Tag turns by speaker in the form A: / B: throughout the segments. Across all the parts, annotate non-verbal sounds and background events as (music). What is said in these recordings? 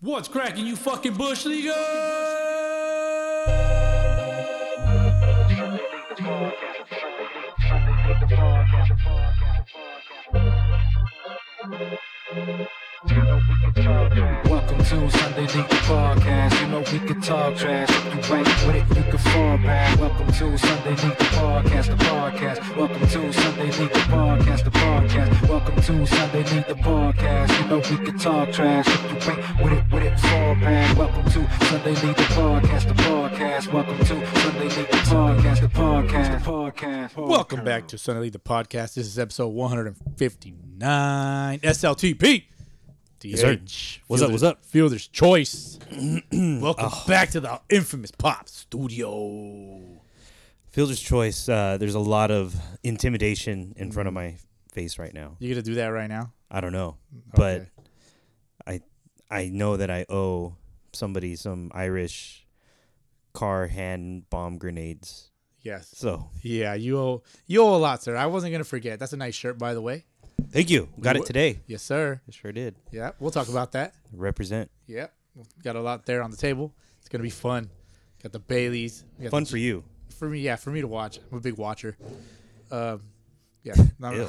A: What's cracking, you fucking bush leaguer?
B: Welcome to Sunday League the Podcast. You know we can talk trash. If you ain't with it, you can fall back. Welcome to Sunday League the Podcast, the podcast. Welcome to Sunday League the Podcast, the podcast. Welcome to Sunday League the Podcast. You know we can talk trash. If you ain't with it, with it, fall back. Welcome to Sunday League the Podcast, the podcast. Welcome to Sunday League the Podcast, the podcast, the podcast.
C: Welcome back to Sunday League, the podcast. This is episode 159. SLTP. DH.
D: sir. What's up, what's up? Ah.
C: Fielder's
D: (clears throat)
C: choice. Welcome back to the infamous Pop Studio.
D: Fielder's choice. Uh, there's a lot of intimidation in
C: Mm.
D: front of my face right now.
C: You gonna do that right now?
D: I don't know,
C: Mm, Okay.
D: but I I know that I owe somebody some Irish car hand bomb grenades.
C: Yes.
D: So
C: Yeah, you owe you owe a lot, sir. I wasn't gonna forget. That's a nice shirt, by the way.
D: thank you. Got it today.
C: Yes, sir.
D: I sure did.
C: Yeah, we'll talk about that.
D: Represent.
C: Yeah. Got a lot there on the table. It's gonna be fun. Got the Baileys. We got
D: Fun
C: the (laughs)
D: for you.
C: for me, yeah, for me to watch. I'm a big watcher. Um, yeah,
D: Ew.
C: no, (laughs)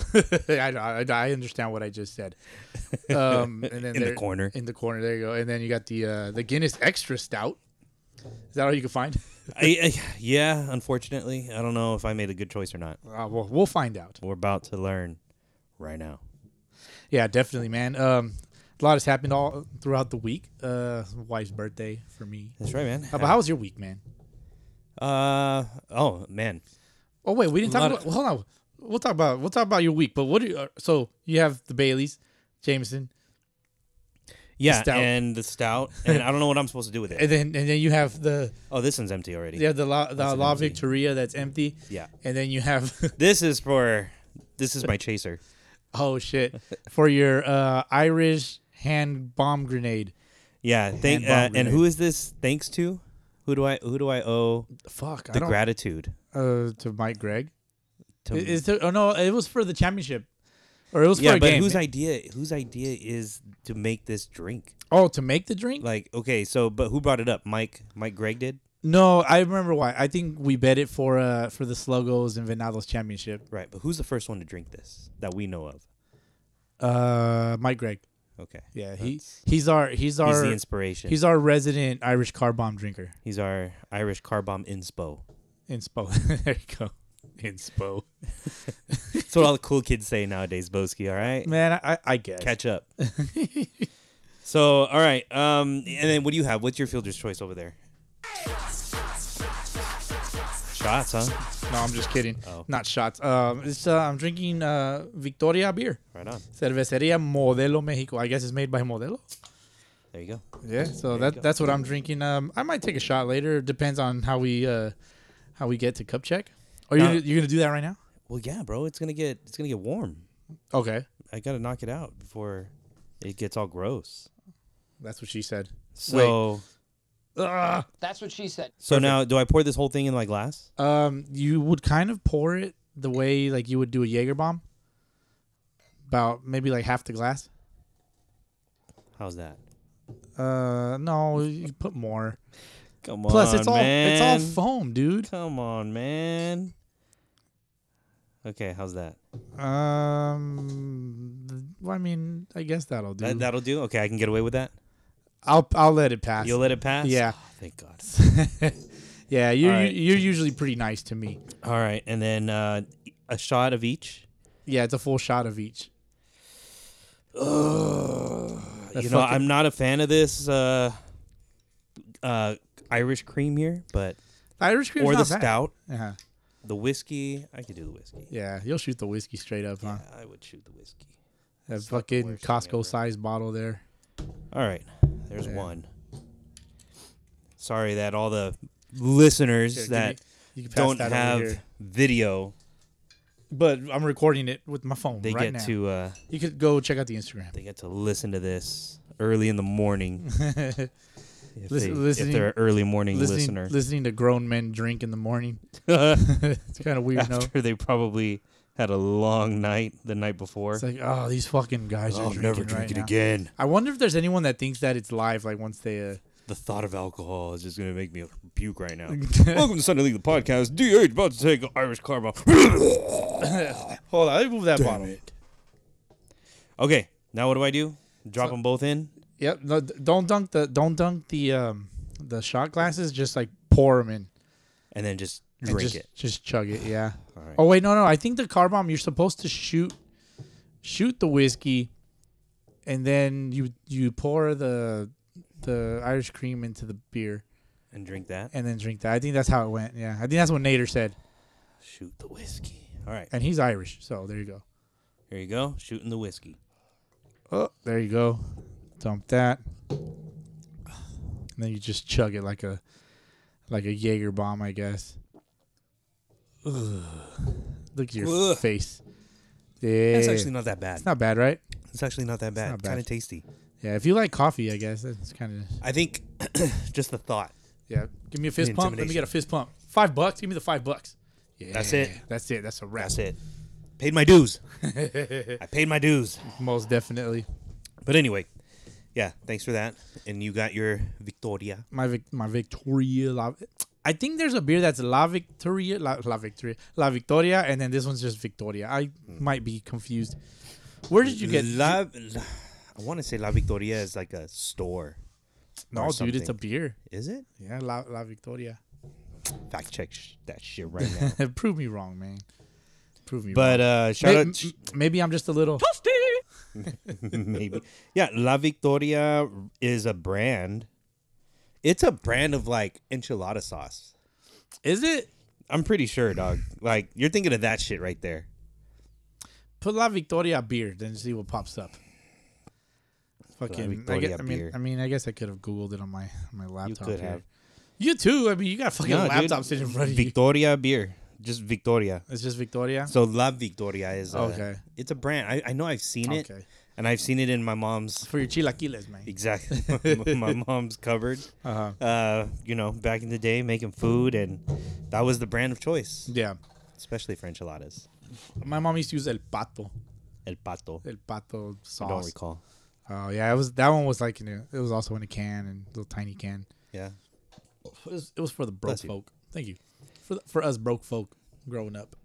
C: I, I, I understand what I just said.
D: (laughs)
C: Um, and then
D: In the
C: there-
D: corner.
C: in the corner, there you go. And then you got the uh, the Guinness Extra Stout. Is that all you can find? (laughs)
D: I, I, yeah. Unfortunately, I don't know if I made a good choice or not.
C: Uh, well, we'll find out.
D: We're about to learn right now.
C: Yeah, definitely, man. Um, a lot has happened all throughout the week. Uh, wife's birthday for me.
D: That's right, man.
C: How, about- how was your week, man?
D: Uh oh, man.
C: Oh wait, we didn't
D: A
C: talk
D: lot
C: about. well, hold on, we'll talk about we'll talk about your week. But what do you? Uh, so you have the Baileys, Jameson,
D: Yeah,
C: stout.
D: and the stout, and I don't know what I'm supposed to
C: (laughs)
D: do with it.
C: and then and then you have the
D: Oh, this one's empty already.
C: Yeah, the La, the
D: an
C: La
D: empty.
C: Victoria that's empty.
D: Yeah.
C: And then you have (laughs)
D: This is for this is my chaser.
C: oh shit for your uh, Irish hand bomb grenade.
D: Yeah, thank
C: bomb
D: uh, and who is this thanks to? Who do I who do I owe
C: Fuck, I
D: the
C: don't
D: gratitude?
C: uh, to Mike Gregg.
D: To,
C: Is there, oh no, it was for the championship, or it was for
D: yeah,
C: a
D: but
C: game.
D: whose idea whose idea is to make this drink?
C: oh, to make the drink?
D: Like, okay, so but who brought it up? Mike Mike Greg did?
C: no, I remember why. I think we bet it for uh for the Slugos and Venados championship.
D: Right, but who's the first one to drink this that we know of?
C: Uh, Mike Gregg.
D: Okay.
C: Yeah, he
D: That's-
C: he's our he's
D: he's
C: our
D: the inspiration.
C: he's our resident Irish car bomb drinker.
D: he's our Irish car
C: (laughs)
D: bomb inspo.
C: Inspo, there you go. Inspo.
D: That's what all the cool kids say nowadays, Boski, all right?
C: Man, I I, I guess.
D: catch up. (laughs) so, all right. Um, and then what do you have? What's your fielder's choice over there? Shots, huh?
C: No, I'm just kidding.
D: Oh.
C: Not shots. Um, it's uh, I'm drinking uh, Victoria beer.
D: Right on.
C: Cervecería Modelo Mexico. I guess it's made by Modelo.
D: There you go.
C: Yeah. So
D: you
C: that
D: go.
C: that's what I'm drinking. Um, I might take a shot later. Depends on how we uh, how we get to cup check. Are you
D: Now-
C: gonna- you gonna do that right now?
D: Well, yeah, bro. It's gonna get it's gonna get warm.
C: Okay.
D: I gotta knock it out before it gets all gross.
C: That's what she said.
D: So,
C: Ugh.
D: so now do I pour this whole thing in my glass?
C: Um, you would kind of pour it the way like you would do a Jaeger bomb. About maybe like half the glass.
D: How's that?
C: Uh, no, you put more.
D: Come on,
C: Plus, it's all
D: man.
C: it's all foam, dude.
D: Come on, man. Okay, how's that?
C: Um, th- well, I mean, I guess that'll do.
D: that? That'll do. Okay, I can get away with that.
C: I'll I'll let it pass.
D: You'll let it pass.
C: Yeah.
D: Oh, thank God.
C: yeah, (laughs) you
D: All right.
C: you're usually pretty nice to me.
D: All right, and then uh, a shot of each.
C: Yeah, it's a full shot of each.
D: you
C: That's fucking-
D: know, I'm not a fan of this uh, uh, Irish cream here, but
C: Irish cream
D: or the
C: not bad.
D: stout,
C: Yeah,
D: the whiskey. I could do the whiskey.
C: yeah, you'll shoot the whiskey straight up, huh?
D: I would shoot the whiskey.
C: That
D: like the
C: fucking
D: worst thing ever.
C: Costco sized bottle there.
D: All right, there's one. Sorry that all the listeners
C: Here, give
D: that
C: me- you can pass
D: don't
C: that over
D: have
C: here.
D: video,
C: But I'm recording it with my phone
D: they
C: right
D: get
C: now.
D: to uh,
C: You could go check out the Instagram. (laughs)
D: they get to listen to this early in the morning. If,
C: Listen-
D: they, if
C: listening-
D: they're an early morning
C: listening
D: listener,
C: listening to grown men drink in the morning. (laughs) it's kind of weird, no?
D: after they probably Had a long night the night before.
C: It's like, oh, these fucking guys
D: oh,
C: are
D: I'm
C: drinking
D: never
C: right
D: drink it
C: now.
D: again.
C: I wonder if there's anyone that thinks that it's live. Like once they, uh,
D: The thought of alcohol is just gonna make me puke
C: (laughs)
D: right now. Welcome to Sunday League, the podcast. DH about to take
C: (laughs)
D: Irish Karma.
E: Hold on, let me move that bottle.
D: okay, now what do I do? Drop them both in.
C: yep. No, d- don't dunk the don't dunk the um the shot glasses. Just like pour them in.
D: and then just
C: and
D: drink
C: just,
D: it.
C: Just chug it.
E: (sighs)
C: Yeah.
D: All right.
C: Oh wait, no, no. I think the car bomb. You're supposed to shoot, shoot the whiskey, and then you you pour the the Irish cream into the beer,
D: and drink that.
C: and then drink that. I think that's how it went. Yeah, I think that's what Nader said,
D: Shoot the whiskey. All right,
C: and he's Irish, so there you go.
D: here you go. Shooting the whiskey.
C: Oh, there you go. Dump that, and then you just chug it like a like a Jaeger bomb, I guess. (sighs) Ugh. Look at your
D: Ugh.
C: face. Yeah,
D: That's actually not that bad.
C: it's not bad, right?
D: It's actually not that bad.
C: not bad.
D: Kind of tasty.
C: Yeah, if you like coffee, I guess that's kind of
D: I think (clears throat) just the thought.
C: yeah. Give me a fist
D: The
C: pump. Let me
D: intimidation.
C: get a fist pump. Five bucks. Give me the five bucks. Yeah,
D: That's it.
C: That's it. That's a wrap.
D: That's it. Paid
C: (laughs)
D: my dues. I paid my dues.
C: Most definitely.
D: But anyway, yeah. Thanks for that. And you got your Victoria.
C: My Vic- my Victoria. La, I think there's a beer that's La Victoria, La, La Victoria, La Victoria, and then this one's just Victoria. I might be confused. Where did you get?
D: Mm. La, La- I want to say La Victoria is like a store.
C: no,
D: or
C: dude, it's a
D: something.
C: beer.
D: Is it?
C: Yeah, La, La Victoria.
D: Fact check sh- that shit right now.
C: (laughs) Prove me wrong, man. Prove me
D: but
C: wrong.
D: uh, shout
C: May-
D: out.
C: m- maybe I'm just a little.
D: (laughs) maybe. Yeah, La Victoria is a brand. It's a brand of like enchilada sauce.
C: Is it?
D: I'm pretty
C: (laughs)
D: sure, dog. Like you're thinking of that shit right there.
C: put La Victoria beer, then see what pops up. Fucking, I,
D: Victoria
C: guess, I mean,
D: beer.
C: I mean, I guess I could have googled it on my on my laptop.
D: You could
C: here.
D: have
C: You too. I mean, you got a fucking
D: No, dude.
C: laptop sitting in front of you.
D: Victoria beer, just Victoria.
C: It's just Victoria.
D: So La Victoria is a,
C: Okay.
D: It's a brand. I, I know I've seen it,
C: Okay.
D: and I've seen it in my mom's
C: Ah, For your chilaquiles, man. (laughs)
D: exactly (laughs) my mom's cupboard.
C: Uh-huh.
D: Uh, you know, back in the day, making food, and that was the brand of choice,
C: Yeah.
D: especially for enchiladas.
C: My mom used to use el pato,
D: El pato.
C: el pato
D: I don't
C: sauce.
D: recall.
C: Oh yeah, it was that one was like in a, it was also in a can and little tiny can.
D: Yeah.
C: It was, it was for the broke
D: Bless you.
C: folk. Thank you, for the, for us broke folk growing up.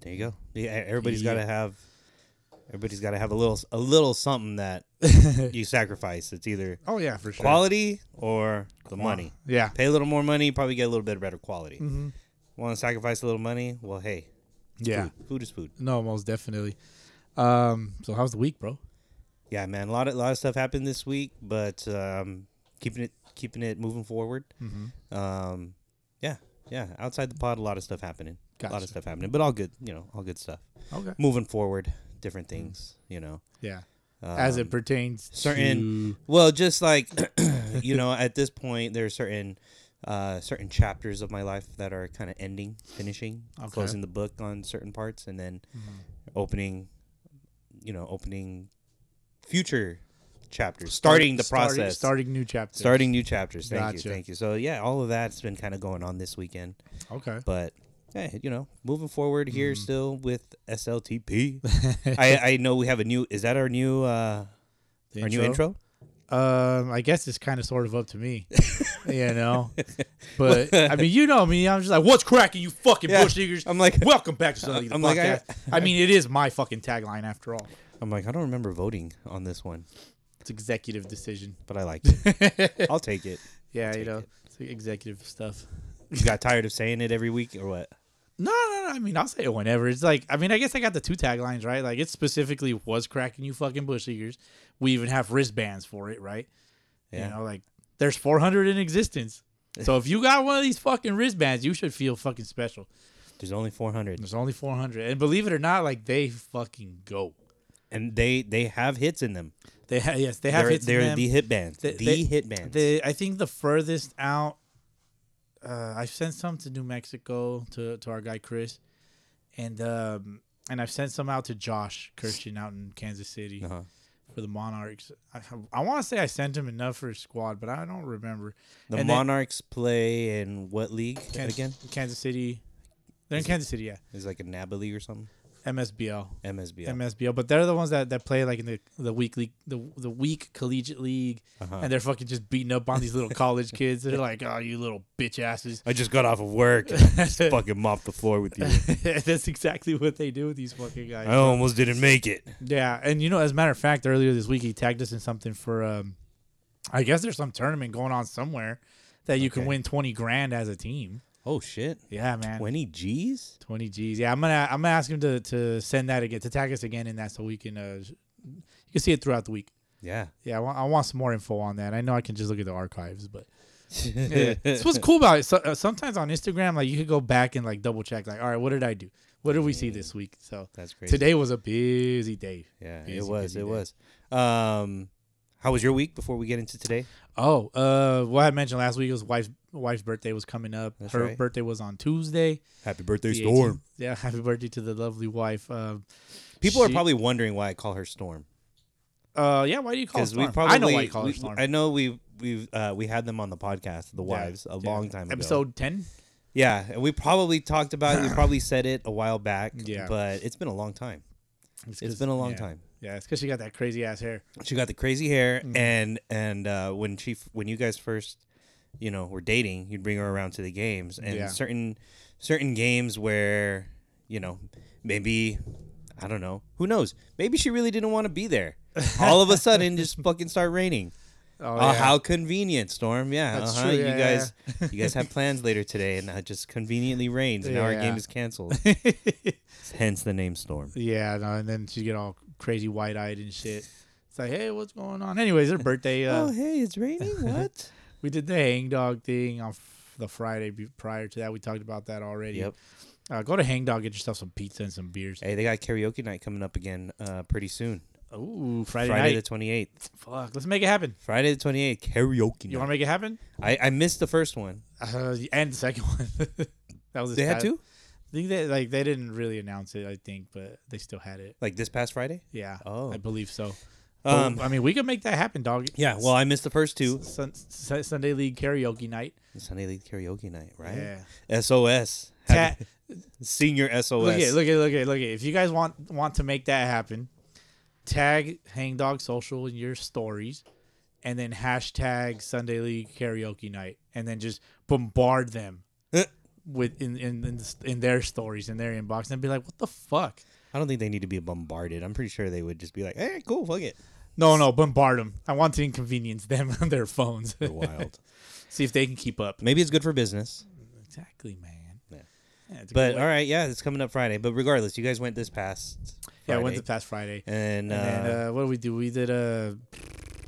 D: There you go. Yeah, e- everybody's
C: Yeah.
D: got to have. Everybody's got to have a little, a little
C: (laughs)
D: something that you sacrifice. It's either
C: Oh yeah, for sure.
D: quality or the money.
C: Yeah. Mm-hmm.
D: Pay a little more money, probably get a little bit better quality.
C: Mm.
D: Want to sacrifice a little money? Well, hey,
C: Yeah.
D: food, food is food.
C: No, most definitely. Um, so how's the week, bro?
D: Yeah, man. A lot of, lot of stuff happened this week, but um, keeping it, keeping it moving forward.
C: Mm-hmm.
D: Um, yeah, yeah. Outside the pod, a lot of stuff happening. A lot
C: Gotcha.
D: of stuff happening, but all good. You know, all good stuff.
C: Okay.
D: Moving forward, different things. You know.
C: Yeah. As
D: Um,
C: it pertains
D: certain-
C: to
D: Well, just like (clears throat) you know, at this point, there are certain uh, certain chapters of my life that are kind of ending, finishing,
C: Okay.
D: closing the book on certain parts, and then opening, you know, opening future chapters, starting the process, starting,
C: starting new chapters,
D: new chapters. Thank
C: Gotcha.
D: you, thank you. So yeah, all of that's been kind of going on this weekend,
C: Okay.
D: but. Hey, you know, moving forward here still with SLTP. I, I know we have a new. Is that our new uh,
C: The
D: our new intro?
C: Um, I guess it's kind of sort of up to
D: (laughs)
C: me, you know. But I mean, you know me. I'm just like, what's cracking, you fucking
D: Yeah.
C: bush diggers?
D: I'm like-
C: welcome back to
D: (laughs)
C: Sunday.
D: I'm
C: I'm
D: like,
C: like,
D: I-
C: I, mean, it is my fucking tagline after all.
D: I'm like, I don't remember voting on this one,
C: It's executive decision.
D: but I liked it.
C: (laughs)
D: I'll take it.
C: Yeah, you
D: Take
C: know,
D: it.
C: it's executive stuff.
D: You got tired of saying it every week or what?
C: No, no, no. I mean, I'll say it whenever. It's like, I mean, I guess I got the two taglines, right? Like, it specifically was cracking you fucking bush eaters. We even have wristbands for it, right?
D: Yeah.
C: You know, like, there's 400 in existence. So if you got one of these fucking wristbands, you should feel fucking special.
D: There's only 400,
C: There's only 400. And believe it or not, like, they fucking go.
D: and they they have hits in them.
C: They ha- yes, they have
D: they're
C: hits in
D: they're
C: them.
D: the hit bands.
C: They-
D: the
C: they-
D: hit bands.
C: The I think the furthest out, uh, I've sent some to New Mexico to to our guy Chris, and um, and I've sent some out to Josh Christian out in Kansas City
D: Uh-huh.
C: for the Monarchs. I I want to say I sent him enough for his squad, but I don't remember.
D: The
C: and then-
D: Monarchs play in what league
C: Kansas,
D: again?
C: Kansas City. They're in Kansas City, yeah.
D: It's like a NABA league or something.
C: MSBL.
D: MSBL.
C: MSBL, but they're the ones that, that play like in the, the week league, the the weak collegiate league,
D: Uh-huh.
C: and they're fucking just beating up on these little college kids.
D: (laughs)
C: They're like, "Oh, you little bitch asses."
D: I just got off of
C: (laughs)
D: work. And just fucking mopped the floor with you.
C: That's exactly what they do with these fucking guys.
D: I almost didn't make it.
C: Yeah, and you know, as a matter of fact, earlier this week he tagged us in something for, um, I guess there's some tournament going on somewhere that you can
D: Okay.
C: win twenty grand as a team.
D: Oh shit.
C: Yeah, man, 20,
D: Twenty G's.
C: G's. Yeah, I'm gonna I'm gonna ask him to to send that again to tag us again in that so we can uh, you can see it throughout the week. (laughs)
D: Yeah.
C: Yeah, I want, I want some more info on that. I know I can just look at the archives,
D: (laughs)
C: but yeah. That's what's cool about it. So, uh, sometimes on Instagram, like you could go back and like double check, like, all right, what did I do? What did we see this week? So
D: That's crazy.
C: today was a busy day.
D: Yeah,
C: Busy,
D: it was.
C: busy
D: It
C: day.
D: was. Um, how was your week before we get into today?
C: Oh, uh, what I mentioned last week was wife's wife's birthday was coming up.
D: That's
C: Her
D: right.
C: birthday was on Tuesday.
D: Happy birthday,
C: the 18th. Yeah, (laughs) happy birthday to the lovely wife. Um,
D: People
C: She-
D: are probably wondering why I call her Storm.
C: uh, yeah, why do you call her
D: Because we
C: Storm?
D: probably
C: I know why you call her
D: we-
C: Storm.
D: I know we we've uh, we had them on the podcast, the
C: Yeah,
D: wives, a
C: yeah.
D: long time ago.
C: Episode ten.
D: Yeah, and we probably talked
C: (clears throat)
D: about it. We probably said it a while back.
C: Yeah.
D: but it's been a long time. It's
C: 'cause-
D: been a long
C: yeah.
D: time.
C: Yeah, it's because she got that crazy ass hair.
D: She got the crazy hair,
C: Mm-hmm.
D: and and uh, when she f- when you guys first, you know, were dating, you'd bring her around to the games, and
C: Yeah.
D: certain certain games where you know maybe I don't know who knows maybe she really didn't want to
C: (laughs)
D: be there. All of a sudden, just fucking start raining.
C: Oh,
D: Oh,
C: yeah.
D: how convenient, Storm. Yeah,
C: That's
D: uh-huh.
C: true,
D: you
C: yeah,
D: guys, you guys have plans later today, and it just conveniently rains, and now our game
C: Yeah. (laughs)
D: is canceled. Hence the name Storm.
C: Yeah, no, and then she get all crazy wide eyed and shit. It's like, hey, what's going on? Anyways, her birthday. Uh,
D: Oh, hey,
C: (laughs)
D: it's raining. What?
C: We did the hang dog thing on f- the Friday be- prior to that. We talked about that already.
D: Yep.
C: Uh, go to hang dog, get yourself some pizza and some beers.
D: hey, they got karaoke night coming up again uh, pretty soon.
C: Ooh, Friday,
D: Friday the
C: night.
D: twenty eighth.
C: Fuck, let's make it happen.
D: Friday the twenty eighth karaoke.
C: You
D: night.
C: want to make it happen?
D: I, I missed the first one.
C: Uh, and the second (laughs) one. that was this
D: They had
C: past-
D: to
C: I think they like they didn't really announce it. I think, but they still had it.
D: like this past Friday.
C: Yeah.
D: Oh.
C: I believe so.
D: Um,
C: Um, I mean, we could make that happen, dog.
D: Yeah. Well, I missed the first two.
C: Sun- Sun- Sunday League karaoke night.
D: Sunday league karaoke night, right?
C: Yeah.
D: SOS.
C: Ta-
D: (laughs) Senior SOS.
C: Look at look at look at look at. If you guys want want to make that happen, tag Hangdog Social in your stories, and then hashtag Sunday League Karaoke Night, and then just bombard them
D: Eh.
C: with in in in, the- in their stories in their inbox, and be like, "What the fuck."
D: I don't think they need to be bombarded. I'm pretty sure they would just be like, "Hey, cool, fuck it."
C: No, no, bombard them. I want to inconvenience them (laughs) on their phones.
D: They're wild.
C: See if they can keep up.
D: (laughs) Maybe it's good for business.
C: Exactly, man.
D: Yeah.
C: Yeah, it's a
D: But
C: good
D: all
C: way-
D: right, yeah, it's coming up Friday. But regardless, you guys went this past.
C: yeah,
D: Friday,
C: went the past Friday. And
D: and, uh,
C: then, uh, what did we do? We did uh, a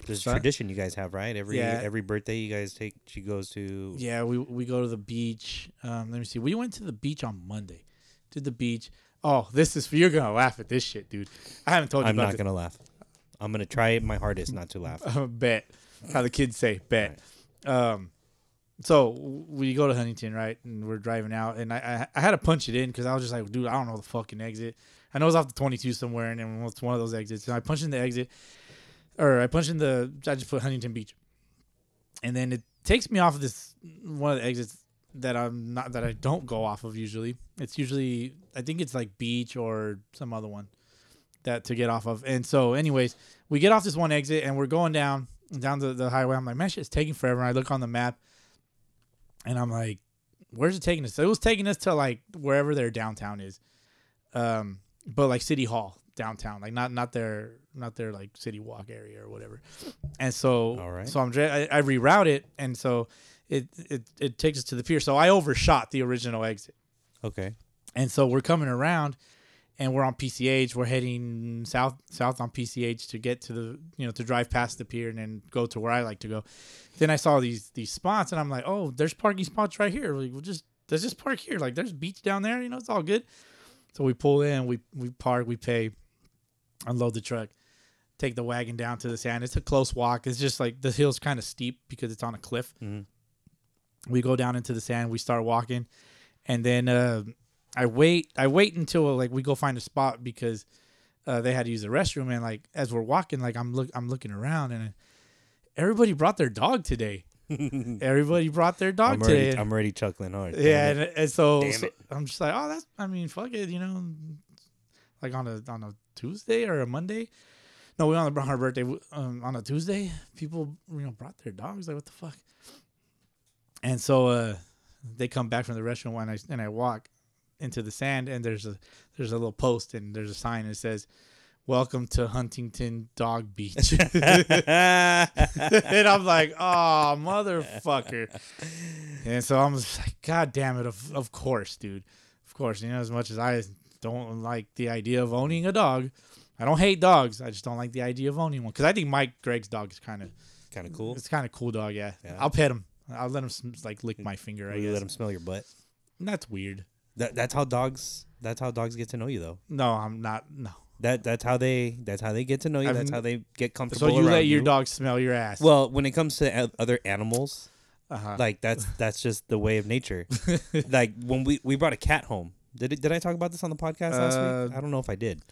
D: there's a
C: Sun-
D: tradition you guys have, right? Every
C: Yeah.
D: every birthday you guys take, she goes to.
C: Yeah, we we go to the beach. Um, let me see. We went to the beach on Monday. Did the beach. Oh, this is you're gonna laugh at this shit, dude. I haven't told you
D: I'm
C: about
D: not
C: this.
D: gonna laugh. I'm gonna try my hardest not
C: (laughs)
D: to laugh.
C: bet. How the kids say bet. Um, so we go to Huntington, right? And we're driving out, and I I, I had to punch it in because I was just like, dude, I don't know the fucking exit. I know it's off the 22 somewhere, and then it's one of those exits. And I punched in the exit, or I punched in the. I just put Huntington Beach, and then it takes me off of this one of the exits that I'm not that I don't go off of usually. It's usually I think it's like beach or some other one that to get off of. And so, anyways, we get off this one exit and we're going down down the, the highway. I'm like, man, shit's taking forever. And I look on the map and I'm like, where's it taking us? So it was taking us to like wherever their downtown is. Um, but like City Hall downtown, like not not their not their like City Walk area or whatever. And so,
D: All right.
C: so I'm dra- I, I reroute it, and so it it it takes us to the pier. So I overshot the original exit.
D: Okay.
C: And so we're coming around and we're on PCH. We're heading south south on PCH to get to the you know, to drive past the pier and then go to where I like to go. Then I saw these these spots and I'm like, oh, there's parking spots right here. Like, we'll just let's just park here. Like there's beach down there, you know, it's all good. So we pull in, we we park, we pay, unload the truck, take the wagon down to the sand. It's a close walk. It's just like the hill's kind of steep because it's on a cliff.
D: Mm-hmm.
C: We go down into the sand, we start walking, and then uh I wait. I wait until like we go find a spot because uh, they had to use the restroom. And like as we're walking, like I'm look, I'm looking around, and everybody brought their dog
D: (laughs)
C: today. everybody brought their dog
D: I'm
C: today.
D: already, I'm already chuckling hard.
C: yeah, and, and so,
D: Damn
C: so
D: it.
C: I'm just like, oh, that's. I mean, fuck it, you know. like on a on a Tuesday or a Monday. No, we went on her birthday w- um, on a Tuesday. People you know brought their dogs. Like what the fuck? And so uh, they come back from the restaurant and I and I walk into the sand and there's a there's a little post and there's a sign that says, "Welcome to Huntington Dog
D: (laughs)
C: Beach." (laughs) and I'm like, oh, motherfucker. And so I'm just like, God damn it. Of, of course, dude. Of course. You know, as much as I don't like the idea of owning a dog, I don't hate dogs. I just don't like the idea of owning one. Because I think Mike Greg's dog is kind of,
D: kind of cool.
C: it's kind of cool dog. Yeah.
D: Yeah.
C: I'll pet him. I'll let him sm- like lick my finger. I
D: You
C: guess.
D: let them smell your butt.
C: That's weird.
D: That, that's how dogs. That's how dogs get to know you, though.
C: No, I'm not. No.
D: That that's how they. That's how they get to know you.
C: I've
D: that's
C: n-
D: how they get
C: So
D: comfortable.
C: you
D: around
C: let your
D: you.
C: dog smell your ass.
D: Well, when it comes to o- other animals,
C: uh-huh.
D: like that's that's just the way
C: (laughs)
D: of nature. like when we we brought a cat home. Did it, did I talk about this on the podcast last week?
C: Uh,
D: I don't know if I did.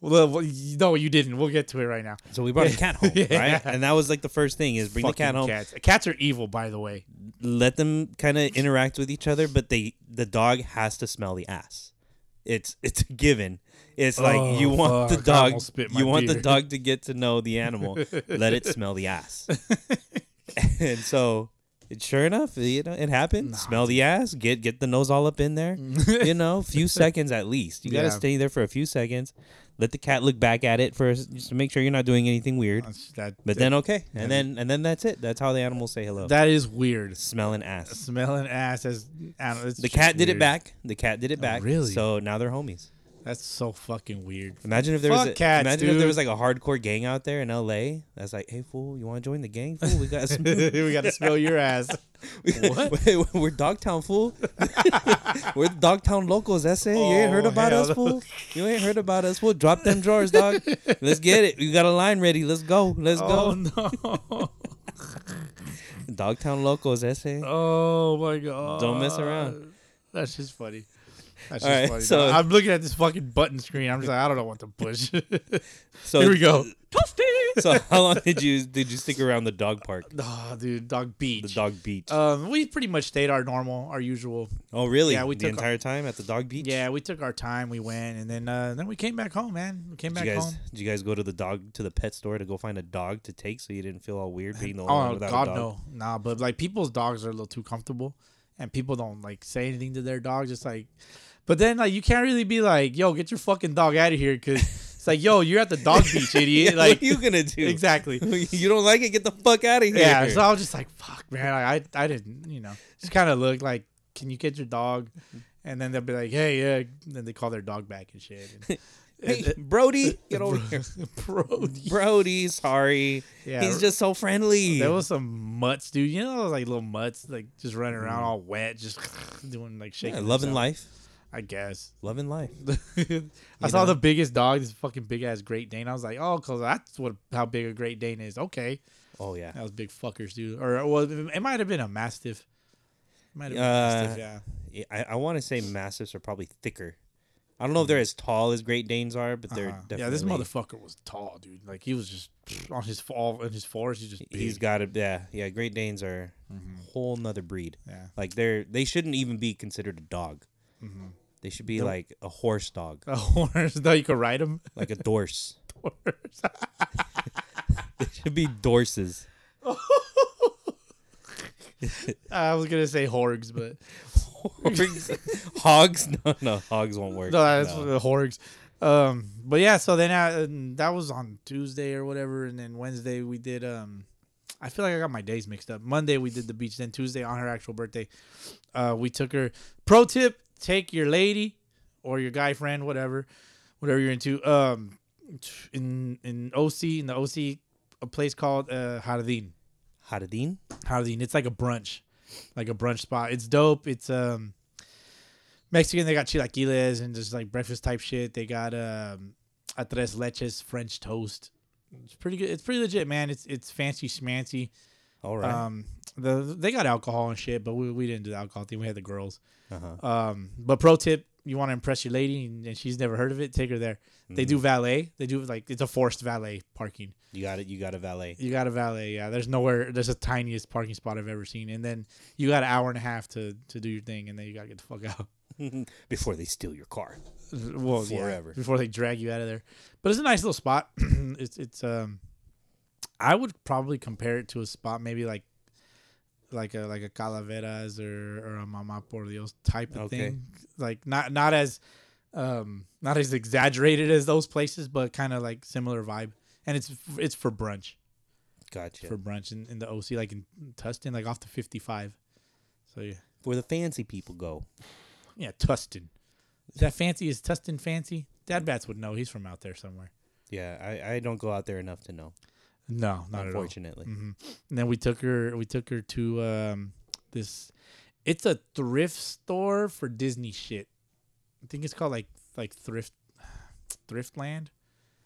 C: well, well, you- no, you didn't. We'll get to it right now.
D: So we brought
C: (laughs)
D: a cat home,
C: Yeah.
D: right? And that was like the first thing is bring the cat
C: Fucking
D: home,
C: Cats. cats are evil, by the way.
D: let them kind of interact with each other, but they the dog has to smell the ass. It's it's a given. It's like you
C: Oh,
D: want
C: fuck, I
D: the dog
C: almost spit my
D: you want the
C: beer.
D: dog to get to know the animal. let it smell
C: (laughs)
D: the ass. and so it, sure enough, you know, it happened. Smell the ass, get get the nose all up in
C: (laughs)
D: there. you know, a few seconds at least. You got to
C: Yeah.
D: stay there for a few seconds. Let the cat look back at it first just to make sure you're not doing anything weird.
C: That's- That,
D: But then okay, and then and then that's it. That's how the animals say hello.
C: that is weird.
D: Smelling ass.
C: Smelling ass as I don't- it's
D: The
C: just
D: cat did
C: weird.
D: it
C: Oh,
D: back. The cat did it back.
C: really?
D: So now they're homies.
C: That's so fucking weird. (laughs)
D: Imagine if there was
C: Fuck
D: a,
C: cats,
D: imagine if there was
C: dude.
D: like a hardcore gang out there in L.A. That's like, hey fool, you want to join the gang? Fool, we
C: (laughs)
D: got some,
C: we
D: (laughs)
C: got to smell your ass.
D: what? (laughs) We're Dogtown fool. (laughs) We're the Dogtown locals. That's it. you ain't heard
C: Oh,
D: about
C: hell
D: us
C: no.
D: fool. You ain't heard about us fool. Drop them drawers, dog. Let's get it. You got a line ready. Let's go. Let's
C: Oh
D: go.
C: (laughs) no!
D: Dogtown locals. That's it.
C: Oh my god!
D: Don't mess around.
C: That's just funny. That's just
D: All right,
C: funny.
D: so-
C: So I'm looking at this fucking button screen. I'm just like, I don't know what to push. (laughs)
D: So
C: Here we go.
D: So how long did you did you stick around the dog park,
C: Oh, dude, dog
D: the
C: beach.
D: dog beach?
C: Um, we pretty much stayed our normal, our usual.
D: oh really?
C: yeah, we
D: the
C: took our-
D: entire time at the dog beach.
C: Yeah, we took our time. We went, and then uh, then we came back home, man. We came
D: Did
C: back
D: you guys,
C: home.
D: did you guys go to the dog to the pet store to go find a dog to take so you didn't feel all weird being the only one
C: Oh
D: without
C: God,
D: a dog?
C: no, nah. But like people's dogs are a little too comfortable, and people don't like say anything to their dogs. It's like, but then like you can't really be like, yo, get your fucking dog out of here, because it's like, yo, you're at the
D: (laughs)
C: dog beach, idiot.
D: (laughs) Yeah,
C: like
D: what are you gonna
C: (laughs)
D: do?
C: exactly.
D: (laughs) you don't like it? Get the fuck out of here.
C: Yeah. So I was just like, fuck, man. Like, I I didn't, you know, just kind of look like, can you get your dog? And then they'll be like, hey, yeah. And then they call their dog back and shit. And,
D: (laughs)
C: (laughs)
D: Hey, Brody, get over here.
C: Brody.
D: Brody, sorry.
C: Yeah,
D: He's
C: r-
D: just so friendly.
C: There was some mutts, dude. You know, those, like little mutts, like just running around all wet, just (laughs) doing like shaking.
D: Mm. yeah, loving
C: themselves.
D: life.
C: I guess. (laughs)
D: Loving life.
C: I saw the biggest dog, this fucking big ass Great Dane. I was like, oh, cause that's what how big a Great Dane is. Okay,
D: Oh yeah.
C: that was big fuckers, dude. Or well, it might have been a Mastiff. Might have been a
D: Uh,
C: Mastiff, yeah.
D: Yeah, I, I want to say mastiffs are probably thicker. I don't know if they're as tall as Great Danes are, but they're
C: Uh-huh.
D: definitely.
C: Yeah, this motherfucker was tall, dude. Like he was just on his fall in his forest. He's just big. Mm-hmm.
D: He's got a yeah yeah. Great Danes are a whole nother breed.
C: Yeah. (laughs)
D: Like they're they shouldn't even be considered a dog.
C: Mm-hmm.
D: They should be like a horse dog,
C: a horse. No, you could ride him. (laughs)
D: like a dorse.
C: Horse.
D: (laughs) They should be
C: (laughs)
D: dorses.
C: I was gonna say horgs, but
D: hogs? No, no, hogs won't work.
C: No, that's
D: No.
C: the horgs. Um, but yeah, so then I, and that was on Tuesday or whatever, and then Wednesday we did. Um, I feel like I got my days mixed up. Monday we did the beach, then Tuesday on her actual birthday, uh, we took her. Pro tip: take your lady or your guy friend, whatever, whatever you're into. Um, in in OC in the OC, a place called uh, Jardín.
D: Haradin?
C: Jardín. It's like a brunch, like a brunch spot. It's dope. It's um Mexican. They got chilaquiles and just like breakfast type shit. They got um a tres leches French toast. It's pretty good. It's pretty legit, man. It's it's fancy schmancy.
D: All right.
C: Um, the they got alcohol and shit, but we, we didn't do the alcohol thing. We had the girls.
D: uh-huh.
C: Um, but pro tip: you want to impress your lady and, and she's never heard of it, take her there.
D: Mm-hmm.
C: They do valet. They do like it's a forced valet parking.
D: You got it. You got a valet. (laughs)
C: You got a valet, yeah. There's nowhere. There's the tiniest parking spot I've ever seen, and then you got an hour and a half to to do your thing, and then you gotta get the fuck out.
D: Before they steal your car.
C: well, yeah,
D: Forever.
C: before they drag you out of there. But it's a nice little spot. (clears throat) it's it's um, I would probably compare it to a spot maybe like like a like a Calaveras or or a Mama por Dios type of
D: Okay.
C: thing. Like not not as um not as exaggerated as those places, but kind of like similar vibe. And it's it's for brunch
D: Gotcha.
C: for
D: For,
C: brunch in, in the OC, like in Tustin, like off the 55. So yeah,
D: Where the fancy people go.
C: yeah, Tustin. Is that fancy? Is Tustin fancy? Dad Bats would know. He's from out there somewhere.
D: Yeah, I, I don't go out there enough to know.
C: No, not at all. Mm. Mm-hmm.
D: unfortunately.
C: And then we took her. We took her to um, this. It's a thrift store for Disney shit. I think it's called like like thrift, (sighs) Thriftland.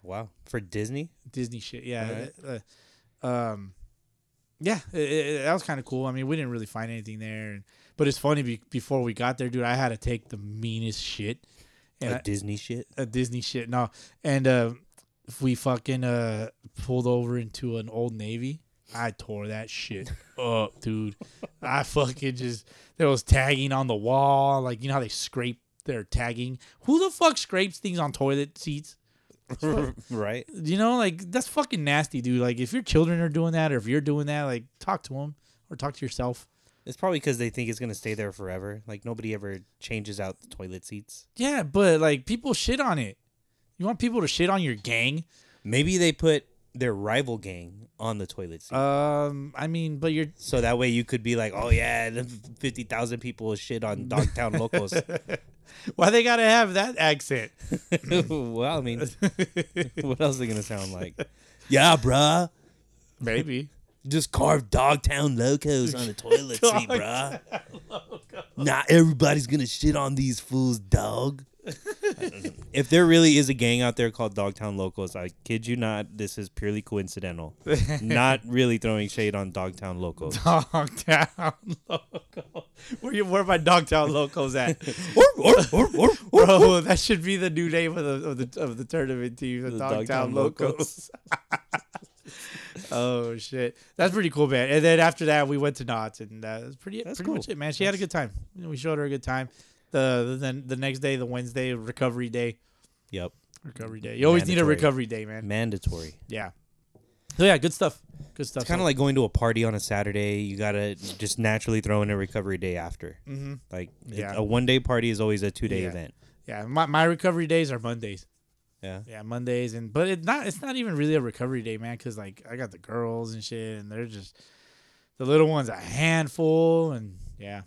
D: Wow. For Disney?
C: Disney shit. Yeah.
D: Alright.
C: uh, um, yeah, i i that was kind of cool. I mean, we didn't really find anything there, and, but it's funny. Be, before we got there, dude, I had to take the meanest shit,
D: A
C: and I- (laughs)
D: Disney shit? (laughs)
C: a Disney shit. No, and uh, we fucking uh, pulled over into an Old Navy. I tore that shit up, dude. I fucking just there was tagging on the wall, like you know how they scrape their tagging. Who the fuck scrapes things on toilet seats?
D: right?
C: You know, like that's fucking nasty, dude. Like if your children are doing that, or if you're doing that, like talk to them or talk to yourself.
D: It's probably because they think it's going to stay there forever. Like, nobody ever changes out the toilet seats.
C: Yeah, but like people shit on it. You want people to shit on your gang?
D: Maybe they put their rival gang on the toilet seat.
C: Um, I mean, but you're (laughs)
D: so that way you could be like, oh, yeah, the 50,000 people shit on Dogtown Locos.
C: why they gotta have that accent?
D: (laughs) well, I mean, (laughs) what else are they going to sound like? Yeah, bruh.
C: (laughs) Maybe.
D: Just carve Dogtown Locos (laughs) on the toilet seat, bruh. Not everybody's gonna shit on these fools, dog. (laughs) if there really is a gang out there called Dogtown Locos, I kid you not, this is purely coincidental. not really throwing shade on Dogtown (laughs)
C: (laughs)
D: Locos.
C: Dogtown loco. Where you where my Dogtown locos at?
D: Orp, orp, orp, orp, orp.
C: Bro, that should be the new name of the of the of the tournament team, the,
D: The
C: Dogtown,
D: Dogtown
C: Locos. (laughs) oh shit, that's pretty cool, man. And then after that, we went to Knott's, and that was pretty
D: That's
C: pretty much
D: cool.
C: it, man. She had a good time. You know, We showed her a good time. The then the next day, the Wednesday recovery day,
D: yep,
C: recovery day. You always need a
D: Mandatory. Mm-hmm.
C: recovery day, man.
D: mandatory.
C: Yeah. So yeah, good stuff. Good stuff.
D: It's kind of like going to a party on a Saturday. You gotta just naturally throw in a recovery day after. Mm-hmm. Like it-
C: Yeah.
D: a one day party is always a two day
C: Yeah.
D: event.
C: yeah, my, my recovery days are Mondays.
D: Yeah.
C: Yeah, Mondays and but it's not it's not even really a recovery day, man, cuz like I got the girls and shit and they're just the little ones a handful and yeah.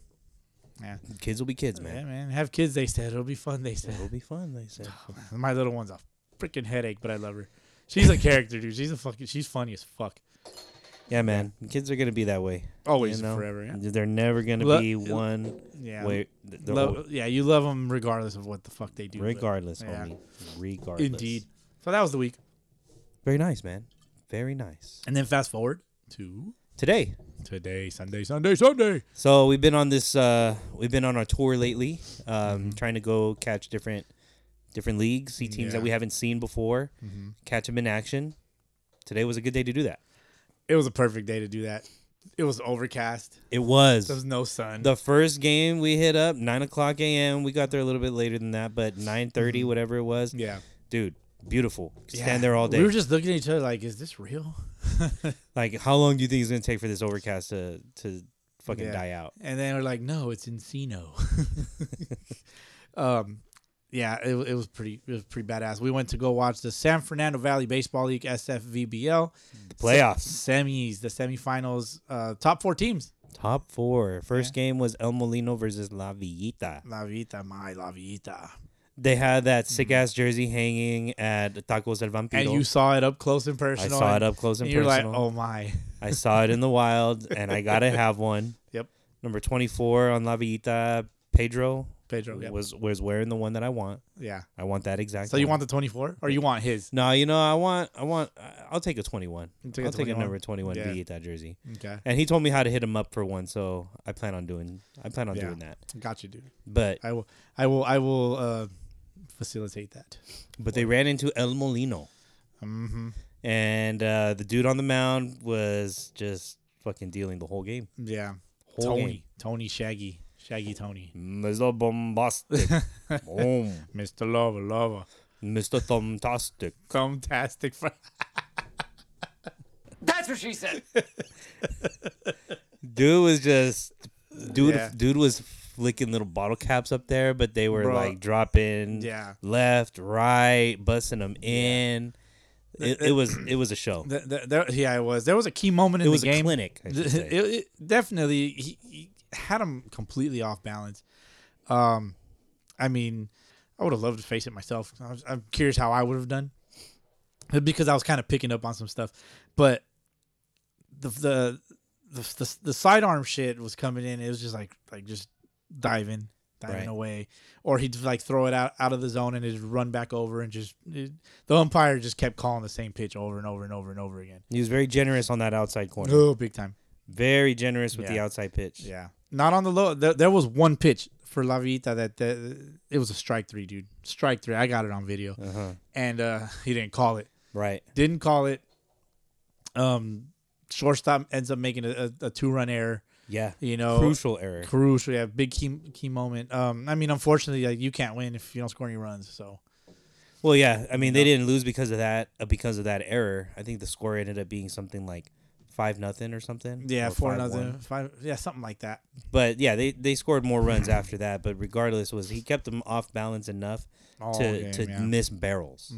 D: Kids will be kids,
C: Yeah,
D: man.
C: man. Have kids they said it'll be fun they (laughs) said.
D: It'll be fun, they said.
C: My little one's a freaking headache, but I love her. She's a character, dude. She's a fucking she's funny as fuck.
D: Yeah, man. Kids are gonna be that way.
C: Always and forever, yeah.
D: They're never gonna
C: Lo-
D: be one
C: Yeah.
D: way. th- they're
C: Lo-
D: all-
C: yeah, you love them regardless of what the fuck they do. but-
D: regardless,
C: yeah.
D: homie. Regardless.
C: Indeed. So that was the week.
D: Very nice, man. Very nice.
C: And then fast forward to
D: Today.
C: today, Sunday, Sunday, Sunday.
D: So we've been on this. Uh, we've been on our tour lately, um,
C: Mm-hmm.
D: trying to go catch different, different leagues, see teams
C: Yeah.
D: that
C: Mm-hmm.
D: we haven't seen before, catch them in action. Today was a good day to do that.
C: It was a perfect day to do that. It was overcast.
D: It was.
C: There was no sun.
D: The first game we hit up nine o'clock a.m. We got there a little bit later than that, but nine
C: Mm-hmm.
D: whatever it was.
C: yeah.
D: dude, beautiful.
C: Yeah.
D: Stand there all day.
C: We were just looking at each other like, is this real?
D: like, how long do you think it's gonna take for this overcast to to fucking
C: Yeah.
D: die out?
C: And then we're like, no, it's Encino. (laughs) um, yeah, it, it was pretty. It was pretty badass. We went to go watch the San Fernando Valley Baseball League SFVBL
D: The playoffs.
C: semis, the semifinals, uh, top four teams.
D: Top four. First game was El Molino versus La Villita.
C: La Vita, my La Vita.
D: They had that sick ass jersey hanging at Tacos del Vampiro.
C: Mm-hmm. And you saw it up close and
D: I
C: personal.
D: saw it
C: and-
D: up close and,
C: And you're like,
D: personal.
C: oh my.
D: I saw it in the wild, and
C: (laughs)
D: I gotta have one.
C: Yep.
D: Number twenty four on La Villita, Pedro.
C: Pedro, yep.
D: was was wearing the one that I want. (laughs)
C: Yeah.
D: I want that exact.
C: So you
D: one.
C: want the 24 or you want his?
D: No, you know, I want, I want, I- I'll take a twenty-one.
C: take a
D: I'll take a
C: 21?
D: number twenty-one
C: Yeah.
D: beat that jersey.
C: Okay.
D: And he told me how to hit him up for one, so I plan on doing, I plan on
C: Yeah.
D: doing that.
C: Got you, dude.
D: But,
C: I will. I will. I will uh, facilitate that.
D: but they ran into El Molino,
C: Mm-hmm.
D: and uh, the dude on the mound was just fucking dealing the whole game.
C: Yeah.
D: Whole
C: Tony.
D: game.
C: Tony Shaggy. Shaggy Tony,
D: Mr. Bombastic.
C: (laughs)
D: Boom.
C: Mr. Lover, Lover,
D: Mr. Thumbtastic.
C: (laughs) Thumbtastic. Fr-
D: Dude was just dude
C: Yeah.
D: dude was flicking little bottle caps up there, but they were
C: Bro.
D: like dropping
C: Yeah.
D: left, right, busting them in.
C: Uh,
D: It, it was it was a show.
C: Th- th- there- yeah, it was. There was a key moment in
D: It was
C: the
D: a
C: game.
D: clinic. I should say.
C: (laughs) it, it definitely he, he had him completely off balance. Um, I mean, I would have loved to face it myself. I was, I'm curious how I would have done because I was kind of picking up on some stuff, but the the the the, the sidearm shit was coming in. It was just like like just diving. Diving
D: Right.
C: away, or he'd like throw it out out of the zone and just run back over and just the umpire just kept calling the same pitch over and over and over and over again.
D: He was very generous on that outside corner.
C: Oh, big time.
D: Very generous with the
C: Yeah.
D: outside pitch.
C: Yeah, not on the low. There, there was one pitch for La Vita that, that it was a strike three, dude. Strike three. I got it on video,
D: Uh-huh.
C: and uh, he didn't call it.
D: Right.
C: Didn't call it. Um, shortstop ends up making a, a, a two run error.
D: Yeah.
C: You know,
D: Crucial error.
C: crucial. Yeah, big key key moment. Um, I mean, unfortunately, like you can't win if you don't score any runs. So
D: Well, yeah. I mean, they didn't lose because of that. Uh, because of that error, I think the score ended up being something like five nothing or something.
C: yeah,
D: or
C: four
D: 5-1.
C: nothing, five. Yeah, something like that.
D: But yeah, they, they scored more runs after that. But regardless, was he kept them off balance enough
C: All
D: to
C: game,
D: to
C: yeah. Mm-hmm.
D: miss barrels.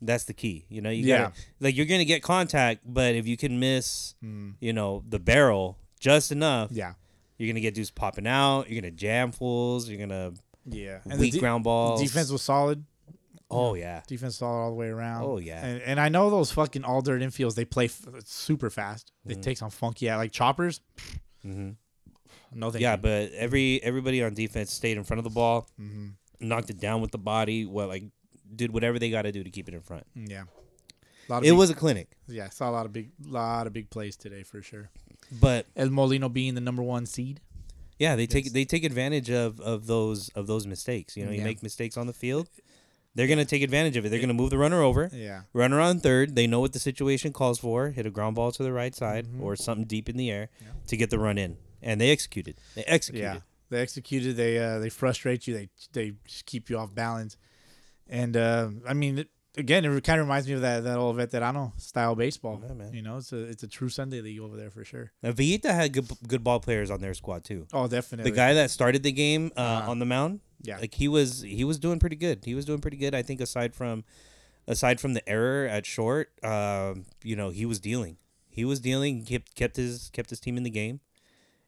D: That's the key. You know, you
C: Yeah.
D: gotta like you're gonna get contact, but if you can miss,
C: Mm.
D: you know, the barrel just enough,
C: Yeah,
D: you're gonna get dudes popping out. You're gonna jam fools. You're gonna
C: yeah.
D: weak
C: de-
D: ground balls.
C: defense was solid.
D: Oh yeah.
C: defense solid all the way around.
D: Oh, yeah.
C: and, and I know those fucking all dirt infields they play f- super fast.
D: Mm-hmm.
C: They take some funky out like choppers. No, thank
D: Yeah,
C: you.
D: but every everybody on defense stayed in front of the ball,
C: Mm-hmm.
D: knocked it down with the body. Well, like did whatever they got to do to keep it in front.
C: Mm, yeah, a lot of
D: It
C: big-
D: was a clinic,
C: yeah. I Saw a lot of big, lot of big plays today for sure.
D: but
C: El Molino being the number one seed.
D: yeah, they take they take advantage of of those of those mistakes. You know, you
C: Yeah. Uh,
D: make mistakes on the field, they're gonna take advantage of it. They're gonna move the runner over.
C: Yeah,
D: Runner on third, they know what the situation calls for. Hit a ground ball to the right side
C: Mm-hmm.
D: or something deep in the air to get the run in, and they executed. They executed.
C: yeah. They executed. They uh, they frustrate you. They they just keep you off balance. And uh, I mean, it, again, it kind of reminds me of that that old veterano style baseball.
D: Yeah, man.
C: You know, it's a it's a true Sunday league over there for sure.
D: Now, Vita had good good ball players on their squad too.
C: Oh, definitely.
D: the guy that started the game uh, on the mound.
C: Uh-huh. Yeah.
D: like he was he was doing pretty good. He was doing pretty good. I think aside from aside from the error at short, um, you know, he was dealing. He was dealing. kept kept his kept his team in the game,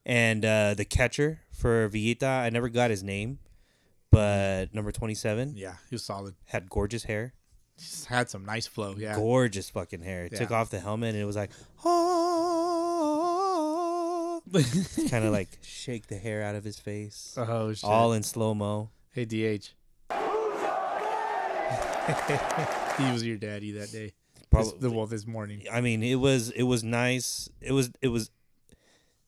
D: and uh, the catcher for Villita, I never got his name, but number twenty seven
C: Yeah, he was solid.
D: had gorgeous hair,
C: Just had some nice flow. Yeah. (laughs)
D: gorgeous fucking hair. Took
C: Yeah.
D: off the helmet and it was like, "Ah, oh,
C: (laughs)
D: kind of like shake the hair out of his face,
C: Oh shit.
D: all in slow mo.
C: hey DH. (laughs) he was your daddy that day. This,
D: Probably
C: the well this morning.
D: I mean, it was it was nice. It was it was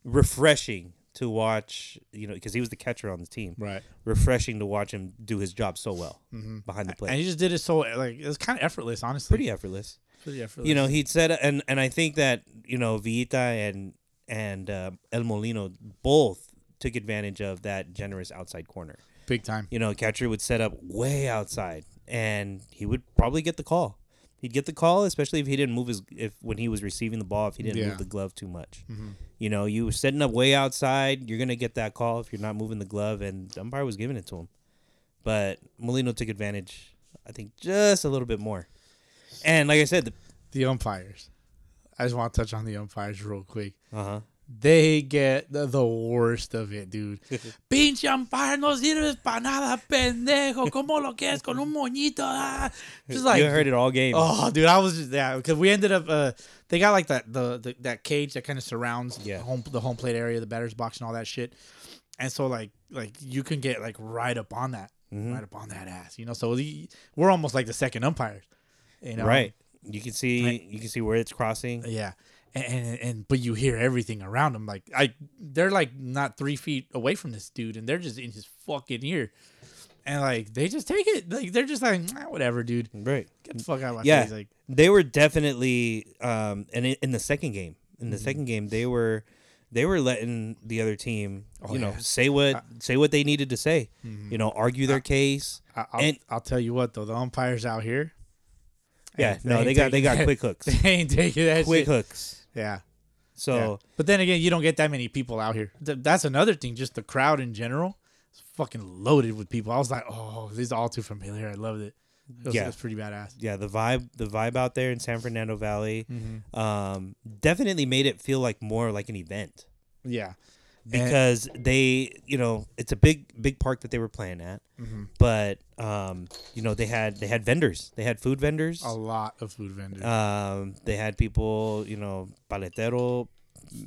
D: refreshing to watch. You know, because he was the catcher on the team.
C: Right. Mm-hmm.
D: Refreshing to watch him do his job so well behind the plate.
C: And he just did it so like it was kind of effortless, honestly.
D: Pretty effortless.
C: Pretty effortless.
D: You know, he'd said, and and I think that you know Vita and and uh, El Molino both took advantage of that generous outside corner.
C: big time.
D: You know, catcher would set up way outside, and he would probably get the call. He'd get the call, especially if he didn't move his if when he was receiving the ball, if he didn't
C: Yeah.
D: move the glove too much. You know, you were setting up way outside. You're gonna get that call if you're not moving the glove, and the umpire was giving it to him. But Molino took advantage, I think, just a little bit more. And like I said, the,
C: The umpires. I just want to touch on the umpires real quick.
D: uh-huh.
C: They get the, the worst of it, (laughs) dude. Pinche umpire no sirves para nada, pendejo. ¿Cómo lo quieres con un moñito? Ah. Just like
D: you heard it all game.
C: Oh, dude, I was just yeah, because we ended up uh, they got like that the, the that cage that kind of surrounds
D: Yeah.
C: the home the home plate area, the batter's box, and all that shit. And so like like you can get like right up on that,
D: Mm-hmm.
C: right up on that ass, you know. So the, we're almost like the second umpires, you know.
D: right. You can see you can see where it's crossing.
C: Yeah. And, and and but you hear everything around them. Like I, they're like not three feet away from this dude, and they're just in his fucking ear. And like they just take it, like they're just like "Nah, whatever, dude.
D: Right.
C: Get the fuck out of my
D: yeah,
C: face. Like Mm-hmm.
D: they were definitely um, and in, in the second game, in the second game, they were they were letting the other team,
C: Oh,
D: you know, say what say what they needed to say, you know, argue their case.
C: Mm-hmm. I, I'll,
D: and
C: I'll tell you what though, the umpires out here,
D: yeah,
C: they
D: no,
C: ain't
D: they got they
C: taking (laughs)
D: got
C: that.
D: quick hooks,
C: (laughs) they ain't taking that
D: quick
C: shit.
D: hooks.
C: Yeah.
D: So
C: yeah. But then again, you don't get that many people out here. Th- that's another thing. Just the crowd in general, it's fucking loaded with people. I was like, oh, this is all too familiar. I loved it. It was,
D: Yeah.
C: it was pretty badass.
D: yeah, the vibe the vibe out there in San Fernando Valley
C: Mm-hmm.
D: um, definitely made it feel like more like an event
C: Yeah. And-
D: because they you know it's a big big park that they were playing at,
C: mm-hmm,
D: but um, you know they had they had vendors they had food vendors
C: a lot of food vendors.
D: um, they had people you know paletero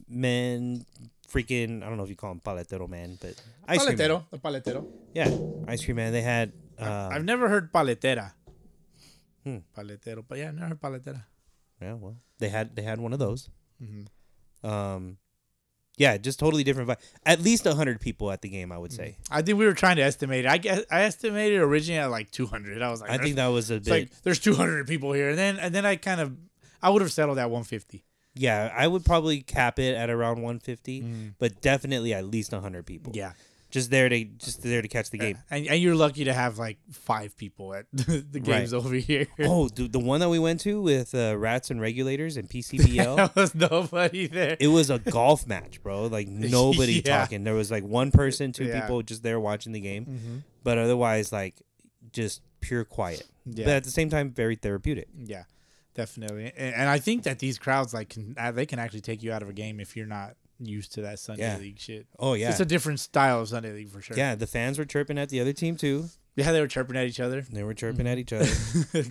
D: men freaking I don't know if you call them paletero man but ice cream man.
C: paletero, the paletero.
D: yeah ice cream man they had uh, Hmm.
C: I've never heard paletera. Paletero, but yeah, I've never heard paletera.
D: Yeah, well, they had they had one of those.
C: Mm-hmm.
D: Um, yeah, just totally different vibe. At least hundred people at the game, I would say.
C: I think we were trying to estimate. it. I guess I estimated originally at like 200. I was like,
D: I think that was a bit.
C: it's like there's 200 people here, and then and then I kind of I would have settled at 150.
D: yeah, I would probably cap it at around one fifty, but definitely at least hundred people.
C: Mm. Yeah,
D: just there to just there to catch the game.
C: Uh, and, and you're lucky to have like five people at (laughs) the games over here.
D: (laughs) Oh, dude, the one that we went to with uh, Rats and Regulators and PCBL.
C: (laughs) there was nobody there.
D: It was a golf match, bro.
C: (laughs)
D: Like nobody
C: Yeah.
D: talking. There was like one person, two
C: Yeah. Mm.
D: people just there watching the game,
C: Mm-hmm.
D: but otherwise like just pure quiet.
C: Yeah.
D: But at the same time, very therapeutic.
C: yeah, definitely. And, and I think that these crowds like can uh, they can actually take you out of a game if you're not used to that Sunday
D: Yeah.
C: league shit.
D: Oh yeah,
C: It's a (laughs) different style of Sunday league for sure.
D: yeah. The fans were chirping at the other team too.
C: yeah, they were chirping at each other.
D: They were chirping
C: Mm.
D: at each other. (laughs)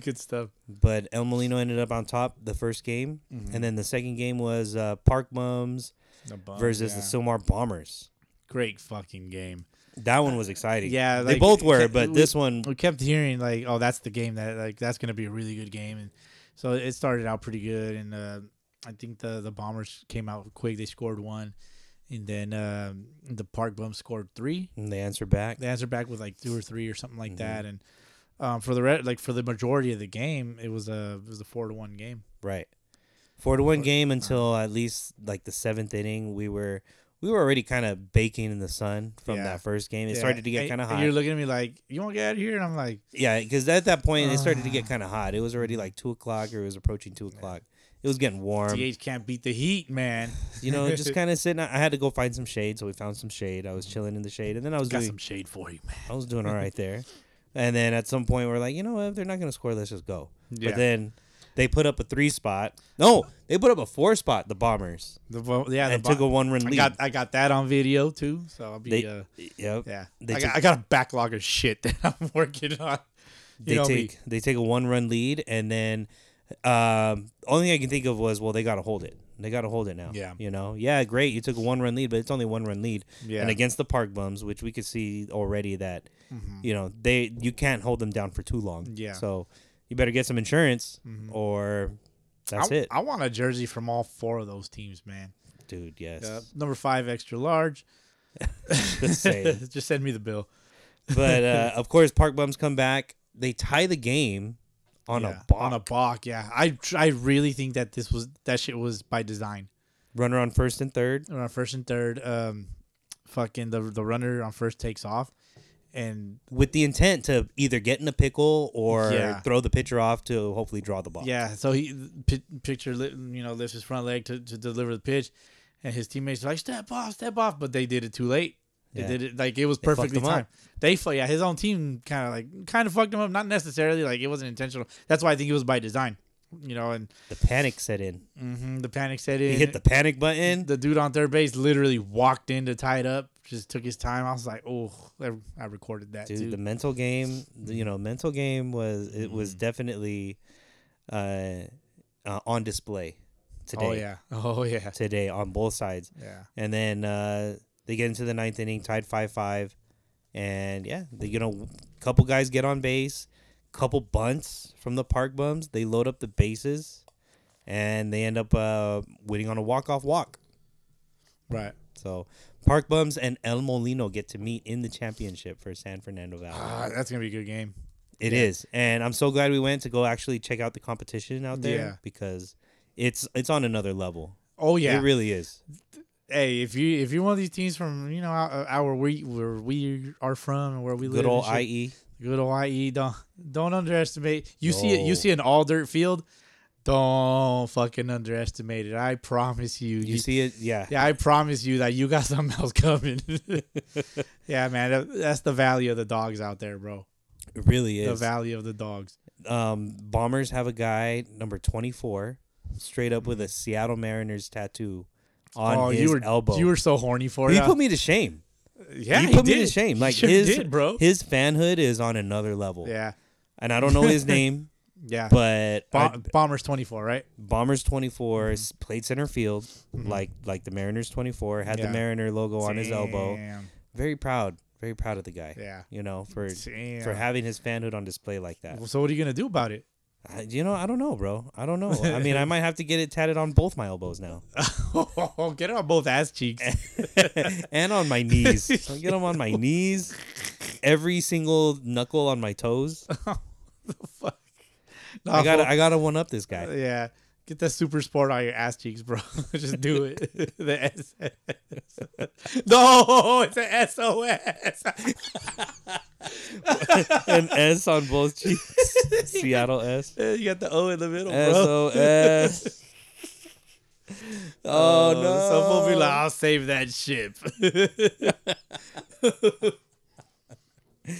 C: (laughs) Good stuff.
D: But El Molino ended up on top the first game,
C: Mm-hmm.
D: and then the second game was uh, Park Mums
C: The bum,
D: versus
C: yeah.
D: the Silmar Bombers.
C: great fucking game.
D: That one was exciting.
C: Yeah,
D: they
C: like,
D: both were,
C: ca-
D: but
C: we-
D: this one,
C: We kept hearing like, oh, that's the game that like that's gonna be a really good game, and so it started out pretty good, and uh, I think the the Bombers came out quick. They scored one, and then um, the Park Bums scored three.
D: they answered back.
C: They answered back with like two or three or something like
D: Mm-hmm.
C: that, and um, for the re- like for the majority of the game, it was a it was a four to one game.
D: Right, four to one game until at least like the seventh inning. We were we were already kind of baking in the sun from
C: Yeah.
D: that first game. It
C: Yeah,
D: started to get
C: and-
D: kind of
C: and
D: hot.
C: You're looking at me like, you want to get out of here, and I'm like,
D: Yeah, because at that point it started to
C: Ah.
D: get kind of hot. It was already like two o'clock, or it was approaching two o'clock. It was getting warm.
C: DH can't beat the Heat,
D: (laughs)
C: man.
D: You know,
C: (laughs)
D: just kind of sitting. I had to go find some shade, so we found some shade. I was chilling in the shade, and then I was
C: Mm. Got
D: doing.
C: some shade for you, man.
D: I
C: (laughs)
D: was doing all right there. And then at some point we're like, you know what? If they're not gonna score, let's just go.
C: Yeah.
D: But then they put up a three spot. No, they put up a four spot. The Bombers
C: The, Bo- yeah, the
D: and
C: Bo-
D: took a one run
C: I
D: lead.
C: got I got that on video too, so I'll be
D: they,
C: uh,
D: yep.
C: yeah.
D: They
C: I,
D: took-
C: got, I got a backlog of shit (laughs) that I'm working on. You
D: they
C: know me.
D: take they take a one run lead and then um only thing I can think of was well they gotta hold it. They gotta hold it now.
C: Yeah.
D: You know? Yeah, great. You took a one run lead, but it's only one run lead.
C: Yeah.
D: And against the park bums, which we could see already that you know, they you can't hold them down for too long.
C: Mm-hmm. Yeah. Mm-hmm.
D: So you better get some insurance or that's
C: I,
D: it.
C: I want a jersey from all four of those teams, man.
D: Dude, yes.
C: Uh, number five, extra large.
D: (laughs)
C: (laughs)
D: Just saying.
C: Just send me the bill.
D: but uh, of course park bums come back. They tie the game on
C: Yeah,
D: a ball
C: on a balk. Yeah, I tr- I really think that this was that shit was by design.
D: runner on first and third.
C: on first and third, um, fucking the the runner on first takes off, and
D: with the intent to either get in a pickle or
C: Yeah.
D: throw the pitcher off to hopefully draw the ball.
C: Yeah, so he pi picture li- you know lifts his front leg to, to deliver the pitch, and his teammates are like step off, step off, but they did it too late. They
D: Yeah.
C: did it like it was
D: fucked
C: perfectly
D: him up.
C: timed. They fu- yeah, his own team kind of like kind of fucked him up, not necessarily like it wasn't intentional. That's why I think it was by design, you know. And
D: The panic set in.
C: mhm, the panic set in.
D: Mm-hmm. He hit the panic button.
C: the dude on third base literally walked in to tie it up, just took his time. I was like, oh, I, I recorded that
D: Dude,
C: too.
D: the mental game, the- you know, mental game was it
C: Mm.
D: was definitely uh, uh on display today.
C: oh yeah, (laughs) oh yeah,
D: Today on both sides.
C: yeah.
D: And then uh they get into the ninth inning, tied five five. And yeah, they, you know, couple guys get on base, couple bunts from the park bums. They load up the bases, and they end up uh, winning on a walk off walk.
C: Right.
D: So park bums and El Molino get to meet in the championship for San Fernando
C: (gasps)
D: Valley.
C: Ah, that's gonna be a good game.
D: It is, and I'm so glad we went to go actually check out the competition out there
C: Yeah.
D: because it's it's on another level.
C: Oh yeah.
D: It really is.
C: hey, if you if you're one of these teams from you know our, our we where we are from and where we live,
D: Good old E.
C: and shit,
D: IE.
C: good old IE. Don't don't underestimate. You see it.
D: No.
C: You see an all dirt field. Don't fucking underestimate it. I promise you.
D: You see it? Yeah.
C: Yeah, I promise you that you got (laughs) something else
D: (laughs)
C: coming. yeah, man, that- that's the value of the dogs out there, bro.
D: It really
C: The
D: is.
C: value of the dogs.
D: um, Bombers have a guy number 24, straight up with a Seattle Mariners tattoo on his
C: Oh, you were
D: elbow.
C: you were so horny for it.
D: he
C: huh?
D: put me to shame.
C: yeah,
D: he put me to
C: did.
D: shame.
C: He
D: Like
C: sure
D: his
C: did, bro.
D: his fanhood is on another level.
C: yeah,
D: And I don't know his
C: (laughs)
D: name,
C: yeah.
D: but
C: Bo- Mm-hmm.
D: I-
C: Bombers twenty four, right?
D: Bombers 24 s- played center field like like the Mariners 24 had
C: Mm-hmm. Yeah.
D: the Mariner logo on his elbow.
C: Damn.
D: Very proud, very proud of the guy.
C: Yeah.
D: You know, for for
C: Damn.
D: having his fanhood on display like that.
C: So what are you gonna do about (laughs) it?
D: I, you know, I don't know, bro. I don't know. I
C: (laughs)
D: mean, I might have to get it tatted on both my elbows now, (laughs)
C: Oh, Get it on both ass cheeks.
D: and on
C: (laughs)
D: my knees. I'll get them on my knees, every single knuckle on
C: (laughs)
D: my toes.
C: Fuck.
D: I
C: Nah,
D: got, to
C: (laughs) fool.
D: (laughs) I got to one up
C: (laughs)
D: this guy.
C: Yeah. Get that super sport on your ass cheeks, bro. (laughs) Just do it. (laughs) the S. no, it's an SOS.
D: An S on
C: (laughs)
D: both cheeks. Seattle S.
C: (laughs) you got the O in the middle,
D: S
C: bro.
D: O
C: (laughs)
D: S. Oh no!
C: Some will be like, I'll save that ship. (laughs)
D: I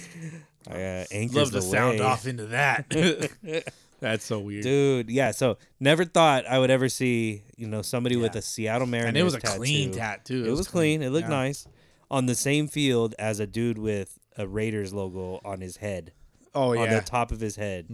D: got anchors
C: Love to
D: the
C: sound
D: way.
C: off into that.
D: (laughs)
C: (laughs) That's so weird.
D: dude. Yeah, so never thought I would ever see you know somebody with a Seattle Mariners
C: and it was a
D: tattoo.
C: clean tat, too.
D: It, was, clean. It looked
C: Yeah.
D: nice on the same field as a dude with a Raiders logo on his head,
C: Oh,
D: on the
C: yeah. Mm-hmm.
D: top of his head.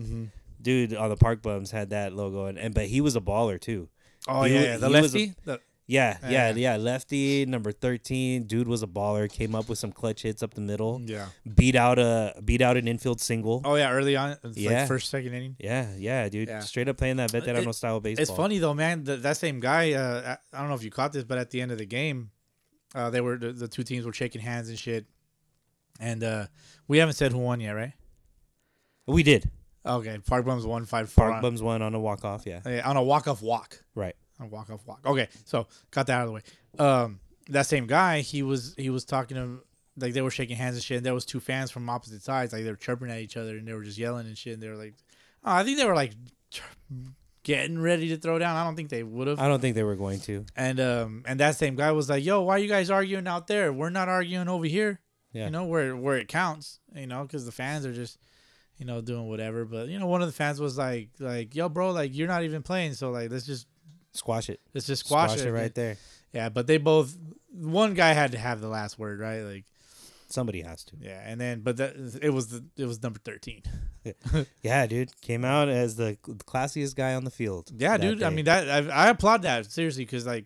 D: Dude on the park bums had that logo, and, and but he was a baller too.
C: Oh,
D: He
C: yeah.
D: wa-
C: yeah. The
D: he was a-
C: lefty? The-
D: Yeah, yeah,
C: Yeah.
D: yeah. Lefty number thirteen, dude was a baller. Came up with some clutch hits up the middle.
C: Yeah.
D: beat out a beat out an infield single.
C: Mm. oh, yeah. Early on. It's
D: Yeah.
C: like first, second inning.
D: Yeah, yeah, dude.
C: Yeah.
D: Straight up playing that veterano style baseball.
C: It's funny though, man. That that same guy. Uh, I I don't know if you caught this, but at the end of the game, uh, they were the, the two teams were shaking hands and shit. And uh, we haven't said who won yet, right?
D: We did.
C: Okay, Park Bums won five four
D: Park
C: on,
D: Bums won on a walk off. Yeah,
C: yeah, on a walk off walk.
D: right.
C: On a walk off walk. Okay, so got that out of the way. Um, that same guy, he was he was talking to him, like they were shaking hands and shit. And there was two fans from opposite sides, like they were chirping at each other and they were just yelling and shit. And they were like, oh, I think they were like. ch- Getting ready to throw down. I don't think they would have.
D: I don't think they were going to.
C: And um and that same guy was like, "Yo, why are you guys arguing out there? We're not arguing over here.
D: Yeah.
C: You know where where it counts. You know because the fans are just, you know, doing whatever. But you know, one of the fans was like, like, "Yo, bro, like you're not even playing. So like, let's just
D: Squash it.
C: let's just squash,
D: it right there.
C: Yeah. But they both, one guy had to have the last word, right? Like,
D: Somebody has to.
C: yeah. And then, but that it was the it was number thirteen.
D: Yeah, dude. Came out as the classiest guy on the field.
C: Yeah,
D: that
C: dude. I
D: day.
C: mean, that I, I applaud that seriously because like,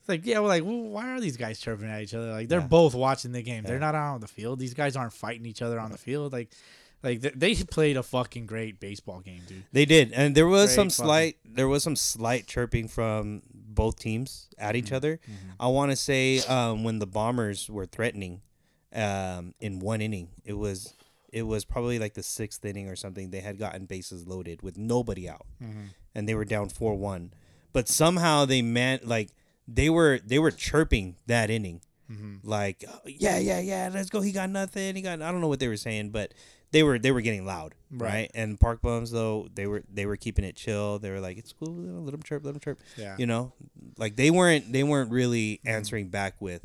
C: it's like yeah, we're like, well, why are these guys chirping at each other? Like they're
D: Yeah.
C: both watching the game. They're
D: Yeah.
C: not out on the field. These guys aren't fighting each other on the field. Like, like they, they played a fucking great baseball game, dude.
D: they did, and there was
C: Great
D: some
C: fucking-
D: slight, there was some slight chirping from both teams at
C: Mm-hmm.
D: each other. I want to say um, when the Bombers were threatening, um, in one inning, it was, it was probably like the sixth inning or something. They had gotten bases loaded with nobody out, and they were down four one, but somehow they meant like they were they were chirping that inning. like uh, yeah yeah yeah let's go he got nothing he got i don't know what they were saying but they were they were getting loud right,
C: Right.
D: and park bums though they were they were keeping it chill they were like it's cool you know, let them chirp let them chirp
C: Yeah.
D: you know like they weren't they weren't really answering back with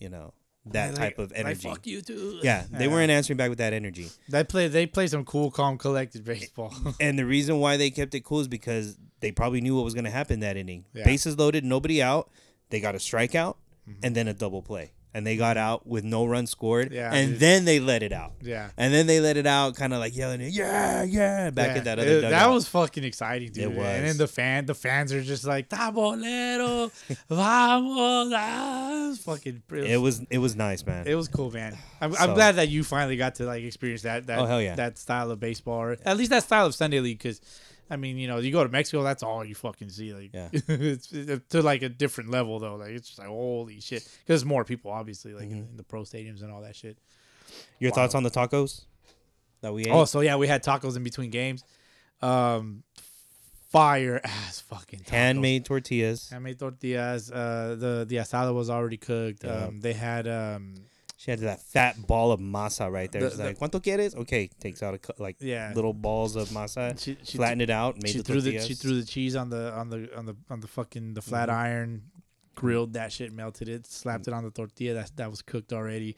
D: you know that type of energy
A: Fuck you too.
D: yeah they weren't answering back with that energy
C: They play they play some cool, calm, collected baseball. (laughs)
D: and the reason why they kept it cool is because they probably knew what was going to happen that inning.
C: Yeah. Mm-hmm.
D: Bases loaded, nobody out. They got a strikeout and then a double play. And they got out with no runs scored.
C: Yeah,
D: and
C: dude.
D: then they let it out.
C: Yeah.
D: And then they let it out, kind of like yelling, yeah, yeah, back
C: Yeah,
D: at that
C: it-
D: other
C: that
D: dugout.
C: was fucking exciting, dude.
D: It
C: And
D: was.
C: then the fan, the fans are just like,
D: (laughs)
C: "Tabolero, vamos!" Ah, it was fucking.
D: It was it was nice, man.
C: It was cool, man. I'm,
D: So-
C: I'm glad that you finally got to like experience that that
D: Oh, hell yeah.
C: that style of baseball, or at least that style of Sunday league. Because, I mean, you know, you go to Mexico, that's all you fucking see. Like,
D: Yeah.
C: (laughs) it's, it's to like a different level though. Like, it's just like holy shit, because more people obviously like
D: Mm-hmm.
C: in, in the pro stadiums and all that shit.
D: Your thoughts on the tacos that we ate?
C: Oh, so yeah, we had tacos in between games. Um, fire ass fucking tacos.
D: Handmade tortillas.
C: Handmade tortillas. Uh, the the asada was already cooked.
D: Yeah.
C: Um, they had um,
D: She had that fat ball of masa right there.
C: The-
D: She's
C: the-
D: like, "Cuánto quieres?" Okay, takes out a cou- like
C: Yeah.
D: little balls of masa,
C: She- she
D: flattened it out, made
C: she
D: the
C: threw the
D: tortillas. Mm-hmm.
C: she threw the cheese on the on the on the on the fucking the flat iron, grilled that shit, melted it, slapped it on the tortilla that that was cooked already,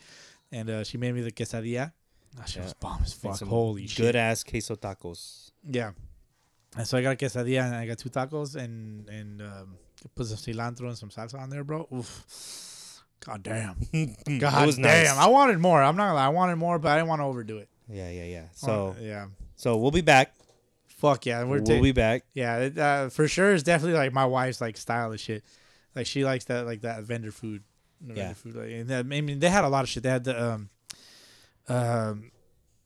C: and uh, she made me the quesadilla. That shit was bomb as fuck.
D: some
C: Holy
D: good
C: shit!
D: ass queso
C: (laughs)
D: tacos.
C: Yeah. And so I got a quesadilla and I got two tacos and and um, put some cilantro and some salsa on there, bro. Oof. God damn. God
D: (laughs) it was
C: damn.
D: nice.
C: I wanted more. I'm not gonna lie. I wanted more, but I didn't want to overdo it.
D: Yeah, yeah, yeah.
C: I
D: So,
C: wanna- yeah.
D: so we'll be back.
C: Fuck yeah. We're
D: We'll
C: ta-
D: be back.
C: Yeah, it, uh, for sure. It's definitely like my wife's like style of shit. Like she likes that like that vendor food. the
D: Yeah.
C: Vendor food. Like, and that, I mean, they had a lot of shit. They had the um, um,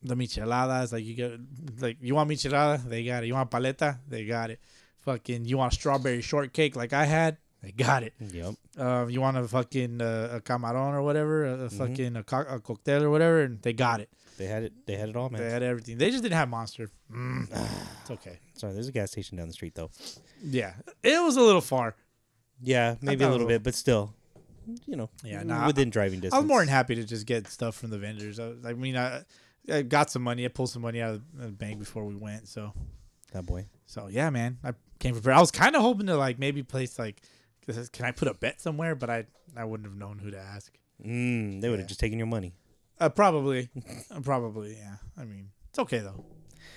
C: the micheladas. Like you get like you want michelada, they got it. You want paleta, they got it. Fucking you want strawberry shortcake like I had, they got it.
D: Yep.
C: Um, you want a fucking uh, a camarón or whatever, a, a fucking a, co- a cocktail or whatever, and they got it.
D: They had it. They had it all, man.
C: They had everything. They just didn't have monster. Mm. it's okay.
D: Sorry, there's a gas station down the street though.
C: Yeah, it was a little far.
D: Yeah, maybe
C: thought
D: a
C: it
D: little
C: was-
D: bit, but still, you know,
C: Yeah, nah,
D: within driving distance.
C: I was more than happy to just get stuff from the vendors. I, was- I mean, I, I got some money. I pulled some money out of the bank before we went. So,
D: that boy.
C: so yeah, man, I came prepared. I was kind of hoping to like maybe place like, this is- can I put a bet somewhere? But I, I wouldn't have known who to ask.
D: Mm, they would have just taken your money.
C: Uh,
D: (laughs)
C: probably, uh, probably, yeah. I mean, it's okay though.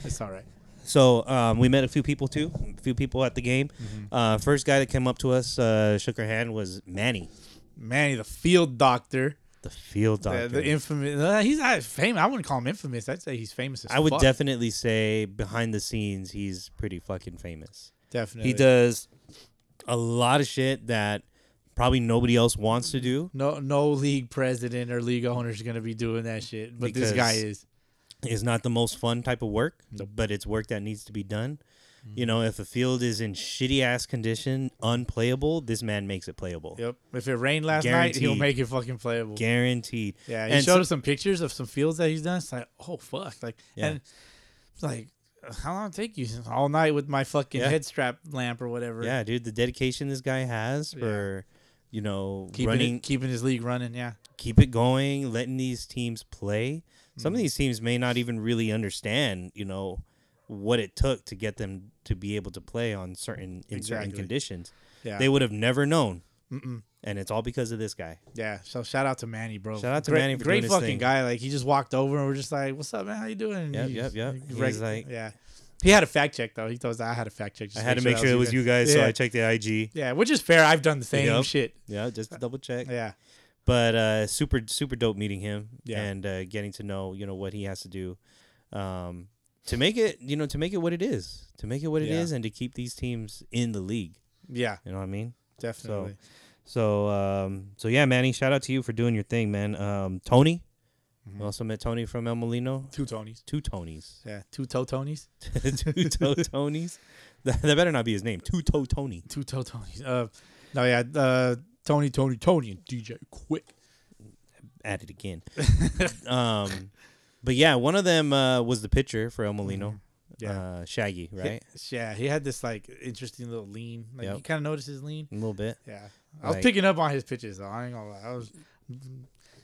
C: It's all right.
D: So um, we met a few people too, a few people at the game.
C: Mm-hmm.
D: Uh, first guy that came up to us, uh, shook her hand, was Manny,
C: Manny, the field doctor,
D: the field
C: the-
D: doctor.
C: the infamous. Uh, he's not famous. I wouldn't call him infamous. I'd say he's famous. As
D: I would
C: fuck.
D: definitely say behind the scenes, he's pretty fucking famous.
C: definitely.
D: He does a lot of shit that probably nobody else wants to do.
C: No, no league president or league owner is gonna be doing that shit, but this
D: Because-
C: guy is.
D: It's not the most fun type of work, but it's work that needs to be done.
C: Mm-hmm.
D: You know, if a field is in shitty ass condition, unplayable, this man makes it playable.
C: Yep. If it rained last night, he'll
D: Guaranteed.
C: make it fucking playable.
D: Guaranteed.
C: yeah. He
D: And
C: showed
D: so-
C: us some pictures of some fields that he's done. It's like, oh fuck, like,
D: Yeah.
C: and it's like, how long it take you all night with my fucking
D: Yeah.
C: head strap lamp or whatever?
D: Yeah, dude, the dedication this guy has for you know
C: Keeping
D: running,
C: it, keeping his league running. Yeah.
D: keep it going, letting these teams play. Some of these teams may not even really understand, you know, what it took to get them to be able to play on certain in certain
C: Exactly.
D: conditions.
C: Yeah.
D: They would have never known, and it's all because of this guy.
C: yeah. So shout out to Manny, bro.
D: Shout out to
C: great,
D: Manny for
C: great
D: doing his
C: fucking
D: thing.
C: guy. Like he just walked over and we're just like, what's up, man? How you doing?
D: Yep,
C: He-
D: yep, yep.
C: he
D: He's
C: rec-
D: like-
C: yeah. He had a fact check though. He told us I had a fact check. just
D: I had to make sure
C: that
D: it was you guys, so
C: Yeah.
D: I checked the IG.
C: Yeah, which is fair. I've done the same
D: Yep.
C: shit.
D: Yeah, just to double check.
C: Yeah.
D: But uh, super super dope meeting him
C: Yeah.
D: and uh, getting to know you know what he has to do um, to make it you know to make it what it is to make it what it is
C: Yeah.
D: and to keep these teams in the league.
C: Yeah,
D: You know what I mean?
C: definitely.
D: So um, so yeah, Manny, shout out to you for doing your thing, man. Um, Tony, we also met Tony from El Molino.
C: Mm-hmm. Two Tonys.
D: Two (laughs) Tonys,
C: Yeah, two toe Tonys.
D: two toe Tonys. That, that better not be his name. Two toe Tony.
C: Two toe Tonys. Uh, no, yeah, uh, Tony, Tony, Tony, and DJ Quick.
D: at it (laughs) again. um, but yeah, one of them uh, was the pitcher for El Molino.
C: Yeah.
D: uh, Shaggy, right?
C: (laughs) Yeah, he had this like interesting little lean. Like
D: Yep.
C: you kind of noticed his lean.
D: A little bit.
C: Yeah, I was
D: Like-
C: picking up on his pitches though. I ain't gonna lie. I was.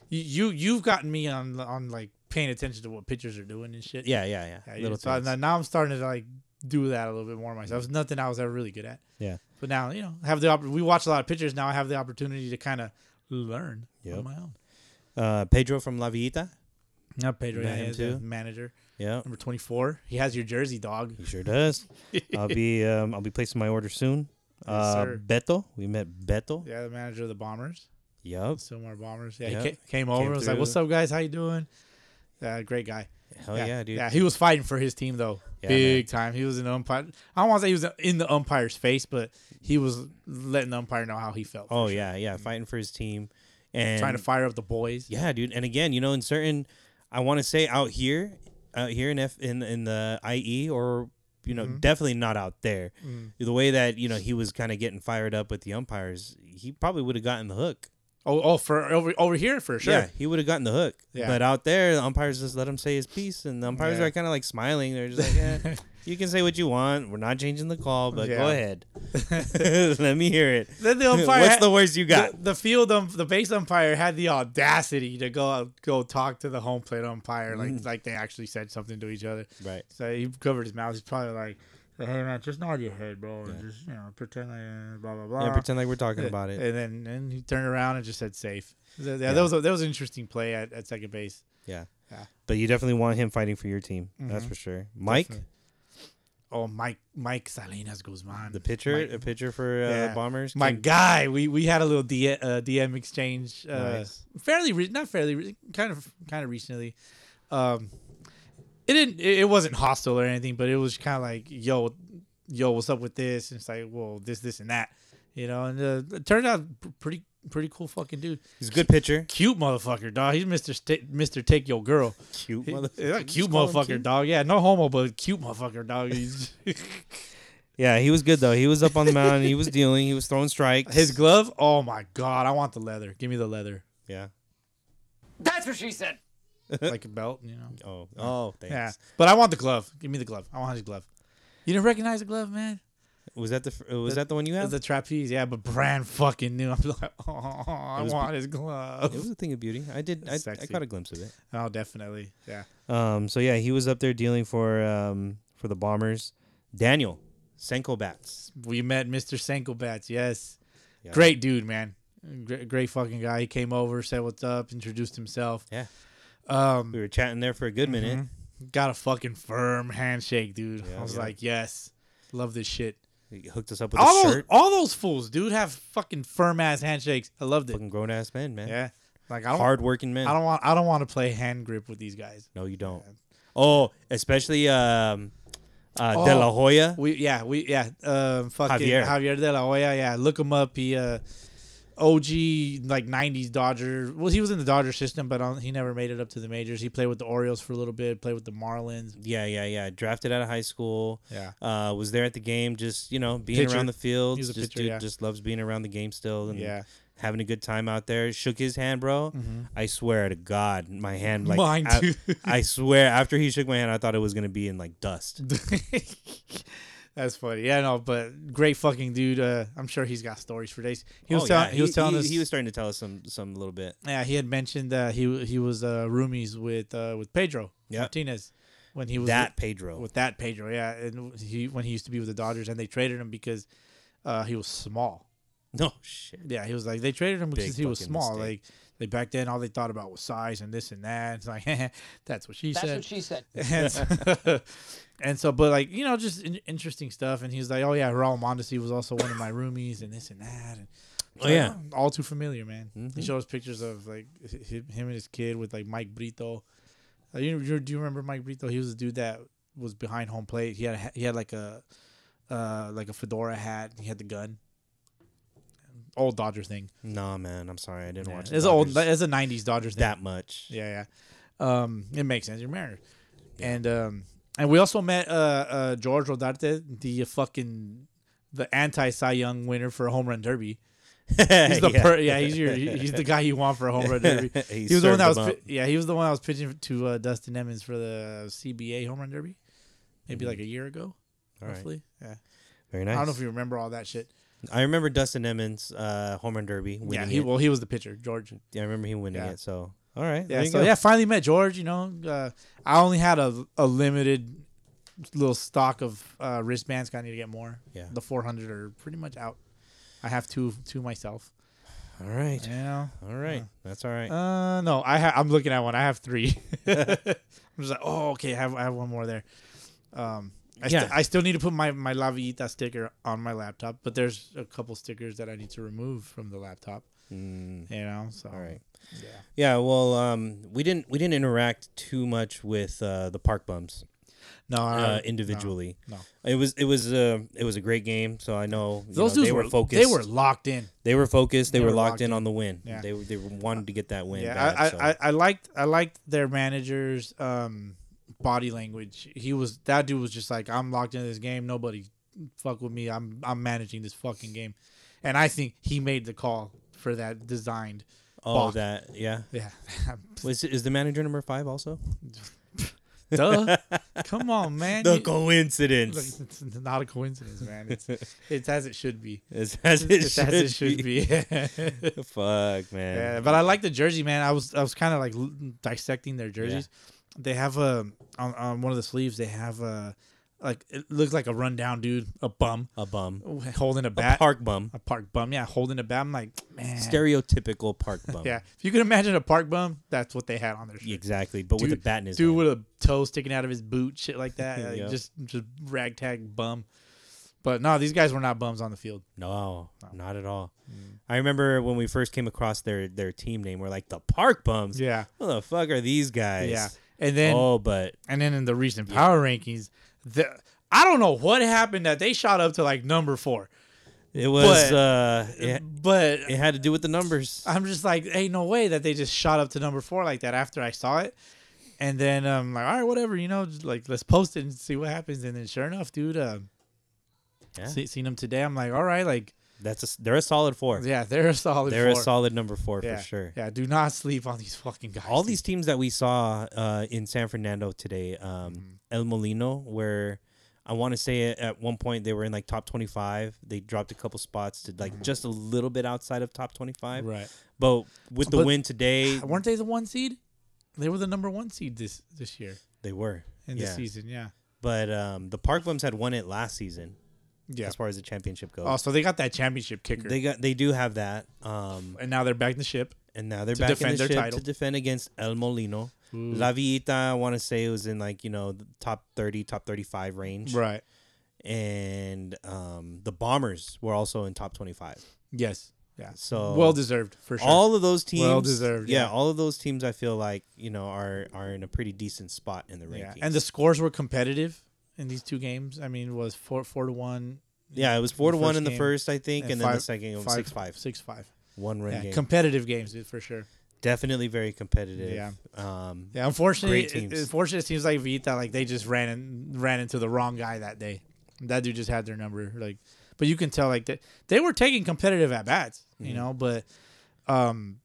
C: You you- you've gotten me on on like paying attention to what pitchers are doing and shit.
D: Yeah, yeah, yeah.
C: Yeah,
D: little
C: you- so I-
D: things.
C: now I'm starting to like do that a little bit more myself. It's nothing I was ever really good at.
D: Yeah.
C: But now, you know, I have the opp- we watch a lot of pictures. Now I have the opportunity to kind of learn
D: Yep.
C: on my own.
D: Uh, Pedro from La Villita.
C: Not Pedro,
D: Met
C: yeah,
D: him
C: he's the
D: too?
C: manager
D: Yeah,
C: number twenty four. He has your jersey, dog.
D: he sure does. I'll (laughs) be um, I'll be placing my order soon. Uh,
C: sir.
D: Beto, we met Beto.
C: Yeah, the manager of the Bombers,
D: Yup.
C: Silmar Bombers. Yeah,
D: Yep.
C: he ca- came over. was like,
D: through.
C: "What's up, guys? How you doing?" Yeah, great guy.
D: Hell yeah, dude.
C: Yeah, he was fighting for his team though,
D: Yeah,
C: big time. He was an umpire. I don't want to say he was in the umpire's face, but he was letting the umpire know how he felt.
D: oh yeah, yeah. Fighting for his team and
C: Mm-hmm. trying to fire up the boys.
D: Yeah, dude. And again, you know, in certain, I want to say out here, out here in F in in the IE or you know
C: Mm-hmm.
D: definitely not out there.
C: Mm.
D: The way that you know he was kind of getting fired up with the umpires, he probably would have gotten the hook.
C: Oh, oh, for over over here for sure.
D: Yeah, he would have gotten the hook.
C: Yeah.
D: But out there, the umpires just let him say his piece, and the umpires
C: Yeah. (laughs)
D: are kind of like smiling. They're just like, yeah, You can say what you want. We're not changing the call, but go
C: Yeah. (laughs)
D: ahead. (laughs) Let me hear it.
C: Then the umpire
D: (laughs) What's
C: had-
D: the worst you got?
C: The, the field, um, the base umpire had the audacity to go out, go talk to the home plate umpire,
D: Mm.
C: like like they actually said something to each other.
D: Right.
C: So he covered his mouth. He's probably like, "Hey man, just nod your head, bro. and Just you know, pretend like uh, blah blah blah."
D: yeah, pretend like we're talking about it.
C: And then and he turned around and just said safe. So, yeah, that was a, that was an interesting play at, at second base.
D: Yeah.
C: Yeah. Mm-hmm.
D: But you definitely want him fighting for your team. That's for sure. Mike,
C: Oh, Mike Mike Salinas Guzman,
D: the pitcher, a pitcher for uh,
C: Yeah.
D: Bombers.
C: my
D: Can-
C: guy. We we had a little D, uh, DM exchange. Uh,
D: Nice.
C: Fairly re- not fairly, re- kind of kind of recently. Um, it didn't. It, it wasn't hostile or anything, but it was kind of like, yo, yo, what's up with this? And it's like, well, this, this, and that, you know. And uh, it turned out p- pretty pretty cool, fucking dude.
D: He's a good pitcher.
C: Cute motherfucker, dog. He's Mister St- Mister Take Your Girl.
D: Cute
C: He-
D: (laughs) motherfucker.
C: yeah,
D: Just
C: cute
D: call him
C: motherfucker,
D: cute.
C: dog. Yeah, no homo, but cute motherfucker,
D: (laughs)
C: dog. He's- (laughs)
D: Yeah, he was good though. He was up on the mound.
C: (laughs)
D: He was dealing. He was throwing strikes.
C: His glove. Oh my god, I want the leather. Give me the leather,
D: yeah. Eh.
C: like a belt, you know.
D: Oh. Oh. Thanks.
C: Yeah, but I want the glove. Give me the glove. I want his glove. You didn't recognize the glove, man?
D: Was that the f- uh, Was that the one you
C: It
D: had?
C: was the trapeze, yeah. But Brand fucking knew. (laughs) I'm like, oh, I
D: was
C: want his
D: it was
C: glove.
D: a thing of beauty. I did. I, I
C: Sexy.
D: caught a glimpse of it.
C: Oh, definitely, yeah.
D: Um. So yeah, he was up there dealing for um for the Bombers. Daniel Senko bats.
C: We met Mr. Sankelbats. Yes,
D: Yeah.
C: great dude, man. Great, great fucking guy. He came over, said what's up, introduced himself.
D: Yeah.
C: Um,
D: We were chatting there for a good minute.
C: Mm-hmm. got a fucking firm handshake, dude.
D: Yeah,
C: I was
D: yeah.
C: like, yes, love this shit.
D: He hooked us up with
C: All
D: a
C: those,
D: shirt.
C: all those fools, dude, have fucking firm ass handshakes. I loved it.
D: Fucking grown ass men, man.
C: Yeah, like I don't,
D: Hard working men.
C: I don't want, I don't want to play hand grip with these guys.
D: No, you don't. Oh, especially um, uh, De
C: Oh.
D: La Hoya.
C: We, yeah, we, yeah, um, fucking
D: Javier.
C: Javier. de la Hoya. Yeah, look him up. He, uh, OG like '90s Dodger. Well, he was in the Dodger system, but um, he never made it up to the majors. He played with the Orioles for a little bit. Played with the Marlins.
D: Yeah, yeah, yeah. Drafted out of high school.
C: Yeah.
D: Uh, was there at the game, just you know, being
C: Pitcher.
D: around the field.
C: He's a
D: just
C: pitcher,
D: dude
C: yeah.
D: just loves being around the game still and
C: Yeah. Mm-hmm.
D: having a good time out there. Shook his hand, bro. I swear to God, my hand like
C: Mine,
D: I,
C: too.
D: I swear after he shook my hand, I thought it was gonna be in like dust.
C: (laughs) That's funny. Yeah, no, but great fucking dude. Uh, I'm sure he's got stories for days. He was
D: Oh,
C: telling,
D: yeah.
C: he, was telling
D: he,
C: us
D: he was starting to tell us some some little bit.
C: Yeah, he had mentioned that he he was uh, roomies with uh, with Pedro
D: Yep.
C: Martinez when he was
D: That
C: with,
D: Pedro.
C: with that Pedro. Yeah, and he when he used to be with the Dodgers, and they traded him because uh, he was small.
D: (laughs) no shit.
C: Yeah, he was like they traded him because
D: Big
C: he was
D: fucking
C: small.
D: mistake.
C: Like they back then, all they thought about was size and this and that. It's like (laughs) that's what she said.
F: said.
C: (laughs) and, so, (laughs) and so, but like you know, just in, interesting stuff. And he's like, "Oh yeah, Raul Mondesi was also one of my roomies, and this and that." And it's
D: Oh,
C: like,
D: yeah.
C: all too familiar, man.
D: Mm-hmm.
C: He showed us pictures of like hi- hi- him and his kid with like Mike Brito. Uh, you, you do you remember Mike Brito? He was the dude that was behind home plate. He had a, ha- he had like a uh, like a fedora hat. And he had the gun. Old Dodger thing.
D: Nah, man. I'm sorry, I didn't watch. the
C: It's a old.
D: Dodgers
C: It's a '90s Dodgers thing.
D: that much.
C: Yeah, yeah. Um, it makes sense. You're married, and um, and we also met uh, uh George Rodarte, the fucking the anti Cy Young winner for a home run derby.
D: (laughs)
C: He's the yeah. Per- yeah, he's your he- he's the guy you want for a home run derby.
D: He
C: he was the one that was
D: served him
C: pi- yeah he was the one I was pitching to uh, Dustin Emmons for the CBA home run derby, maybe like a year ago,
D: Mm-hmm. All right.
C: roughly. Yeah,
D: Very nice.
C: I don't know if you remember all that shit.
D: I remember Dustin Emmons' uh, home run derby. Winning
C: Yeah, he
D: it.
C: well he was the pitcher, George.
D: I remember him winning
C: Yeah.
D: it. So all right,
C: Yeah,
D: there you
C: so
D: go.
C: yeah, finally met George. You know, uh, I only had a, a limited little stock of uh, wristbands. 'cause I need to get more.
D: Yeah.
C: the 400 are pretty much out. I have two two myself.
D: All right,
C: You know,
D: all right, that's all right.
C: uh, no, I ha- I'm looking at one. I have three. (laughs) I'm just like, oh, okay, I have I have one more there. Um, I,
D: Yeah.
C: st- I still need to put my my La Villita sticker on my laptop, but there's a couple stickers that I need to remove from the laptop.
D: Mm,
C: You know, so
D: all right.
C: yeah.
D: Yeah, well, um, we didn't we didn't interact too much with uh, the park bums
C: No,
D: uh,
C: I- no.
D: individually.
C: no.
D: it was it was uh, it was a great game. So I know you
C: Those
D: know,
C: dudes
D: they were,
C: were
D: focused.
C: They were locked in.
D: they were focused. They, were locked, in,
C: in.
D: on the win.
C: Yeah.
D: They they wanted to get that win.
C: Yeah,
D: bad,
C: I,
D: so.
C: I, I, I liked I liked their manager's um, body language. He was that dude was just like I'm locked into this game. Nobody fuck with me. I'm I'm managing this fucking game, and I think he made the call for that designed.
D: oh
C: balked.
D: that yeah.
C: Yeah,
D: Was is the manager number five also?
C: (laughs) Duh. Come on, man.
D: The
C: You- Look,
D: (laughs) coincidence.
C: it's not a coincidence, man.
D: (laughs)
C: It's, it's as it should be.
D: It's
C: (laughs)
D: as it,
C: It's
D: should,
C: as it should be.
D: be.
C: (laughs)
D: (laughs) Fuck, man.
C: yeah, but I like the jersey, man. I was I was kind of like l- dissecting their jerseys. They have a on, on one of the sleeves. They have a like it looks like a rundown dude, a bum
D: a bum.
C: holding a
D: A
C: bat,
D: park
C: (laughs)
D: bum.
C: a park bum. Yeah, holding a bat. I'm like, man.
D: Stereotypical park bum.
C: Yeah, if you can imagine a park bum, that's what they had on their shirt.
D: Exactly, but with a
C: Dude-
D: bat in his
C: dude
D: hand.
C: with a toe sticking out of his boot, shit like
D: (laughs)
C: that. Like,
D: Yeah.
C: Just just ragtag bum. But no, these guys were not bums on the field.
D: No, not at all.
C: Mm.
D: I remember when we first came across their their team name, we're like the Park Bums.
C: Yeah,
D: Who the fuck are these guys?
C: yeah. And then
D: oh, but
C: and then in the recent power rankings, the I don't know what happened that they shot up to like number four,
D: it was uh,
C: (laughs)
D: it,
C: but
D: it had to do with the numbers.
C: I'm just like, ain't no way that they just shot up to number four like that after I saw it. And then um, like, all right, whatever, you know, just like let's post it and see what happens. And then sure enough, dude, um,
D: Yeah.
C: see, seen them today. I'm like, all right, like
D: That's a, s- they're a solid four.
C: yeah, they're a solid.
D: They're
C: four.
D: a solid number four
C: yeah,
D: for sure.
C: Yeah, do not sleep on these fucking guys.
D: All
C: dude.
D: these teams that we saw uh, in San Fernando today, um,
C: Mm-hmm.
D: El Molino, where I want to say at- at one point they were in like top 25. They dropped a couple spots to like just a little bit outside of top 25.
C: Mm-hmm. right?
D: But with the
C: But-
D: win today,
C: Weren't they the one seed? They were the number one seed this this year
D: they were.
C: in
D: yeah.
C: the season. Yeah,
D: But um, the Park Bums had won it last season
C: yeah.
D: as far as the championship goes.
C: Oh, so they got that championship kicker,
D: They got they do have that. Um,
C: and now they're back in the ship.
D: and now they're
C: To
D: back in
C: defend
D: the
C: their
D: ship
C: title.
D: to defend against El Molino. La Villita, I want to say it was in like, you know, the top 30, top 35 range.
C: Right.
D: and um, the Bombers were also in top 25.
C: Yes. Yeah.
D: So
C: well deserved for sure.
D: Oh. all of those teams,
C: Well deserved,
D: Yeah,
C: yeah.
D: all of those teams, I feel like you know are are in a pretty decent spot in the
C: yeah.
D: rankings.
C: And the scores were competitive in these two games. I mean, it was four four to one.
D: yeah, it was four to
C: the
D: one
C: first
D: in the
C: game,
D: first, I think, and, then the
C: five-
D: second game was
C: five-
D: six five,
C: six five.
D: one run
C: Yeah,
D: game.
C: competitive games dude, for sure.
D: Definitely very competitive.
C: Yeah.
D: Um,
C: Yeah, unfortunately,
D: Great teams.
C: it- unfortunately, it seems like Vita like they just ran and ran into the wrong guy that day. That dude just had their number. Like, but you can tell like that they were taking competitive at bats, you
D: Mm-hmm.
C: know. But, um,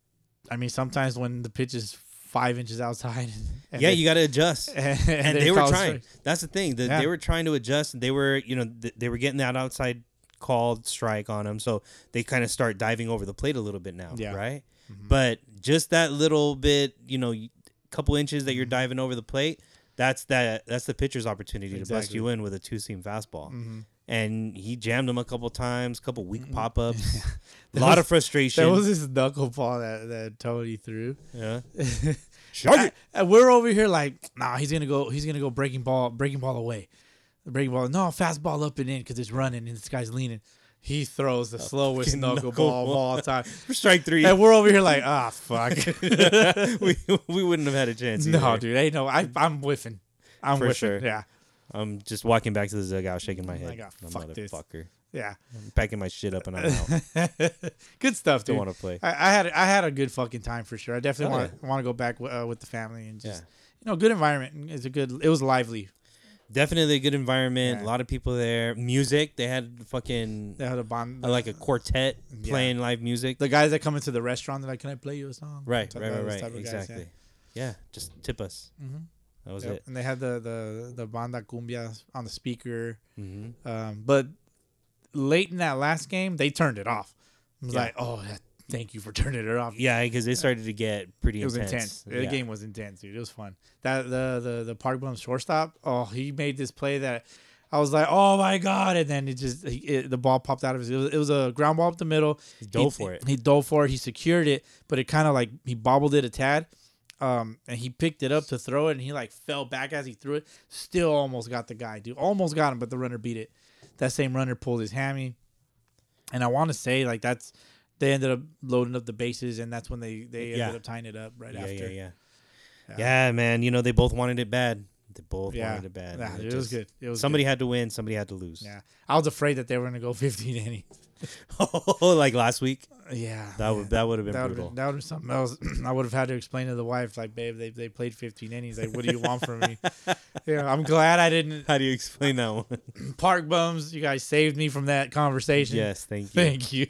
C: I mean, sometimes when the pitch is five inches outside, (laughs) and, and
D: yeah,
C: they-
D: you got to adjust.
C: (laughs)
D: (laughs)
C: and,
D: and
C: they
D: they were
C: call
D: trying.
C: strike-
D: That's the thing. The,
C: Yeah.
D: They were trying to adjust. They were, you know, th- they were getting that outside called strike on them. So they kind of start diving over the plate a little bit now,
C: Yeah. Mm-hmm.
D: right? But just that little bit, you know, y- couple inches
C: Mm-hmm.
D: that you're diving over the plate, that's that that's the pitcher's opportunity to bust
C: Exactly. Mm-hmm.
D: you in with a two seam fastball. And he jammed him a couple times, couple weak
C: (laughs)
D: pop ups, a lot of frustration.
C: That was this knuckleball that that Tony threw.
D: yeah.
C: (laughs) I- I- we're over here like, nah, he's gonna go. He's gonna go breaking ball, breaking ball away, breaking ball. No, fastball up and in because it's running and this guy's leaning. He throws the slowest
D: fucking
C: knuckleball,
D: knuckleball.
C: of all
D: (laughs)
C: time,
D: Strike three.
C: and we're over here like, ah,
D: (laughs)
C: fuck. (laughs)
D: we, we wouldn't have had a chance.
C: no,
D: either.
C: dude, ain't no. I, I'm whiffing. I'm
D: For
C: whiffing.
D: sure.
C: Yeah,
D: I'm just walking back to the dugout, shaking my head.
C: Like, ah,
D: No
C: fuck this.
D: motherfucker.
C: yeah. (laughs)
D: I'm packing my shit up and I'm out.
C: Good stuff, dude.
D: Don't want to play.
C: I, I had I had a good fucking time for sure. I definitely
D: Oh,
C: want to want to go back w- uh, with the family and just
D: Yeah.
C: you know good environment. It's a good. It was lively.
D: Definitely a good environment.
C: Yeah.
D: A lot of people there. Music. They had fucking
C: They had a bond.
D: uh, like a quartet playing live music.
C: the guys that come into the restaurant, they're like, "Can I play you a song?"
D: right,
C: Type
D: right,
C: of-
D: right,
C: those
D: right.
C: type of guys, yeah. Mm-hmm.
D: Exactly. yeah. just tip us. That was
C: Yep,
D: it.
C: And they had the the the banda cumbia on the speaker.
D: Mm-hmm.
C: Um, but late in that last game, they turned it off. I was
D: Yeah.
C: like, oh, yeah, thank you for turning it off.
D: Yeah, because they started to get pretty
C: It was
D: intense.
C: intense. The
D: Yeah.
C: game was intense, dude. It was fun. That the the the Park Bum shortstop. Oh, he made this play that I was like, oh my god! And then it just he- it, the ball popped out of his. It was, it was a ground ball up the middle. He
D: dove for it.
C: He dove for it. He secured it, but it kind of like he bobbled it a tad. Um, and he picked it up to throw it, and he like fell back as he threw it. Still almost got the guy, dude. Almost got him, but the runner beat it. That same runner pulled his hammy and I want to say like that's they ended up loading up the bases, and that's when they they
D: Yeah.
C: ended up tying it up right
D: Yeah,
C: after.
D: yeah, yeah, yeah. man. You know they both wanted it bad. They both
C: Yeah.
D: wanted it bad.
C: Nah,
D: and
C: it was good. It was
D: somebody had to win. Somebody had to lose.
C: Yeah, I was afraid that they were gonna go (laughs) 15 innings.
D: (laughs) like last week.
C: Yeah,
D: That would that would have been
C: that would
D: brutal.
C: that would have something else. (clears throat) I would have had to explain to the wife like, babe, they they played 15 innings. Like, what do you want from
D: (laughs)
C: me? yeah, I'm glad I didn't
D: (laughs) How do you explain that one?
C: (laughs) park bums. You guys saved me from that conversation.
D: yes, thank you.
C: Thank you.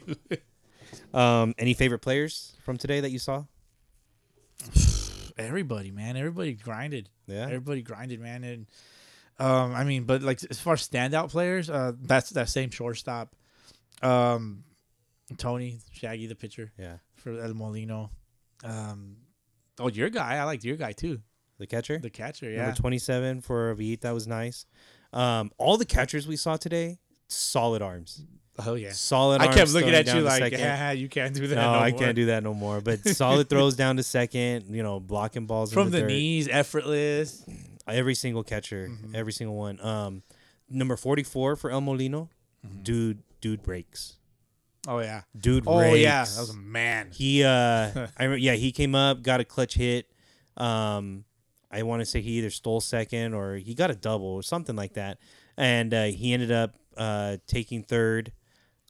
D: Um, any favorite players from today that you saw?
C: everybody, man. Everybody grinded.
D: Yeah.
C: Everybody grinded, man. And um, I mean, but like as far as standout players, uh, that's that same shortstop, um, Tony Shaggy, the pitcher
D: Yeah.
C: for El Molino. Um, oh, your guy. I liked your guy too,
D: The catcher?
C: the catcher. Yeah.
D: Number 27 for Villita was nice. Um, all the catchers we saw today, solid arms.
C: Oh yeah.
D: Solid
C: I
D: arms
C: kept looking
D: throwing
C: at
D: down
C: you
D: to
C: like,
D: second.
C: yeah, (laughs) you can't do that.
D: no,
C: No,
D: I
C: more."
D: can't do that no more.
C: (laughs)
D: But solid throws down to second, you know, blocking balls in
C: From the
D: dirt.
C: knees, effortless.
D: Every single catcher,
C: Mm-hmm.
D: every single one. Um, number 44 for El Molino,
C: Mm-hmm.
D: dude, dude breaks.
C: Oh yeah.
D: Dude
C: Oh
D: breaks.
C: yeah. That was a man.
D: He
C: (laughs)
D: uh I remember yeah, he came up, got a clutch hit. Um I want to say he either stole second or he got a double or something like that. And uh, he ended up uh taking third.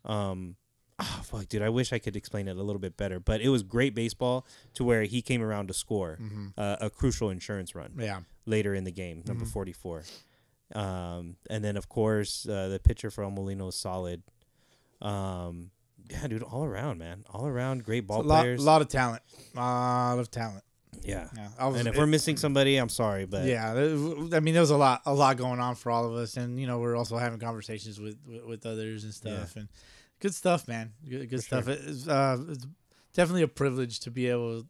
D: Um oh, fuck, dude, I wish I could explain it a little bit better, but it was great baseball to where he came around to score
C: Mm-hmm.
D: uh, a crucial insurance run
C: Yeah.
D: later in the game, number
C: Mm-hmm.
D: 44. Um, and then, of course, uh, the pitcher for El Molino is solid. Um, yeah, dude, all around, man. All around, great
C: A
D: ball
C: lot,
D: players.
C: lot of talent. lot of talent.
D: yeah.
C: Yeah. I was,
D: and if we're missing somebody, I'm sorry, but
C: yeah, there- I mean, there was a lot, a lot going on for all of us, and you know, we're also having conversations with with, with others and stuff, and good stuff, man. Good, good stuff. It's, uh, it's definitely a privilege to be able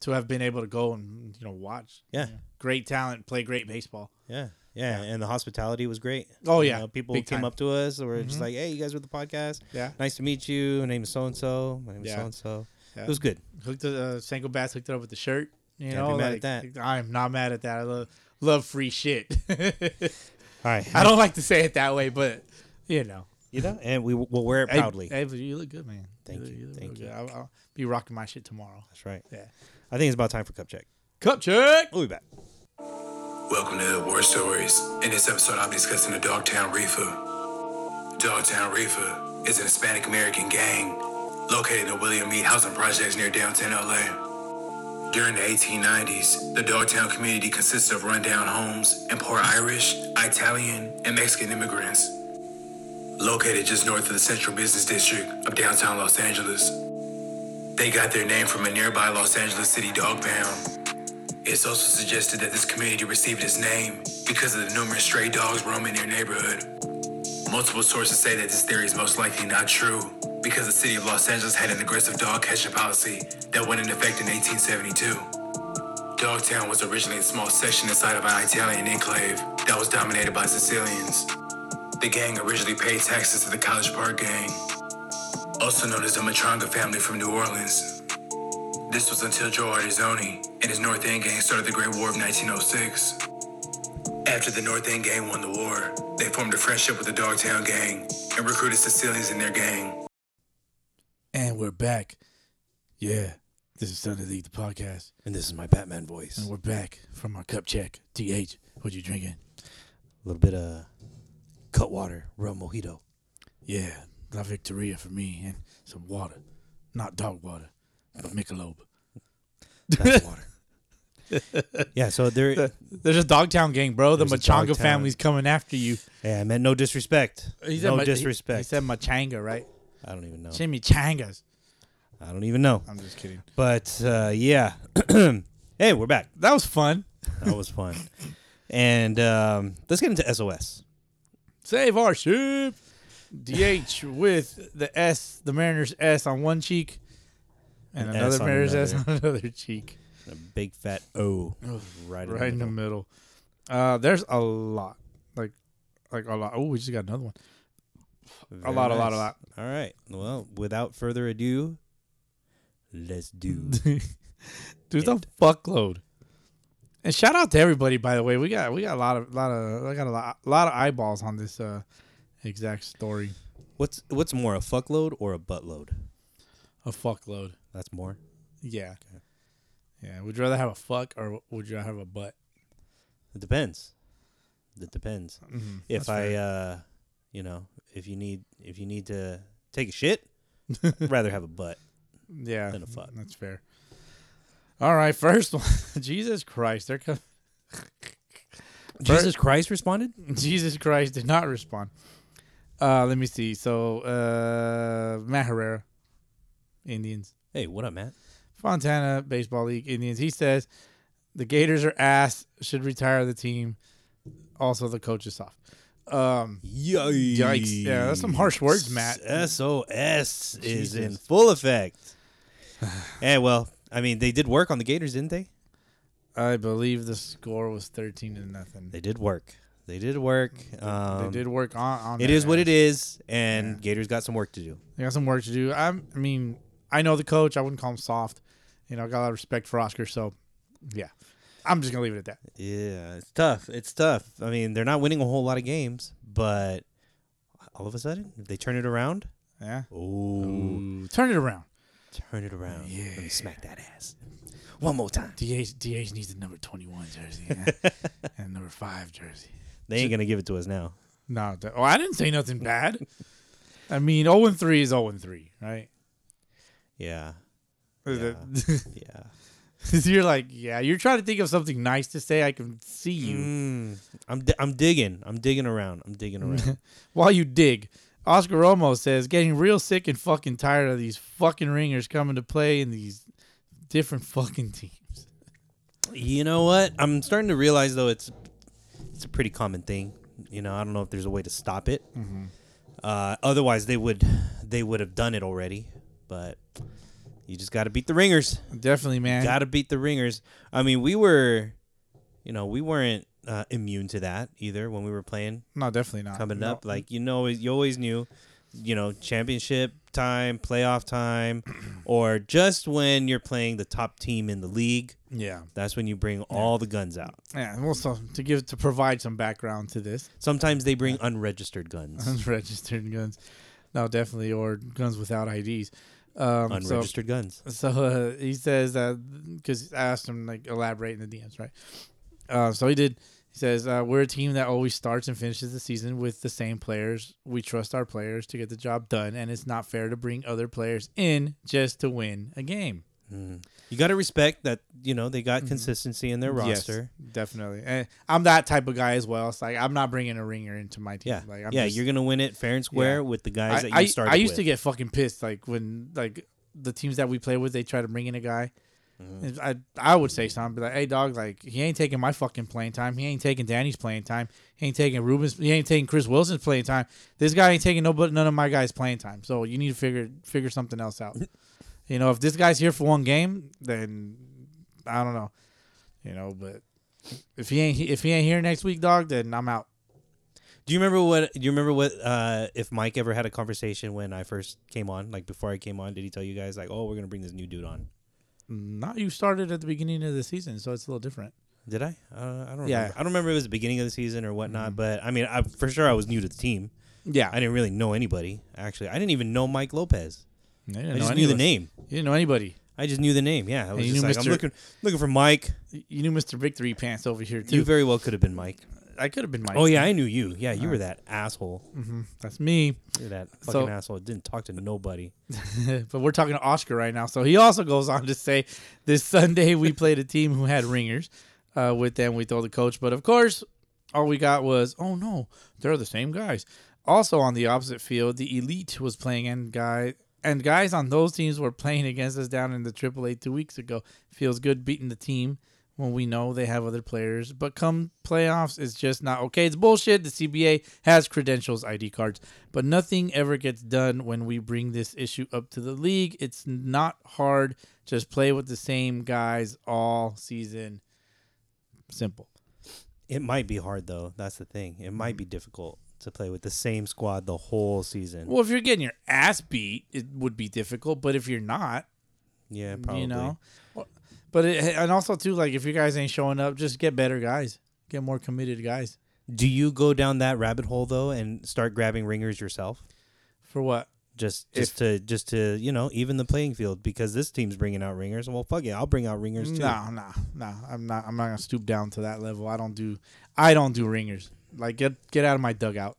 C: to have been able to go and you know watch.
D: Yeah.
C: you know, great talent, play great baseball.
D: yeah, yeah. And the hospitality was great.
C: Oh,
D: You
C: yeah,
D: know, people
C: big time.
D: came
C: Mm-hmm.
D: up to us and were just like, hey, you guys with the podcast?
C: Yeah.
D: Nice to meet you. My name is so and so. My name is
C: Yeah.
D: so and so.
C: Yeah.
D: It was good.
C: Hooked it- uh, Sanko Bass hooked it up with the shirt. You
D: Can't be
C: know,
D: mad
C: like,
D: at
C: I'm not mad at that. I love love free shit. (laughs)
D: All right.
C: I don't like to say it that way, but you know.
D: you know, and we will wear it
C: Hey,
D: proudly.
C: Hey, but you look good, man.
D: Thank
C: look-
D: you,
C: look
D: thank
C: real
D: you.
C: good. I'll, I'll be rocking my shit tomorrow.
D: That's right.
C: Yeah.
D: I think it's about time for cup check.
C: Cup check.
D: We'll be back.
F: Welcome to the War Stories. In this episode, I'm discussing the Dogtown Reefer. Dogtown Reefer is an Hispanic American gang located in William Meade housing projects near downtown LA. During the 1890s, the Dogtown community consists of rundown homes and poor Irish, Italian, and Mexican immigrants. Located just north of the central business district of downtown Los Angeles, they got their name from a nearby Los Angeles City dog pound. It's also suggested that this community received its name because of the numerous stray dogs roaming their neighborhood. Multiple sources say that this theory is most likely not true because the city of Los Angeles had an aggressive dog catching policy that went into effect in 1872. Dogtown was originally a small section inside of an Italian enclave that was dominated by Sicilians. The gang originally paid taxes to the College Park Gang, also known as the Matranga family from New Orleans. This was until Joe Artizzoni and his North End gang started the Great War of 1906. After the North End gang won the war, they formed a friendship with the Dogtown gang and recruited Sicilians in their gang.
C: And we're back. Yeah. This is Sunday League, the podcast.
D: And this is my Batman voice.
C: And we're back from our cup check. TH, what you drinking?
D: A little bit of cut water, rum mojito.
C: Yeah. La Victoria for me and some water. Not dog water, but Michelob. (laughs)
D: That's water. yeah, so there.
C: There's a Dogtown gang, bro. The
D: There's a
C: Machanga
D: Dogtown.
C: family's coming after you.
D: Yeah, I meant no disrespect. no disrespect.
C: He, said Machanga, right?
D: I don't even know.
C: Jimmy Changas.
D: I don't even know.
C: I'm just kidding.
D: But uh, yeah, (clears throat) hey, we're back.
C: That was fun.
D: That was fun. and um, let's get into SOS.
C: Save our ship. DH
D: (laughs)
C: with the S, the Mariners S on one cheek, and
D: An
C: another
D: S on
C: Mariners S
D: another.
C: on (laughs) another cheek,
D: A big fat O, right,
C: right in
D: in
C: the middle. Uh, there's a lot, like, like a lot. Oh, we just got another one.
D: the,
C: A lot, a lot, a lot.
D: All right. Well, without further ado,
C: (laughs)
D: let's do.
C: Dude, the fuckload. And shout out to everybody, by the way. We got we got a lot of lot of I got a lot, lot of eyeballs on this uh, exact story.
D: what's what's more, a fuckload or a buttload?
C: A fuckload.
D: That's more.
C: Yeah. Yeah. Would you rather have a fuck or would you rather have a butt?
D: It depends. It depends. Mm-hmm. If I, uh, you know, if you need if you need to take a shit, I'd rather have
C: (laughs)
D: a butt.
C: Yeah.
D: than a fuck.
C: That's fair. All right, first one. (laughs) Jesus Christ, they're coming.
D: Jesus Christ responded.
C: (laughs) Jesus Christ did not respond. Uh, let me see. So, uh, Matt Herrera, Indians.
D: Hey, what up, Matt?
C: Fontana Baseball League Indians. He says, The Gators are ass. Should retire the team. Also, the coach is soft. Um,
D: Yikes.
C: Yikes. Yeah, that's some harsh words, Matt.
D: SOS is in
C: Jesus.
D: full effect. (sighs) hey, well, I mean, they did work on the Gators, didn't they?
C: I believe the score was thirteen to nothing.
D: They did work. They did work. Um,
C: they did work on. on
D: It
C: that
D: is what
C: end.
D: it is, and Gators got some work to do.
C: They got some work to do. I'm, I mean, I know the coach. I wouldn't call him soft. You know, I got a lot of respect for Oscar. So, yeah, I'm just gonna leave it at that.
D: Yeah, it's tough. It's tough. I mean, they're not winning a whole lot of games, but all of a sudden, if they turn it around,
C: Yeah,
D: ooh,
C: turn it around.
D: turn it around. Let me smack that ass one more time.
C: DH, DH needs a number 21 jersey
D: (laughs)
C: and number five jersey.
D: They ain't gonna give it to us now.
C: No, that- oh, I didn't say nothing bad. I mean, 0 and 3 is 0 and 3, right?
D: Yeah, (laughs) yeah.
C: (laughs) you're like, yeah, you're trying to think of something nice to say. I can see you
D: Mm, I'm di- I'm digging. I'm digging around. I'm digging (laughs) around.
C: while you dig. Oscar Romo says, getting real sick and fucking tired of these fucking ringers coming to play in these different fucking teams.
D: you know what? I'm starting to realize though it's it's a pretty common thing. You know, I don't know if there's a way to stop it.
C: Mm-hmm.
D: Uh, otherwise, they would they would have done it already. But you just got to beat the ringers.
C: Definitely, man.
D: Got to beat the ringers. I mean, we were, you know, we weren't uh, immune to that either when we were playing
C: no, definitely not.
D: coming
C: Uh, No.
D: up. Like you know, you always knew, you know, championship time,
C: (clears throat)
D: playoff time, or just when you're playing the top team in the league.
C: yeah,
D: That's when you bring all the guns out.
C: yeah. Well, so to give to provide some background to this, (laughs)
D: Sometimes they bring unregistered guns.
C: unregistered guns. No, definitely, or guns without IDs. Um, so,
D: Unregistered guns.
C: so uh, he says that because I asked him like elaborate in the DMs, right? Uh, so he did. He says uh, we're a team that always starts and finishes the season with the same players. We trust our players to get the job done, and it's not fair to bring other players in just to win a game.
D: You got to respect that, you know, they got consistency in their roster.
C: Mm-hmm. Yes, definitely. And I'm that type of guy as well. It's like I'm not bringing a ringer into my team.
D: Yeah.
C: like, I'm
D: yeah,
C: just-
D: you're going to win it fair and square
C: Yeah.
D: with the guys that
C: I,
D: you started
C: I, I used
D: with.
C: to get fucking pissed like when like the teams that we play with they try to bring in a guy.
D: Mm-hmm.
C: And I I would say something be like, hey dog, like he ain't taking my fucking playing time. He ain't taking Danny's playing time. He ain't taking Ruben's. He ain't taking Chris Wilson's playing time. This guy ain't taking no but none of my guys' playing time. So you need to figure figure something else
D: (laughs)
C: out. you know, if this guy's here for one game, then I don't know. You know, but if he ain't if he ain't here next week, dog, then I'm out.
D: Do you remember what? Do you remember what? Uh, if Mike ever had a conversation when I first came on, like before I came on, did he tell you guys like, "Oh, we're gonna bring this new dude on"?
C: Not you started at the beginning of the season, so it's a little different.
D: Did I? Uh, I
C: Yeah. Mm-hmm.
D: don't. Remember. I don't remember if it was the beginning of the season or whatnot. But I mean, I, for sure, I was new to the team.
C: Yeah,
D: I didn't really know anybody. Actually, I didn't even know Mike Lopez.
C: I, didn't
D: I just
C: any of
D: knew the
C: us.
D: name.
C: You didn't know anybody.
D: I just knew the name. Yeah, I was
C: you
D: just
C: knew
D: like, I'm
C: Mr.
D: looking looking for Mike.
C: You knew Mr. Victory Pants over here
D: You
C: too.
D: very well could have been Mike.
C: I could have been Mike. Mm-hmm.
D: Oh yeah, I knew you. Yeah, you were that asshole.
C: that's me. (laughs)
D: You're that fucking
C: So-
D: asshole. Didn't talk to nobody.
C: but we're talking to Oscar right now. So he also goes on to say, this Sunday we played a team who had ringers. Uh, with them we told the coach, but of course, all we got was, oh no, they're the same guys. Also on the opposite field, the elite was playing and guy and guys on those teams were playing against us down in the AAA two weeks ago. Feels good beating the team when we know they have other players, but come playoffs, it's just not okay. It's bullshit. The CBA has credentials, ID cards, but nothing ever gets done when we bring this issue up to the league. It's not hard. Just play with the same guys all season. Simple.
D: It might be hard though. That's the thing. It might be difficult to play with the same squad the whole season.
C: Well, if you're getting your ass beat, it would be difficult. But if you're not,
D: yeah, probably.
C: you know. But it, and also too, like if you guys ain't showing up, just get better guys, get more committed guys.
D: Do you go down that rabbit hole though and start grabbing ringers yourself?
C: For what?
D: Just just to just to, you know, even the playing field because this team's bringing out ringers. Well, fuck it. I'll bring out ringers too.
C: No, no, no. I'm not. I'm not gonna stoop down to that level. I don't do. I don't do ringers. Like get get out of my dugout.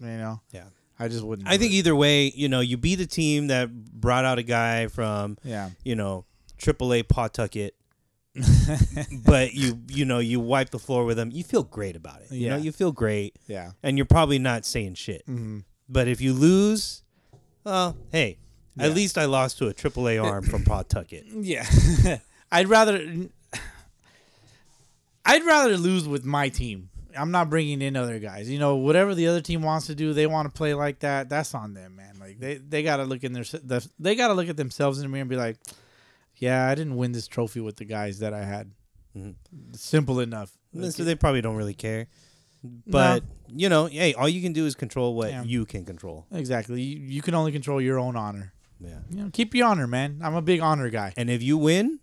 C: You know.
D: Yeah.
C: I just wouldn't.
D: I
C: do
D: think
C: it.
D: either way, you know, you be the team that brought out a guy from,
C: Yeah.
D: you know,
C: (laughs)
D: AAA Pawtucket, but you, you know, you wipe the floor with them. You feel great about it. You know,
C: Yeah. Mm-hmm.
D: you feel great,
C: Yeah.
D: and you're probably not saying shit. But if you lose, well, hey, at least I
C: (laughs)
D: lost to a AAA arm from Pawtucket.
C: Yeah. I'd rather. I'd rather lose with my team. I'm not bringing in other guys. You know, whatever the other team wants to do, they want to play like that. That's on them, man. Like they they gotta look in their the, they gotta look at themselves in the mirror and be like, yeah, I didn't win this trophy with the guys that I had. Simple enough.
D: So they probably don't really care. But you know, hey, all you can do is control what
C: Yeah.
D: you can control.
C: Exactly. You, you can only control your own honor.
D: Yeah.
C: You know, keep your honor, man. I'm a big honor guy.
D: And if you win,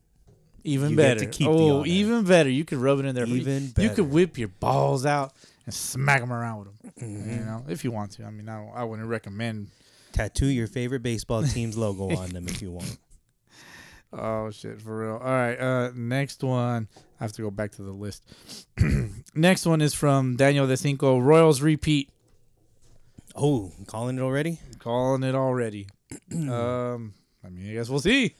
C: Even
D: You get
C: better.
D: to keep the
C: oh,
D: honor.
C: even better. You could rub it in there.
D: Even
C: you, You
D: better.
C: could whip your balls out and smack them around with them.
D: Mm-hmm.
C: You know, if you want to. I mean, I, don't, I wouldn't recommend.
D: tattoo your favorite baseball team's logo on them if
C: (laughs)
D: you want.
C: Oh shit, for real. All right. Uh, next one. I have to go back to the list. (clears throat) next one is from Daniel De Cinco. Royals repeat.
D: Oh, calling it already?
C: Calling it
D: (clears throat)
C: already. um, I mean, I guess we'll see.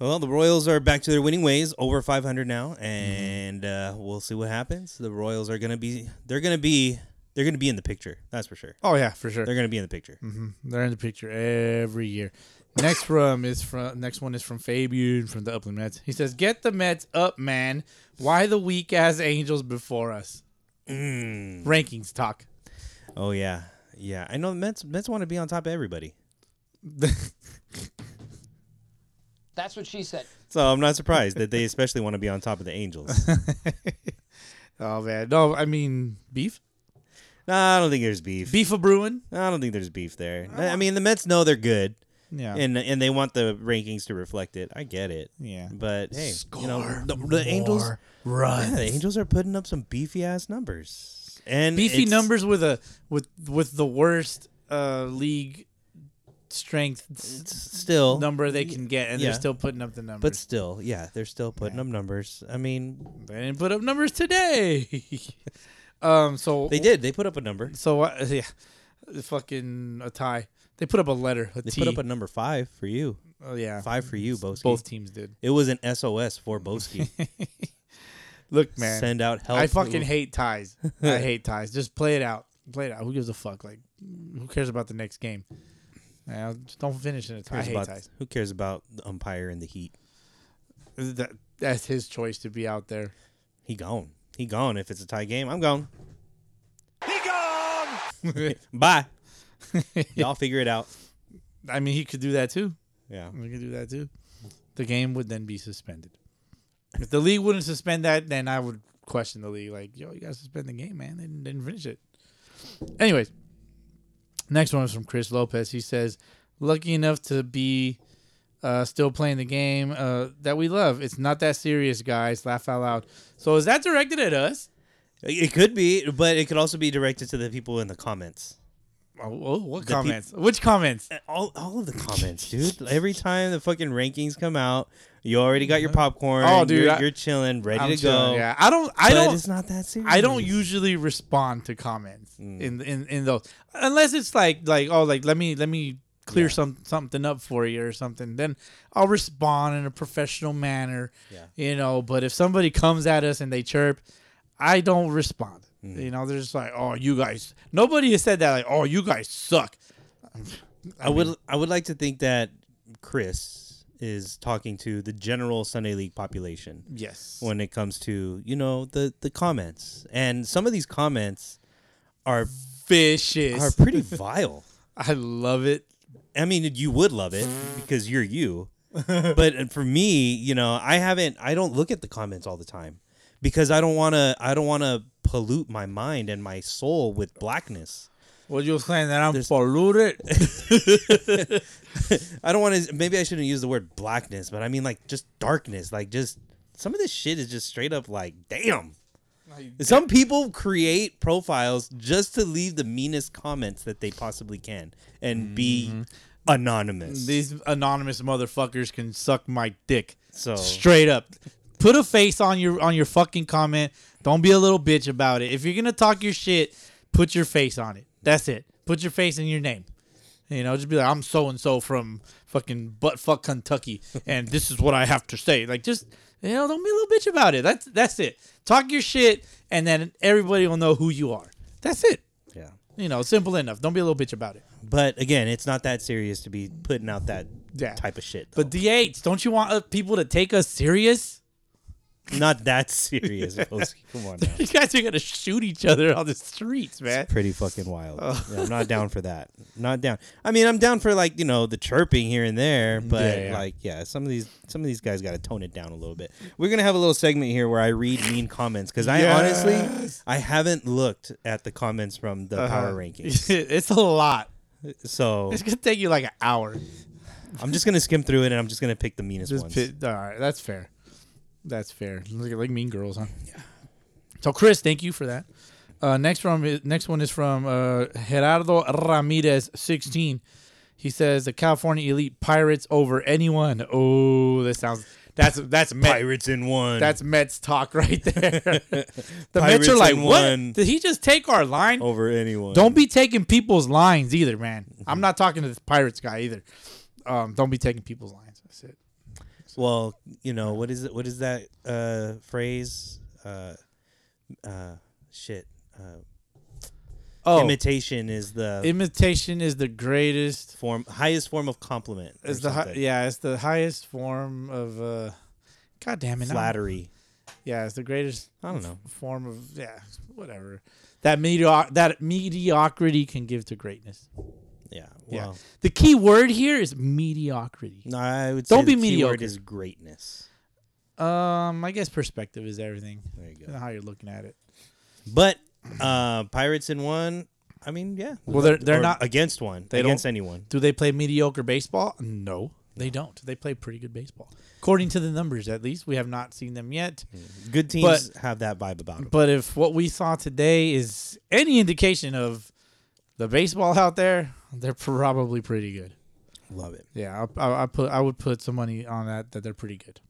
D: Well, the Royals are back to their winning ways, over 500 now, and uh, we'll see what happens. The Royals are gonna be, they're gonna be, they're gonna be in the picture. That's for sure.
C: Oh yeah, for sure.
D: They're gonna be in the picture.
C: They're in the picture every year. Next from is from next one is from Fabian from the Upland Mets. He says, "Get the Mets up, man. Why the weak ass Angels before us?"
D: Mm.
C: Rankings talk.
D: Oh yeah, yeah. I know the Mets. Mets want to be on top of everybody,
G: That's what she said.
D: so I'm not surprised that (laughs) they especially want to be on top of the (laughs) Angels.
C: oh man, no, I mean beef,
D: no, I don't think there's beef.
C: beef a brewing.
D: I don't think there's beef there. I I mean, the Mets know they're good,
C: Yeah,
D: and and they want the rankings to reflect it. I get it.
C: Yeah.
D: But hey, you know the, the Angels.
C: run
D: Yeah, the Angels are putting up some beefy ass numbers. And
C: beefy
D: it's-
C: numbers with a with with the worst uh league strength s-
D: still
C: number they can get, and
D: Yeah.
C: they're still putting up the numbers.
D: but still, yeah, they're still putting up numbers. I mean,
C: they didn't put up numbers today. (laughs) um, so
D: they did. They put up a number.
C: So uh, yeah, fucking a tie. They put up a letter. A
D: They
C: T.
D: put up a number five for you,
C: oh, yeah.
D: five for you, Boski.
C: Both teams did.
D: It was an SOS for Boski.
C: Look, (laughs) man.
D: Send out help.
C: I fucking hate
D: (laughs)
C: ties. I hate ties. Just play it out. Play it out. Who gives a fuck? Like, who cares about the next game? Now, just don't finish in a tie. I
D: Who cares
C: hate
D: about-
C: ties.
D: Who cares about the umpire and the Heat?
C: That- that's his choice to be out there.
D: He gone. He gone. If it's a tie game, I'm gone. He gone. (laughs)
C: (laughs)
D: Bye. Y'all figure it out.
C: I mean, he could do that too.
D: Yeah.
C: We could do that too. The game would then be suspended. If the league wouldn't suspend that, then I would question the league. Like, yo, you gotta suspend the game, man. They didn't, didn't finish it. Anyways, next one is from Chris Lopez. He says, "Lucky enough to be uh, still playing the game uh, that we love. It's not that serious, guys. Laugh out loud." So is that directed at us?
D: It could be, but it could also be directed to the people in the comments.
C: Oh, oh, what
D: The peop-
C: comments? Which comments?
D: Uh, All, all of the comments, dude. (laughs) Every time the fucking rankings come out, you already got your popcorn.
C: Oh, dude,
D: you're,
C: I-
D: you're chilling, ready
C: I'm
D: to
C: chilling,
D: go.
C: Yeah, I don't. I
D: but
C: don't.
D: It's not that serious.
C: I don't usually respond to comments in in in those unless it's like like oh like let me let me clear some something up for you or something then I'll respond in a professional manner
D: Yeah.
C: you know but if somebody comes at us and they chirp I don't respond you know they're just like oh you guys nobody has said that like oh you guys suck
D: I would. I would like to think that Chris is talking to the general Sunday League population.
C: yes
D: when it comes to you know the the comments and some of these comments are are
C: vicious
D: pretty vile
C: I love it
D: i mean you would love it because you're you but uh, for me you know i haven't i don't look at the comments all the time because i don't want to i don't want to pollute my mind and my soul with blackness
C: what you saying that I'm polluted
D: i don't want to maybe i shouldn't use the word blackness but i mean like just darkness like just some of this shit is just straight up like damn Some people create profiles just to leave the meanest comments that they possibly can and be anonymous.
C: these anonymous motherfuckers can suck my dick
D: so
C: Straight up. Put a face on your on your fucking comment. Don't be a little bitch about it. If you're gonna talk your shit, put your face on it. That's it. Put your face in your name. You know, just be like, I'm so and so from fucking butt fuck Kentucky, and this is what I have to say. Like, just you know, don't be a little bitch about it. That's that's it. Talk your shit, and then everybody will know who you are. That's it.
D: yeah.
C: You know, simple enough. Don't be a little bitch about it.
D: But again, it's not that serious to be putting out that
C: Yeah.
D: type of shit.
C: But DH, don't you want uh, people to take us serious? (laughs)
D: Not that serious, Posey. Come on now.
C: You guys are gonna shoot each other on the streets, man.
D: It's pretty fucking wild.
C: Oh.
D: Yeah, I'm not down for that. Not down. I mean, I'm down for like you know the chirping here and there, but
C: Mm, Yeah, yeah.
D: like yeah, some of these some of these guys got to tone it down a little bit. We're gonna have a little segment here where I read mean comments because I honestly I haven't looked at the comments from
C: Uh-huh. (laughs)
D: the power rankings,
C: it's a lot.
D: so
C: It's gonna take you like an hour.
D: I'm just gonna skim through it and I'm just gonna pick the meanest
C: Just
D: ones.
C: pit, all right, that's fair. That's fair. Like, like Mean Girls, huh? Yeah. So Chris, thank you for that. Uh, next from is- next one is from uh, Gerardo Ramirez, sixteen. He says the California elite pirates over anyone. Oh, that sounds that's that's Met,
D: Pirates in one.
C: that's Mets talk right
D: (laughs)
C: there. the Mets
D: Pirates
C: are like,
D: in
C: what?
D: one." Oh,
C: Did he just take our line?
D: over anyone.
C: Don't be taking people's lines either, man.
D: Mm-hmm.
C: I'm not talking to this pirates guy either. Um, don't be taking people's lines. That's it.
D: Well, you know what is it? What is that uh, phrase? Uh, uh, shit. Uh,
C: Oh,
D: Imitation is the
C: imitation is the greatest
D: form highest form of compliment. or
C: is the hi-
D: something.
C: yeah it's the highest form of uh god damn it I'm-
D: flattery.
C: yeah it's the greatest
D: I don't know.
C: form of yeah whatever that medio- that mediocrity can give to greatness
D: Yeah.
C: yeah
D: Well,
C: the key word here is mediocrity
D: no, I would.
C: Don't be
D: say the key word
C: mediocre.
D: Is greatness.
C: um i guess perspective is everything
D: There you
C: and
D: go.
C: how you're looking at it
D: But uh, pirates in one. I mean, yeah.
C: Well, they're- they're
D: Or
C: not-
D: against one.
C: they
D: against
C: don't-
D: anyone.
C: do they play mediocre baseball no they don't they play pretty good baseball according to the numbers at least we have not seen them yet
D: Hmm. Good teams have that vibe about them.
C: But if what we saw today is any indication of the baseball out there, they're probably pretty good.
D: Love it.
C: Yeah, I, I, I put I would put some money on that that they're pretty good.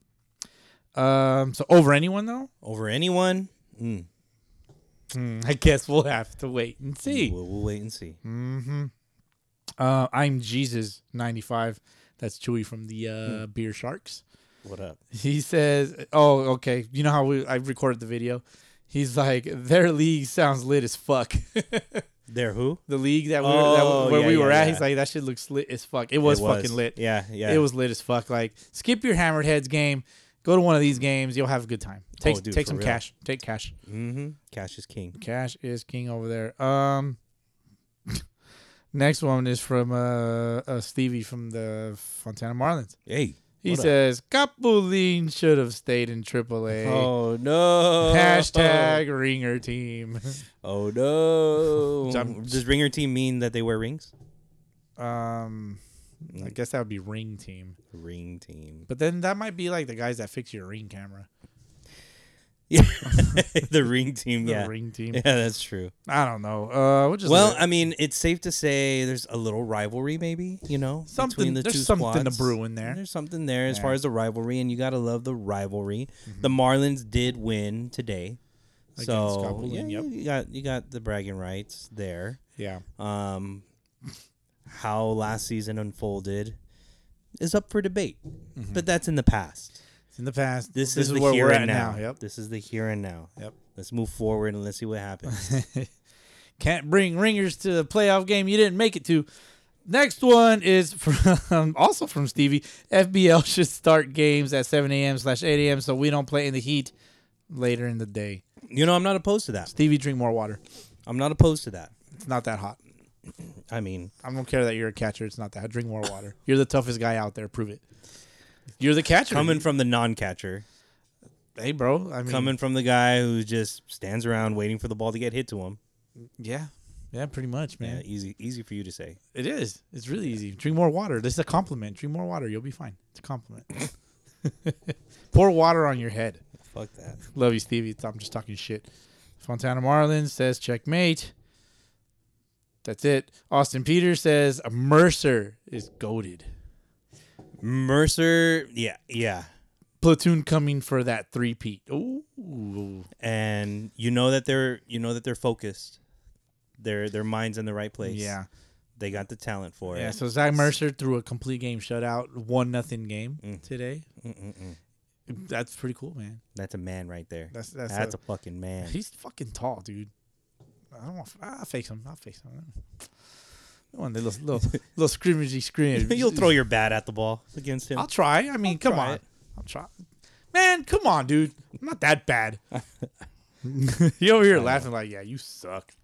C: Um, so over anyone though, Hmm,
D: Over anyone. Mm.
C: I guess we'll have to wait and see. Hmm.
D: We'll, we'll wait and see.
C: Uh, I'm Jesus ninety five. That's Chewy from the uh,
D: Hmm.
C: Beer Sharks.
D: What up?
C: He says, "Oh, okay. You know how we I recorded the video. He's like, their league sounds lit as fuck." (laughs)
D: There who?
C: the league that we were,
D: Oh,
C: that, where
D: yeah,
C: we
D: yeah,
C: were at.
D: yeah.
C: He's like, that shit looks lit as fuck. It was,
D: It was.
C: fucking lit.
D: Yeah, yeah.
C: It was lit as fuck. Like, skip your hammered heads game. Go to one of these games. You'll have a good time. Take
D: Oh, dude,
C: take
D: for
C: some
D: real.
C: cash. Take cash.
D: Mm-hmm. Cash is king.
C: Cash is king over there. Um, (laughs) next one is from uh, uh Stevie from the Fontana Marlins.
D: Hey.
C: He
D: what up?
C: says Capulin should have stayed in AAA.
D: Oh no.
C: (laughs) Hashtag ringer team.
D: Oh no.
C: (laughs) Jump.
D: Does ringer team mean that they wear rings?
C: (laughs) Um, I guess that would be ring team.
D: Ring team.
C: But then that might be like the guys that fix your ring camera.
D: (laughs)
C: (laughs)
D: Yeah. the ring team.
C: The
D: yeah.
C: ring team.
D: Yeah, that's true.
C: I don't know. Uh, we'll just
D: Well,
C: let-
D: I mean, it's safe to say there's a little rivalry, maybe you know,
C: Something-
D: Between the
C: there's
D: two
C: something to
D: squads.
C: brew in there.
D: There's something there as far as the rivalry, and you gotta love the rivalry.
C: Mm-hmm.
D: The Marlins did win today, so
C: Coppola,
D: yeah,
C: yep.
D: you got you got the bragging rights there.
C: yeah,
D: um, how last season unfolded is up for debate, but that's in the past.
C: it's in the past.
D: This, is, the
C: Mm-hmm. where
D: here
C: we're
D: and
C: at
D: now.
C: now. Yep.
D: This is the here and now.
C: Yep.
D: Let's move forward and let's see what
C: (laughs)
D: happens.
C: Can't bring ringers to the playoff game you didn't make it to. Next one is (laughs) from also from Stevie. FBL (laughs) should start games at 7 a.m. slash 8 a.m. so we don't play in the heat later in the day.
D: you know, I'm not opposed to that.
C: Stevie, drink more water.
D: I'm not opposed to that.
C: It's not that hot.
D: I mean,
C: I don't care that you're a catcher. It's not that. hot. Drink more water. You're the toughest guy out there. Prove it. You're the catcher.
D: coming from the non-catcher,
C: hey, bro. I mean,
D: coming from the guy who just stands around waiting for the ball to get hit to him.
C: Yeah. Yeah, pretty much, man.
D: Yeah, easy, easy for you to say.
C: It is. It's really easy. Drink more water. This is a compliment. Drink more water. You'll be fine. It's a
D: (laughs)
C: compliment. Pour water on your head.
D: Fuck that.
C: Love you, Stevie. I'm just talking shit. Fontana Marlin says checkmate. That's it. Austin Peters says Mercer is goaded.
D: Mercer, yeah, yeah.
C: Platoon coming for that three peat. Ooh.
D: and you know that they're you know that they're focused. Their their minds in the right place.
C: Yeah.
D: they got the talent for
C: Yeah.
D: it.
C: So Zach Mercer threw a complete game shutout, one nothing game today. That's pretty cool, man.
D: That's a man right there.
C: That's- that's
D: that's
C: a-
D: a, fucking
C: (laughs)
D: man. (laughs)
C: He's fucking tall, dude. I don't want. I'll face him. I'll face him. I want the little little, (laughs) little scrimmagey scrim. (laughs)
D: You'll throw your bat at the ball against him.
C: I'll try. I mean, come
D: try
C: on.
D: it.
C: I'll try. man, come on, dude. I'm not that (laughs) bad. you over here laughing like, yeah, you suck.
D: (laughs)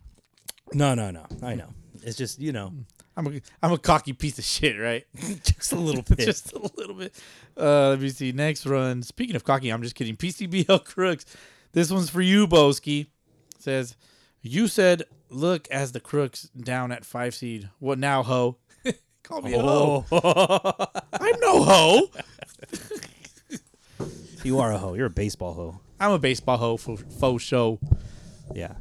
D: No, no, no. I know. It's just
C: (laughs)
D: you know, (laughs)
C: I'm a, I'm a cocky piece of shit, right?
D: just
C: (laughs)
D: a little bit.
C: just a little bit. Uh, let me see. Next run. Speaking of cocky, I'm just kidding. PCBL (laughs) crooks. This one's for you, Boski. Says, you said, look as the crooks down at five seed. What now, ho? (laughs) Call
D: Oh.
C: me a hoe. I'm no hoe.
D: (laughs) you are a hoe. You're a baseball hoe.
C: I'm a baseball hoe for faux show.
D: Yeah.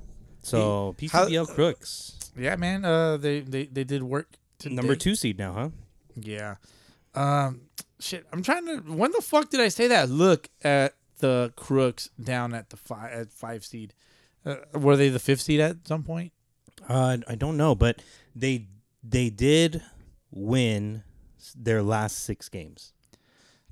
D: So PCBL Crooks,
C: Yeah, man. Uh, they they they did work. Today.
D: number two seed now, huh?
C: Yeah. Um shit, I'm trying to when the fuck did I say that? Look at the crooks down at the five at 5 seed. Uh, were they the 5th seed at some point?
D: Uh, I don't know, but they they did win s- their last six games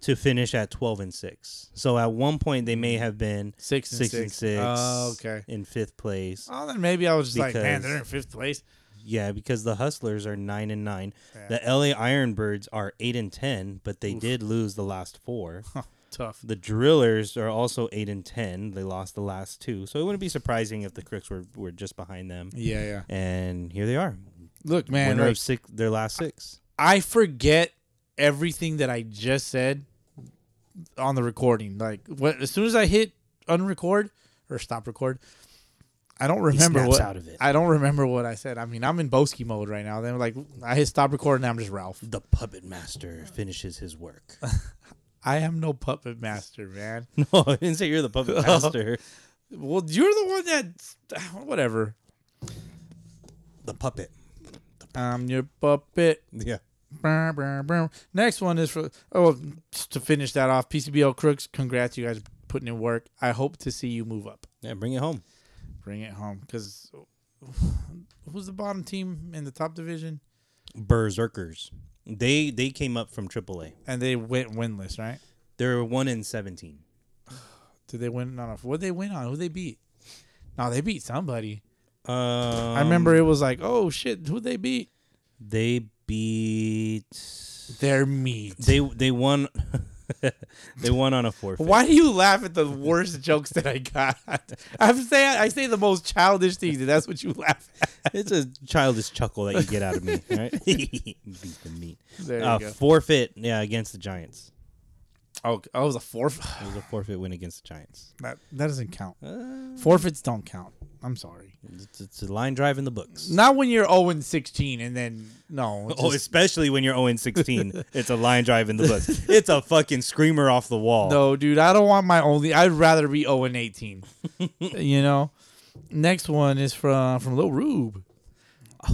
D: to finish at twelve and six. So at one point they may have been
C: Six and
D: six and
C: six.
D: six.
C: Oh, okay.
D: In fifth place,
C: Oh, then maybe I was just like, man,
D: Because-
C: they're in 5th place.
D: yeah, because the Hustlers are nine and nine. The L.A. Ironbirds are eight and ten, but they did lose the last (laughs) four.
C: Tough.
D: The Drillers are also eight and ten. They lost the last two, so it wouldn't be surprising if the Crooks were, were just behind them.
C: Yeah, yeah.
D: And here they are,
C: Look, man,
D: winner
C: like,
D: of six, their last six.
C: I forget everything that I just said on the recording. Like what, as soon as I hit unrecord or stop record, I don't remember
D: snaps
C: what
D: out of it.
C: I don't remember what I said. I mean, I'm in Boski mode right now. Then like I hit stop recording, I'm just Ralph.
D: The puppet master finishes his (laughs) work.
C: I am no puppet master, man.
D: no, I didn't say you're the puppet (laughs) master.
C: well, you're the one that (sighs) whatever.
D: the puppet.
C: I'm your puppet.
D: Yeah.
C: Brr, brr, brr. Next one is for oh just to finish that off. PCBL Crooks, congrats you guys putting in work. I hope to see you move up.
D: Yeah, bring it home.
C: Bring it home because (sighs) who's the bottom team in the top division?
D: Berserkers. They they came up from AAA.
C: And they went winless, right?
D: They're one in seventeen.
C: Did they win on a what they win on? Who they beat? No, they beat somebody.
D: Um,
C: I remember it was like, oh shit, who they beat?
D: they beat.
C: They're me.
D: They they won. (laughs) they won on a forfeit.
C: Why do you laugh at the worst (laughs) jokes that I got? I'm saying I say the most childish things, and that's what you laugh at.
D: It's a childish chuckle that you get out of me. Right? beat the meat.
C: There you
D: uh,
C: go.
D: Forfeit. Yeah, against the Giants.
C: Oh, I was a forfeit.
D: It was a forfeit win against the Giants.
C: (sighs) That that doesn't count. Forfeits don't count. I'm sorry.
D: It's, it's a line drive in the books.
C: Not when you're 0 and 16, and then no.
D: Oh,
C: just-
D: especially when you're 0 16. it's a line drive in the books. It's a fucking screamer off the wall.
C: No, dude, I don't want my only. I'd rather be 0 and 18. (laughs) you know. Next one is from from Lil Rube.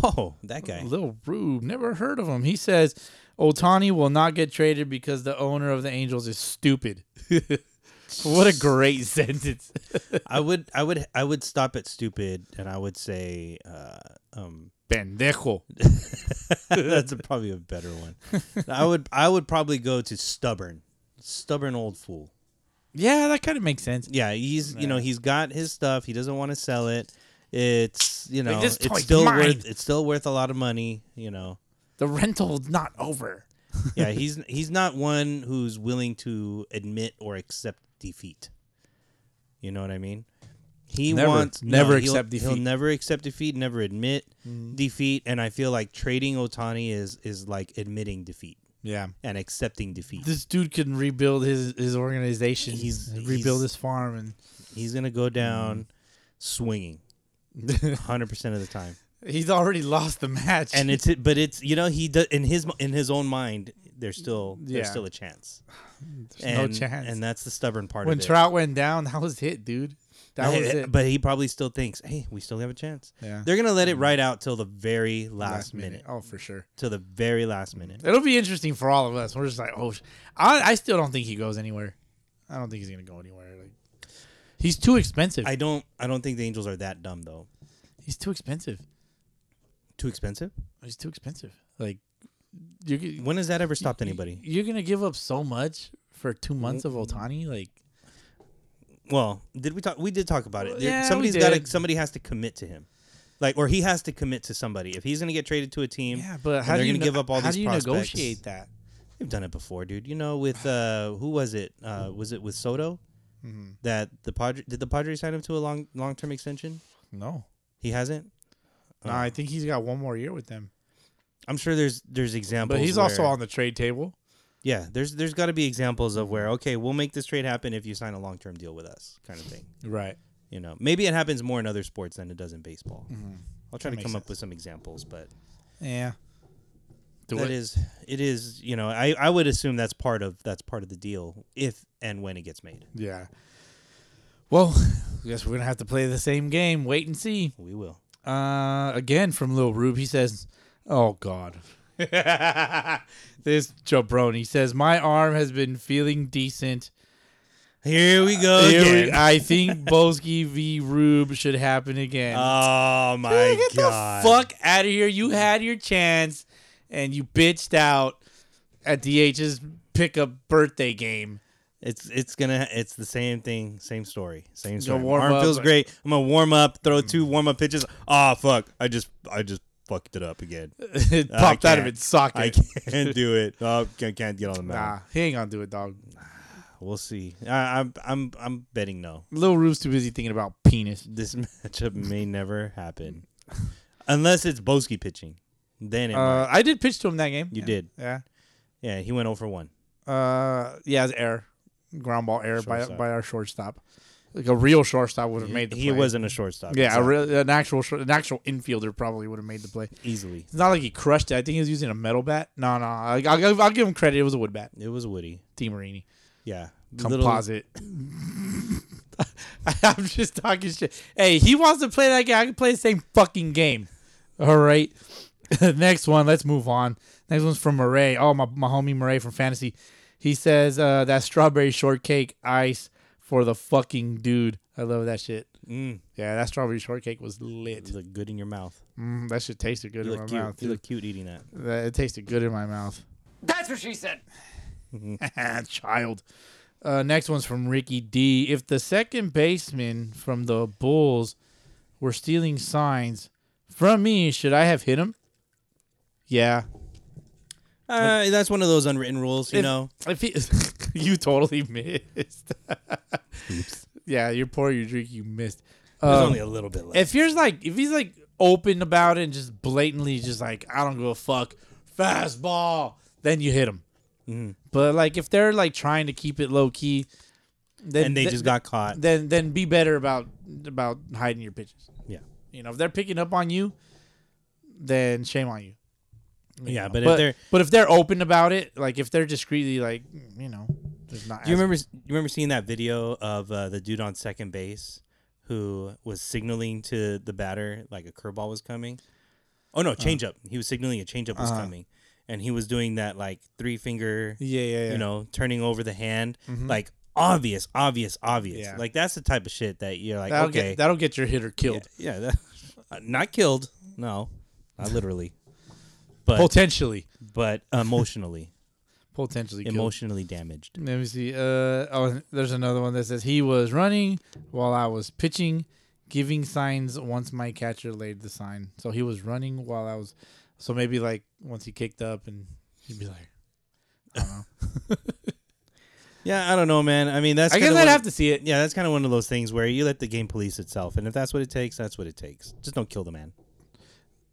D: Oh, that guy.
C: Lil Rube, never heard of him. He says Otani will not get traded because the owner of the Angels is stupid. (laughs) what a great (laughs) sentence.
D: I would I would I would stop at stupid and I would say uh, um
C: Pendejo.
D: that's a, probably a better one. I would I would probably go to stubborn. Stubborn old fool.
C: Yeah, that kind of makes sense.
D: Yeah, he's you know, he's got his stuff. He doesn't want to sell it. It's you know,
C: this
D: it's
C: toy's
D: still
C: mine.
D: worth it's still worth a lot of money, you know.
C: The rental's not over.
D: yeah, he's he's not one who's willing to admit or accept defeat. You know what I mean? He
C: Never-
D: wants
C: never
D: he'll-
C: accept
D: He'll
C: defeat.
D: never accept defeat, never admit defeat, and I feel like trading Otani is is like admitting defeat
C: Yeah.
D: and accepting defeat.
C: This dude can rebuild his his organization.
D: He's-
C: He's rebuild
D: he's-
C: his farm and
D: he's gonna go
C: Mm-hmm.
D: down
C: (laughs)
D: swinging, hundred percent of the time.
C: he's already lost the match.
D: And it's but it's you know he does in his in his own mind there's still there's
C: Yeah.
D: still a chance.
C: There's no
D: And-
C: chance.
D: And that's the stubborn part
C: when
D: of it.
C: Trout went down, (laughs) that was it, dude. That was
D: Hey,
C: it.
D: But he probably still thinks, hey, we still have a chance.
C: Yeah. Mm.
D: They're gonna let it ride out till the very last, minute.
C: Oh, for sure.
D: Till the very last minute.
C: It'll be interesting for all of us. We're just like, oh, sh- I, I still don't think he goes anywhere. I don't think he's gonna go anywhere. Like, he's too expensive.
D: I don't I don't think the Angels are that dumb though.
C: he's too expensive.
D: Too expensive?
C: He's too expensive. Like, you're g-
D: When has that ever stopped anybody? Mm-hmm.
C: you're gonna give up so much for two months of Otani. Like,
D: Well, did we talk we did talk about it. There-
C: Yeah, we
D: somebody's gotta
C: did.
D: somebody has to commit to him. Like or he has to commit to somebody. If he's gonna get traded to a team
C: yeah, but
D: and
C: how
D: they're
C: do you
D: gonna
C: ne-
D: give up all
C: how
D: these
C: do you
D: prospects,
C: negotiate that?
D: They've done it before, dude. You know, with uh, who was it? Uh, was it with Soto?
C: Mm-hmm.
D: That the Padre did the Padres sign him to a long long term extension?
C: No.
D: He hasn't.
C: Nah, I think he's got one more year with them.
D: I'm sure there's there's examples.
C: But he's also
D: where-
C: on the trade table.
D: Yeah, there's there's got to be examples of where okay, we'll make this trade happen if you sign a long term deal with us, kind of thing.
C: Right.
D: You know, maybe it happens more in other sports than it does in baseball. I'll try
C: Mm-hmm. That
D: to
C: makes
D: come up
C: sense.
D: with some examples, but
C: Yeah. Do
D: that
C: it.
D: is it is you know I I would assume that's part of that's part of the deal if and when it gets made.
C: Yeah. Well, I guess we're gonna have to play the same game. Wait and see.
D: We will.
C: Uh, again from Lil Rube, he says, "Oh God." (laughs) this jabroni says, "My arm has been feeling decent.
D: Here we go
C: Here we-
D: again.
C: I
D: (laughs)
C: think Boski v Rube should happen again.
D: oh my
C: Hey, get
D: god!
C: the fuck out of here. You had your chance and you bitched out at DH's pickup birthday game. (laughs)
D: It's it's gonna it's the same thing, same story, same story. My
C: warm
D: arm
C: up. Mm.
D: feels great. I'm gonna warm up, throw two warm up pitches. Ah, fuck! I just I just fucked it up again.
C: it
D: I
C: popped out of
D: can't.
C: its socket.
D: I can't do it. Oh, can't, can't get on the mound.
C: Nah, he ain't gonna do it, dog.
D: We'll see. I, I'm I'm I'm betting no.
C: Lil Rube's too busy thinking about penis.
D: This (laughs) matchup may never happen, unless it's Boski pitching. Then it might.
C: Uh, I did pitch to him that game.
D: You
C: Yeah.
D: did.
C: Yeah.
D: yeah, he went over one.
C: Uh, yeah, it's error, ground ball error by
D: Shortstop.
C: by our shortstop. Like a real shortstop would have made the.
D: He
C: play.
D: wasn't a shortstop.
C: Yeah, a
D: so
C: real, an actual short, an actual infielder probably would have made the play.
D: easily.
C: It's not like he crushed it. I think he was using a metal bat. No, no, I, I'll, give- I'll give him credit. It was a wood bat.
D: It was Woody.
C: D. Marini.
D: Yeah, Little-
C: Composite. (laughs) I'm just talking shit. Hey, he wants to play that game. I can play the same fucking game. All right. (laughs) Next one. Let's move on. Next one's from Murray. Oh, my, my homie Murray from Fantasy. He says uh, that strawberry shortcake ice for the fucking dude. I love that shit.
D: Mm,
C: Yeah, that strawberry shortcake was lit.
D: it looked good in your mouth.
C: Mm, that shit tasted good
D: You
C: in
D: look
C: my
D: cute.
C: mouth.
D: You
C: too.
D: look cute eating that.
C: That- It tasted good in my mouth.
G: That's what she said.
C: Ah, child. Uh, next one's from Ricky D. If the second baseman from the Bulls were stealing signs from me, should I have hit him? Yeah,
D: Uh, that's one of those unwritten rules, you
C: If- um,
D: know.
C: (laughs) if he, you totally missed. (laughs) yeah, you're poor. You drink. You missed.
D: There's
C: Um,
D: only a little bit left.
C: if here's like, if he's like open about it and just blatantly just like, I don't give a fuck, fastball, then you hit him.
D: Mm-hmm.
C: But like, if they're like trying to keep it low key, then
D: and they
C: th-
D: just got caught.
C: then then be better about about hiding your pitches.
D: Yeah.
C: You know, if they're picking up on you, then shame on you. You
D: Yeah,
C: know,
D: but if
C: but
D: they're-
C: but if they're open about it, like if they're discreetly like, you know, there's not.
D: Do you remember? You remember seeing that video of uh, the dude on second base who was signaling to the batter like a curveball was coming? Oh no, changeup. he was signaling a changeup was coming, and he was doing that like three finger,
C: Yeah, yeah, yeah.
D: you know, turning over the hand, like obvious, obvious, obvious.
C: Yeah.
D: Like that's the type of shit that you're like,
C: that'll
D: okay,
C: get that'll get your hitter killed
D: (laughs) yeah, that, uh, not killed, no, not (laughs) literally, but
C: potentially.
D: (laughs) but emotionally,
C: Potentially killed.
D: emotionally damaged.
C: Let me see. Uh, oh, there's another one that says he was running while I was pitching, giving signs once my catcher laid the sign. So he was running while I was. So maybe like once he kicked up and he'd be like,
D: Yeah, I don't know, man. I mean, that's
C: I guess
D: kinda
C: I'd
D: what-
C: have to see it.
D: Yeah, that's kind of one of those things where you let the game police itself, and if that's what it takes, that's what it takes. Just don't kill the man.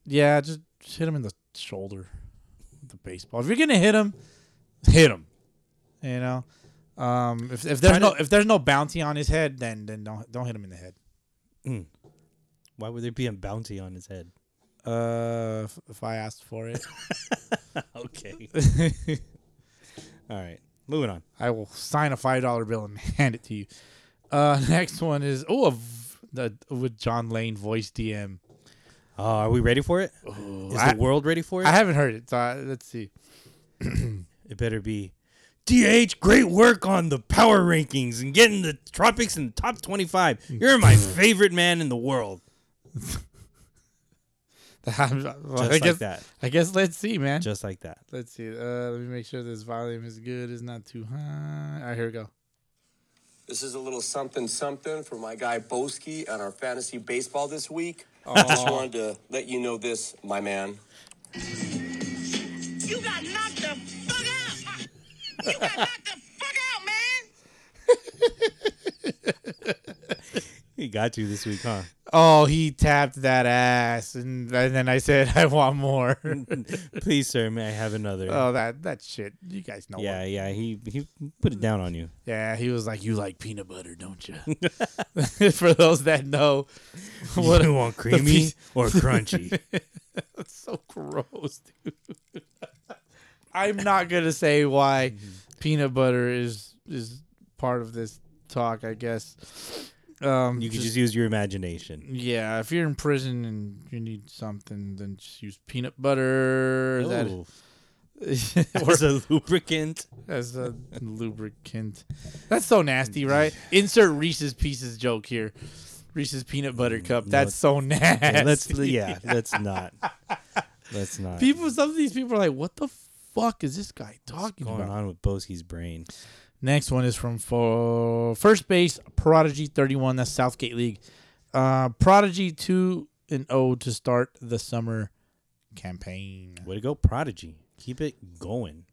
C: Yeah, just just hit him in the shoulder with the baseball. If you're gonna hit him, hit him. You know, um, if if there's
D: Try
C: no
D: to-
C: if there's no bounty on his head, then then don't don't hit him in the head.
D: Why would there be a bounty on his head?
C: Uh, if, if I asked for it,
D: (laughs) Okay. (laughs) All right, moving on.
C: I will sign a five dollar bill and (laughs) hand it to you. Uh, (laughs) next one is oh, a v- the with John Lane voice DM.
D: Uh, are we ready for it? Is
C: I-
D: the world ready for it?
C: I haven't heard it, so I, let's see. (laughs)
D: it better be. DH, great work on the power rankings and getting the tropics in the top twenty-five. You're (laughs) my favorite man in the world.
C: Just
D: Just
C: I
D: like
C: guess,
D: that.
C: I guess let's see, man.
D: Just like that.
C: Let's see. Uh, let me make sure this volume is good. It's not too high. All right, here we go.
H: This is a little something something for my guy Boski on our fantasy baseball this week. Just wanted to let you know this, my man.
I: You got knocked the fuck out. You got knocked the fuck out, man.
D: He got you this week, huh?
C: Oh, he tapped that ass, and, and then I said, (laughs) "I want more."
D: (laughs) Please, sir, may I have another?
C: oh, that that shit. You guys know.
D: yeah,
C: It.
D: yeah. He he put it down on (laughs) you.
C: Yeah. He was like, "You like peanut butter, don't you?" (laughs) For those that know, what
D: (laughs) you want, creamy
C: piece-
D: or (laughs) crunchy?
C: That's
D: (laughs)
C: so gross, dude. I'm not gonna say why
D: Mm-hmm.
C: peanut butter is is part of this talk. I guess. Um,
D: You can
C: just-
D: just use your imagination.
C: yeah, if you're in prison and you need something, then just use peanut butter. That
D: (laughs) Ooh,
C: (laughs)
D: (laughs)
C: or
D: as a (laughs) lubricant.
C: as a lubricant. That's so nasty, right? Insert Reese's Pieces joke here. Reese's peanut butter cup. That's so nasty.
D: Mm-hmm. Yeah, let's yeah, let's (laughs) not. Let's
C: (laughs)
D: not.
C: people. Some of these people are like, "What the fuck is this guy talking
D: going
C: about?"
D: on with Boski's brain.
C: Next one is from for first base Prodigy thirty one. That's Southgate League. Uh, Prodigy two and O to start the summer campaign.
D: Way to go, Prodigy. Keep it going.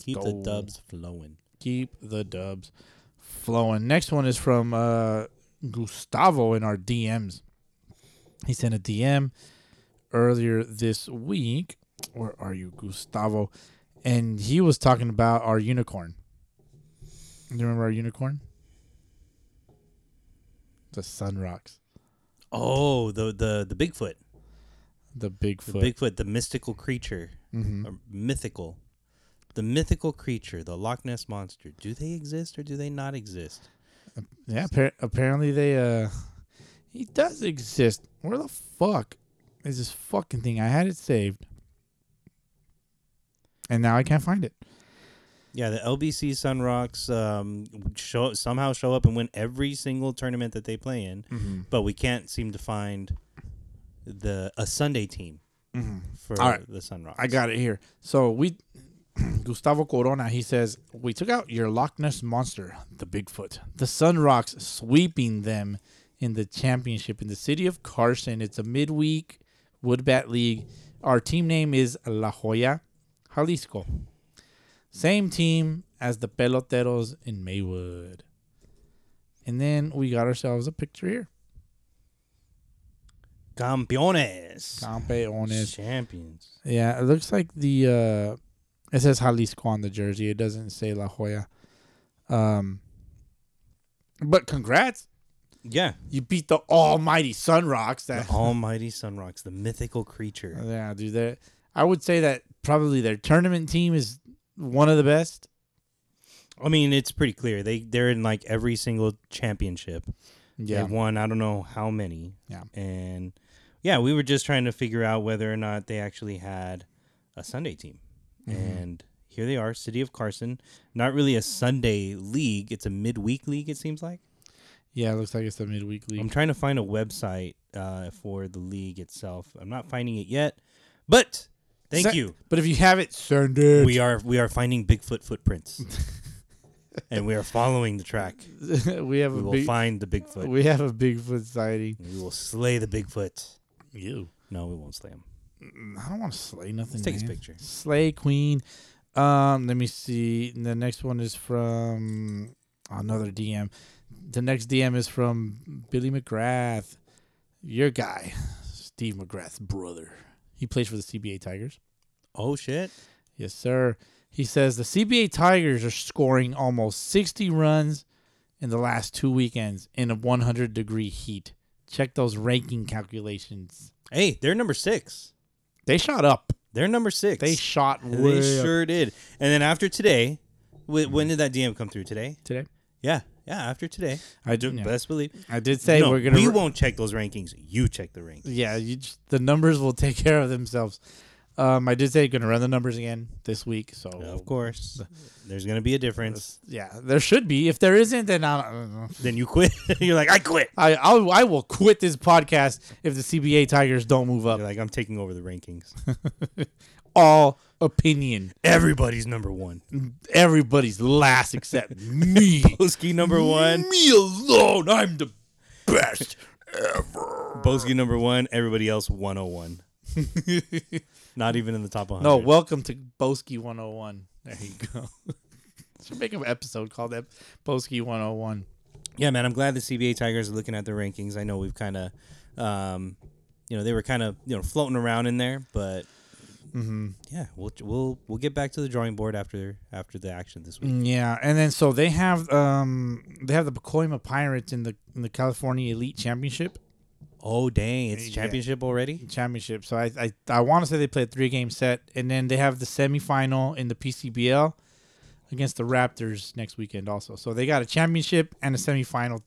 D: Keep the
C: go.
D: dubs flowing.
C: Keep the dubs flowing. Next one is from uh, Gustavo in our DMs. He sent a DM earlier this week. Where are you, Gustavo? And he was talking about our unicorn. You remember our unicorn? The Sun Rocks,
D: Oh, the the the Bigfoot,
C: the
D: the
C: Bigfoot.
D: Bigfoot, the mystical creature, Or mythical, the mythical creature, the Loch Ness monster. Do they exist or do they not exist?
C: yeah, appar- apparently they uh, he does exist. Where the fuck is this fucking thing? I had it saved, and now I can't find it.
D: Yeah, the LBC Sunrocks um, show somehow show up and win every single tournament that they play in,
C: Mm-hmm.
D: but we can't seem to find the a Sunday team for
C: Mm-hmm. All right.
D: the Sunrocks.
C: I got it here. So we, (clears throat) Gustavo Corona, he says we took out your Loch Ness monster, the Bigfoot. The Sun Rocks sweeping them in the championship in the city of Carson. It's a midweek Woodbat League. Our team name is La Jolla, Jalisco. Same team as the Peloteros in Maywood. And then we got ourselves a picture here.
D: Campeones,
C: Campeones.
D: champions.
C: Yeah, it looks like the uh it says Jalisco on the jersey. It doesn't say La Jolla. Um but congrats.
D: Yeah,
C: You beat the almighty Sun Rocks that
D: Almighty Sunrocks, the mythical creature.
C: Yeah, dude. That I would say that probably their tournament team is one of the best.
D: I mean, it's pretty clear they they're in like every single championship.
C: Yeah.
D: They won I don't know how many.
C: Yeah.
D: And yeah, we were just trying to figure out whether or not they actually had a Sunday team.
C: Mm-hmm.
D: And here they are, City of Carson. Not really a Sunday league, it's a midweek league, it seems like.
C: Yeah, it looks like it's the midweek league.
D: I'm trying to find a website uh, for the league itself. I'm not finding it yet. But thank
C: Send-
D: you.
C: But if you have it, send it.
D: We are we are finding Bigfoot footprints. and we are following the track.
C: (laughs) we have
D: We
C: a
D: will
C: big
D: find the Bigfoot.
C: we have a Bigfoot sighting.
D: we will slay the Bigfoot.
C: You.
D: No, we won't slay him.
C: I don't want to slay nothing.
D: Let's take his
C: man.
D: picture.
C: Slay Queen. Um, let me see. The next one is from oh, another DM. The next DM is from Billy McGrath, your guy, Steve McGrath's brother. He plays for the CBA Tigers.
D: Oh shit!
C: Yes, sir. He says the CBA Tigers are scoring almost 60 runs in the last two weekends in a 100 degree heat. Check those ranking calculations.
D: Hey, they're number six.
C: They shot up.
D: They're number six.
C: They shot
D: They
C: way up
D: sure did. And then after today, wh- when did that DM come through? Today?
C: today.
D: Yeah, yeah. After today,
C: I do. yeah.
D: best believe.
C: I did say
D: No,
C: we're gonna.
D: We
C: re-
D: won't check those rankings. You check the rankings.
C: Yeah, you just, the numbers will take (laughs) care of themselves. Um, I did say gonna run the numbers again this week, so
D: Of course, there's gonna be a difference.
C: yeah, there should be. If there isn't, then I don't know.
D: (laughs) Then you quit. You're like, I quit.
C: I I'll, I will quit this podcast if the CBA Tigers don't move up.
D: You're like, I'm taking over
C: (laughs)
D: the rankings.
C: All opinion,
D: Everybody's number one.
C: (laughs) everybody's last (laughs) except me.
D: Boski number one.
C: Me alone, I'm the (laughs) best.
D: Boski number one. oh Everybody else 101. Not even in the top 100.
C: No, welcome to Boski 101. There you go. (laughs) Should make an episode called Ep- Boski 101.
D: Yeah, man, I'm glad the CBA Tigers are looking at the rankings. I know we've kind of, um, you know, they were kind of you know floating around in there, but
C: Mm-hmm.
D: yeah, we'll we'll we'll get back to the drawing board after after the action this week.
C: Yeah, and then so they have um they have the Pacoima Pirates in the in the California Elite Championship
D: Oh dang, it's
C: Yeah.
D: championship already.
C: championship. So I I, I want to say they play a three game set, and then they have the semifinal in the PCBL against the Raptors next weekend also. So they got a championship and a semifinal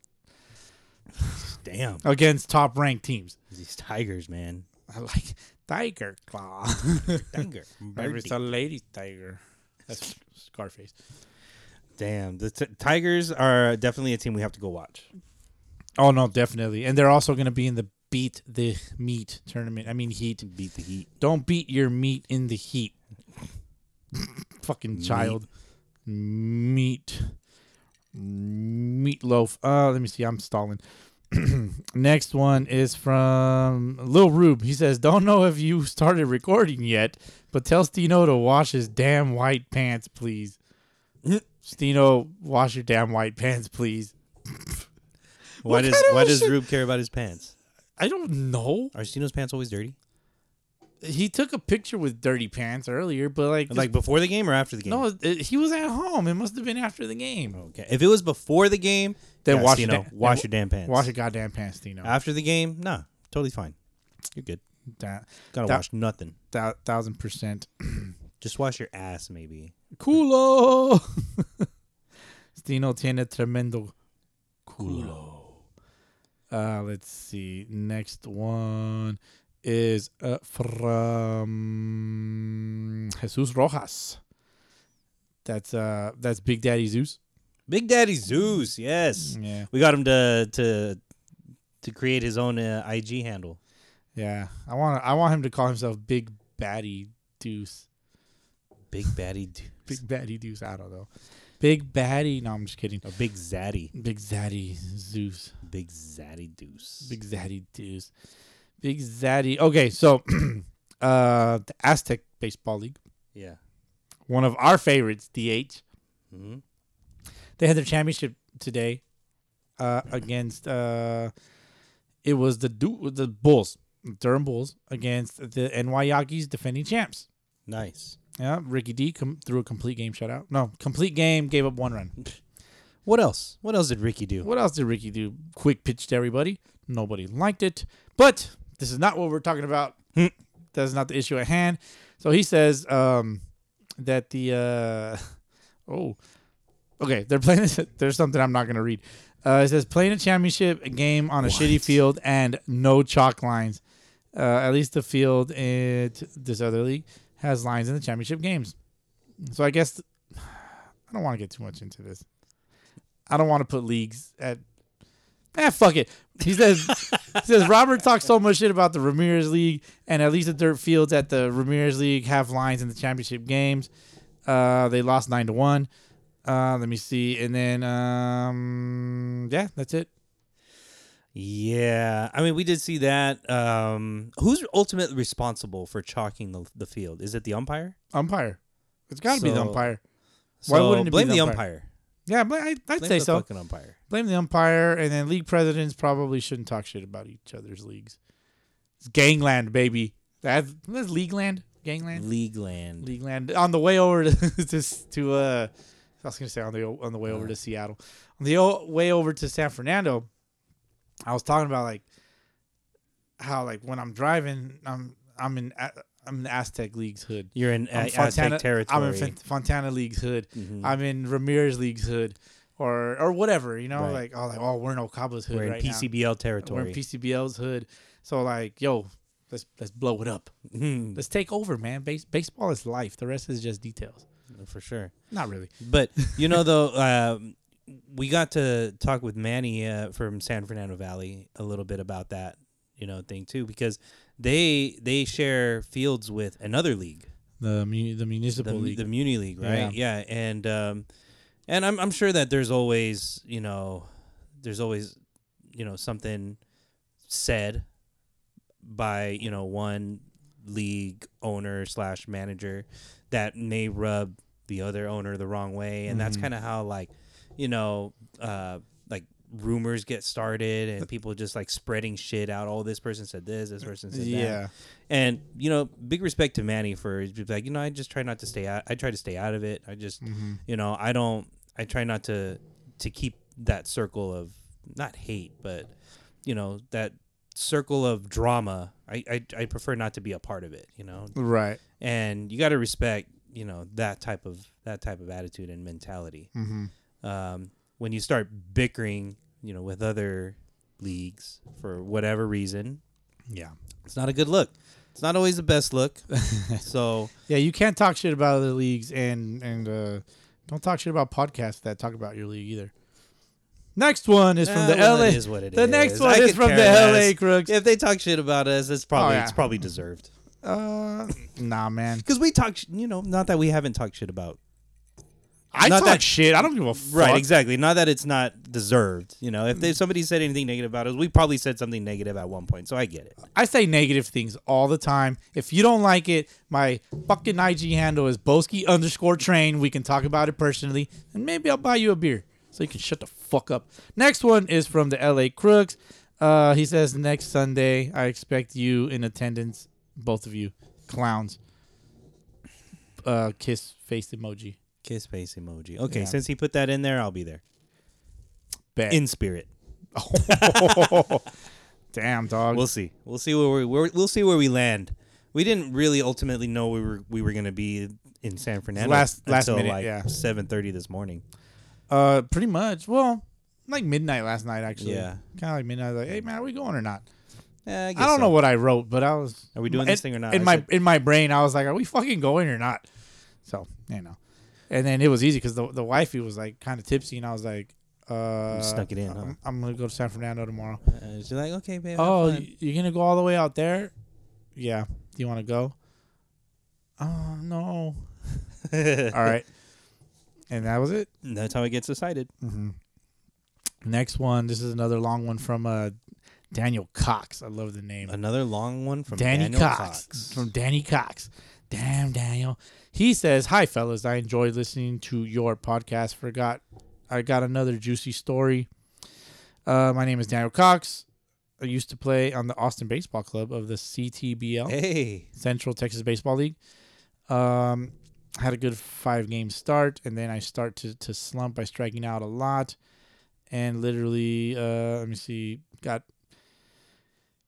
D: Damn,
C: against top ranked teams. (laughs)
D: these Tigers, man.
C: I like Tiger
D: (laughs)
C: Claw. (laughs)
D: Tiger.
C: Maybe
D: Birdie.
C: it's a lady tiger. That's Scarface.
D: Damn, the t- Tigers are definitely a team we have to go watch.
C: Oh no, definitely. And they're also going to be in the beat the meat tournament. I mean heat.
D: Beat the Heat.
C: Don't beat your meat in the heat. (laughs) Fucking child. Meat. Meatloaf. Uh, let me see. I'm stalling. (clears throat) Next one is from Lil Rube. He says, "Don't know if you started recording yet, but tell Stino to wash his damn white pants, (laughs) please." Stino, wash your damn white pants, please.
D: Why
C: What
D: does
C: kind of
D: why
C: a
D: does
C: shit-
D: Rube care about his pants?
C: I don't know.
D: Are Stino's pants always dirty?
C: He took a picture with dirty pants earlier, but like,
D: Like before the game or after the game?
C: no, it, he was at home. It must have been after the game.
D: Okay. If it was before the game,
C: Then
D: yeah,
C: wash your da-
D: Stino,
C: then
D: wash your damn pants.
C: Wash your goddamn pants, Dino.
D: After the game, nah, totally fine. You're good.
C: That,
D: Gotta
C: that-
D: wash nothing.
C: thou- thousand percent.
D: Just wash your ass, maybe.
C: (laughs) Culo. Stino tiene tremendo culo. Uh, let's see. Next one is uh, from Jesus Rojas. That's uh, that's Big Daddy Zeus.
D: Big Daddy Zeus, yes.
C: Yeah.
D: We got him to to to create his own uh, IG handle.
C: Yeah, I want I want him to call himself Big Batty Deuce.
D: Big Batty, Zeus.
C: Big Batty Deuce. I don't know. Big Batty. No, I'm just kidding.
D: or Big Zaddy,
C: Big Zaddy Zeus.
D: Big Zaddy Deuce.
C: Big Zaddy Deuce. Big Zaddy. Okay, so (clears throat) uh the Aztec Baseball League,
D: yeah.
C: one of our favorites, DH. They had their championship today uh against uh it was the du- the Bulls, Durham Bulls against the NY Yankees defending champs.
D: Nice.
C: Yeah, Ricky D com- threw a complete game shutout. No, complete game, gave up one run.
D: What else? What else did Ricky do?
C: What else did Ricky do? Quick pitch to everybody. Nobody liked it. But this is not what we're talking about. That's not the issue at hand. So he says um, that the uh, (laughs) oh, okay, they're playing. This, (laughs) there's something I'm not going to read. Uh, it says playing a championship game on a shitty field and no chalk lines. Uh, at least the field at this other league has lines in the championship games. So I guess (sighs) I don't want to get too much into this. I don't want to put leagues at. Eh, fuck it. He says, he says Robert talks so much shit about the Ramirez League, and at least the dirt fields at the Ramirez League have lines in the championship games. Uh, they lost nine to one. Uh, let me see, and then um, yeah, that's it.
D: Yeah, I mean, we did see that. Um, who's ultimately responsible for chalking the, the field? Is it the umpire?
C: Umpire, it's got to be the
D: So-
C: umpire. Why wouldn't it be
D: blame
C: the
D: the
C: umpire?
D: umpire?
C: Yeah, but I, I'd
D: Blame
C: say
D: the
C: so.
D: fucking umpire.
C: Blame the umpire, and then league presidents probably shouldn't talk shit about each other's leagues. It's gangland, baby. That's that's league land, gangland.
D: League land.
C: League Land on the way over to (laughs) to, to uh, I was gonna say on the on the way
D: Uh-huh.
C: over to Seattle, on the o- way over to San Fernando. I was talking about like how like when I'm driving, I'm I'm in A- I'm in the Aztec League's hood.
D: You're in
C: I'm
D: a- Aztec territory. Mm-hmm.
C: I'm in Font- Fontana League's hood. I'm in Ramirez League's hood, or or whatever. You know,
D: Right.
C: like oh like oh we're in Ocaba's hood
D: We're in
C: right now.
D: PCBL territory.
C: We're in
D: (laughs)
C: PCBL's hood. So like yo. Let's, let's blow it up.
D: Mm,
C: Let's take over, man. Base, baseball is life. The rest is just details.
D: for sure.
C: Not really.
D: But you (laughs) know, though, um, we got to talk with Manny uh, from San Fernando Valley a little bit about that, you know, thing too, because they they share fields with another league.
C: The mu- the
D: the,
C: municipal league.
D: the Muni League, right? Yeah, and um, and I'm I'm sure that there's always you know, there's always you know something said by you know one league owner slash manager that may rub the other owner the wrong way, and that's kind of how like you know uh, like rumors get started and people just like spreading shit out. Oh, this person said this, this person said that.
C: Yeah.
D: And you know, big respect to Manny for he's just like you know I just try not to stay out. I try to stay out of it. I just you know I don't. I try not to to keep that circle of not hate, but you know that circle of drama. I I, I prefer not to be a part of it. You know,
C: Right.
D: and you got to respect you know that type of that type of attitude and mentality
C: Mm-hmm.
D: um, when you start bickering you know with other leagues for whatever reason
C: Yeah.
D: it's not a good look it's not always the
C: (laughs)
D: best look so
C: Yeah, you can't talk shit about other leagues and and uh, don't talk shit about podcasts that talk about your league either. Next one is from
D: eh,
C: the
D: well,
C: LA.
D: it is what it
C: the
D: is.
C: next
D: I
C: one is
D: could
C: from the
D: care less.
C: LA Crooks. Oh,
D: if they talk shit about us it's probably
C: yeah.
D: it's probably deserved
C: Uh, nah, man.
D: because we talk sh- you know not that we haven't talked shit about
C: I
D: Not
C: talk
D: that-
C: shit. I don't give a fuck.
D: Right, exactly. Not that it's not deserved. You know, if there's somebody said anything negative about us, we probably said something negative at one point. So I get it.
C: I say negative things all the time. If you don't like it, my fucking IG handle is Boski underscore train. We can talk about it personally, and maybe I'll buy you a beer so you can shut the fuck up. Next one is from the LA Crooks. Uh, he says, Next Sunday, I expect you in attendance, both of you clowns. Uh, kiss face emoji.
D: Kiss face emoji. Okay,
C: Yeah.
D: since he put that in there, I'll be there
C: Bet.
D: in spirit.
C: (laughs) Damn, dog.
D: We'll see. We'll see where we where, we'll see where we land. We didn't really ultimately know we were we were gonna be in San Fernando
C: Last- last
D: until
C: minute,
D: like
C: yeah.
D: seven thirty this morning.
C: Uh, pretty much. Well, like midnight last night, actually.
D: Yeah.
C: Kind of like midnight. Like, hey, man, are we going or not?
D: Yeah,
C: I don't know what I wrote, but I was.
D: Are we doing
C: my-
D: this thing or not?
C: In
D: I
C: my
D: said-
C: in my brain, I was like, "Are we fucking going or not?" So you know, and then it was easy because the the wifey was like kind of tipsy, and I was like, uh,
D: snuck it in, huh?
C: I'm, I'm gonna go to San Fernando tomorrow.
D: Uh, she's like, okay, babe. have
C: oh,
D: fun."
C: y- you're gonna go all the way out there? Yeah. Do you want to go? Oh no.
D: (laughs)
C: all right. And that was it.
D: And that's how it gets decided.
C: Next one. This is another long one from uh, Daniel Cox. I love the name.
D: Another long one from
C: Danny
D: Daniel
C: Cox. From Danny Cox. Damn, Daniel. He says, Hi, fellas. I enjoyed listening to your podcast. Forgot I got another juicy story. Uh, my name is Daniel Cox. I used to play on the Austin Baseball Club of the CTBL.
D: Hey,
C: Central Texas Baseball League. Um, had a good five game start, and then I start to, to slump by striking out a lot, and literally, uh, let me see, got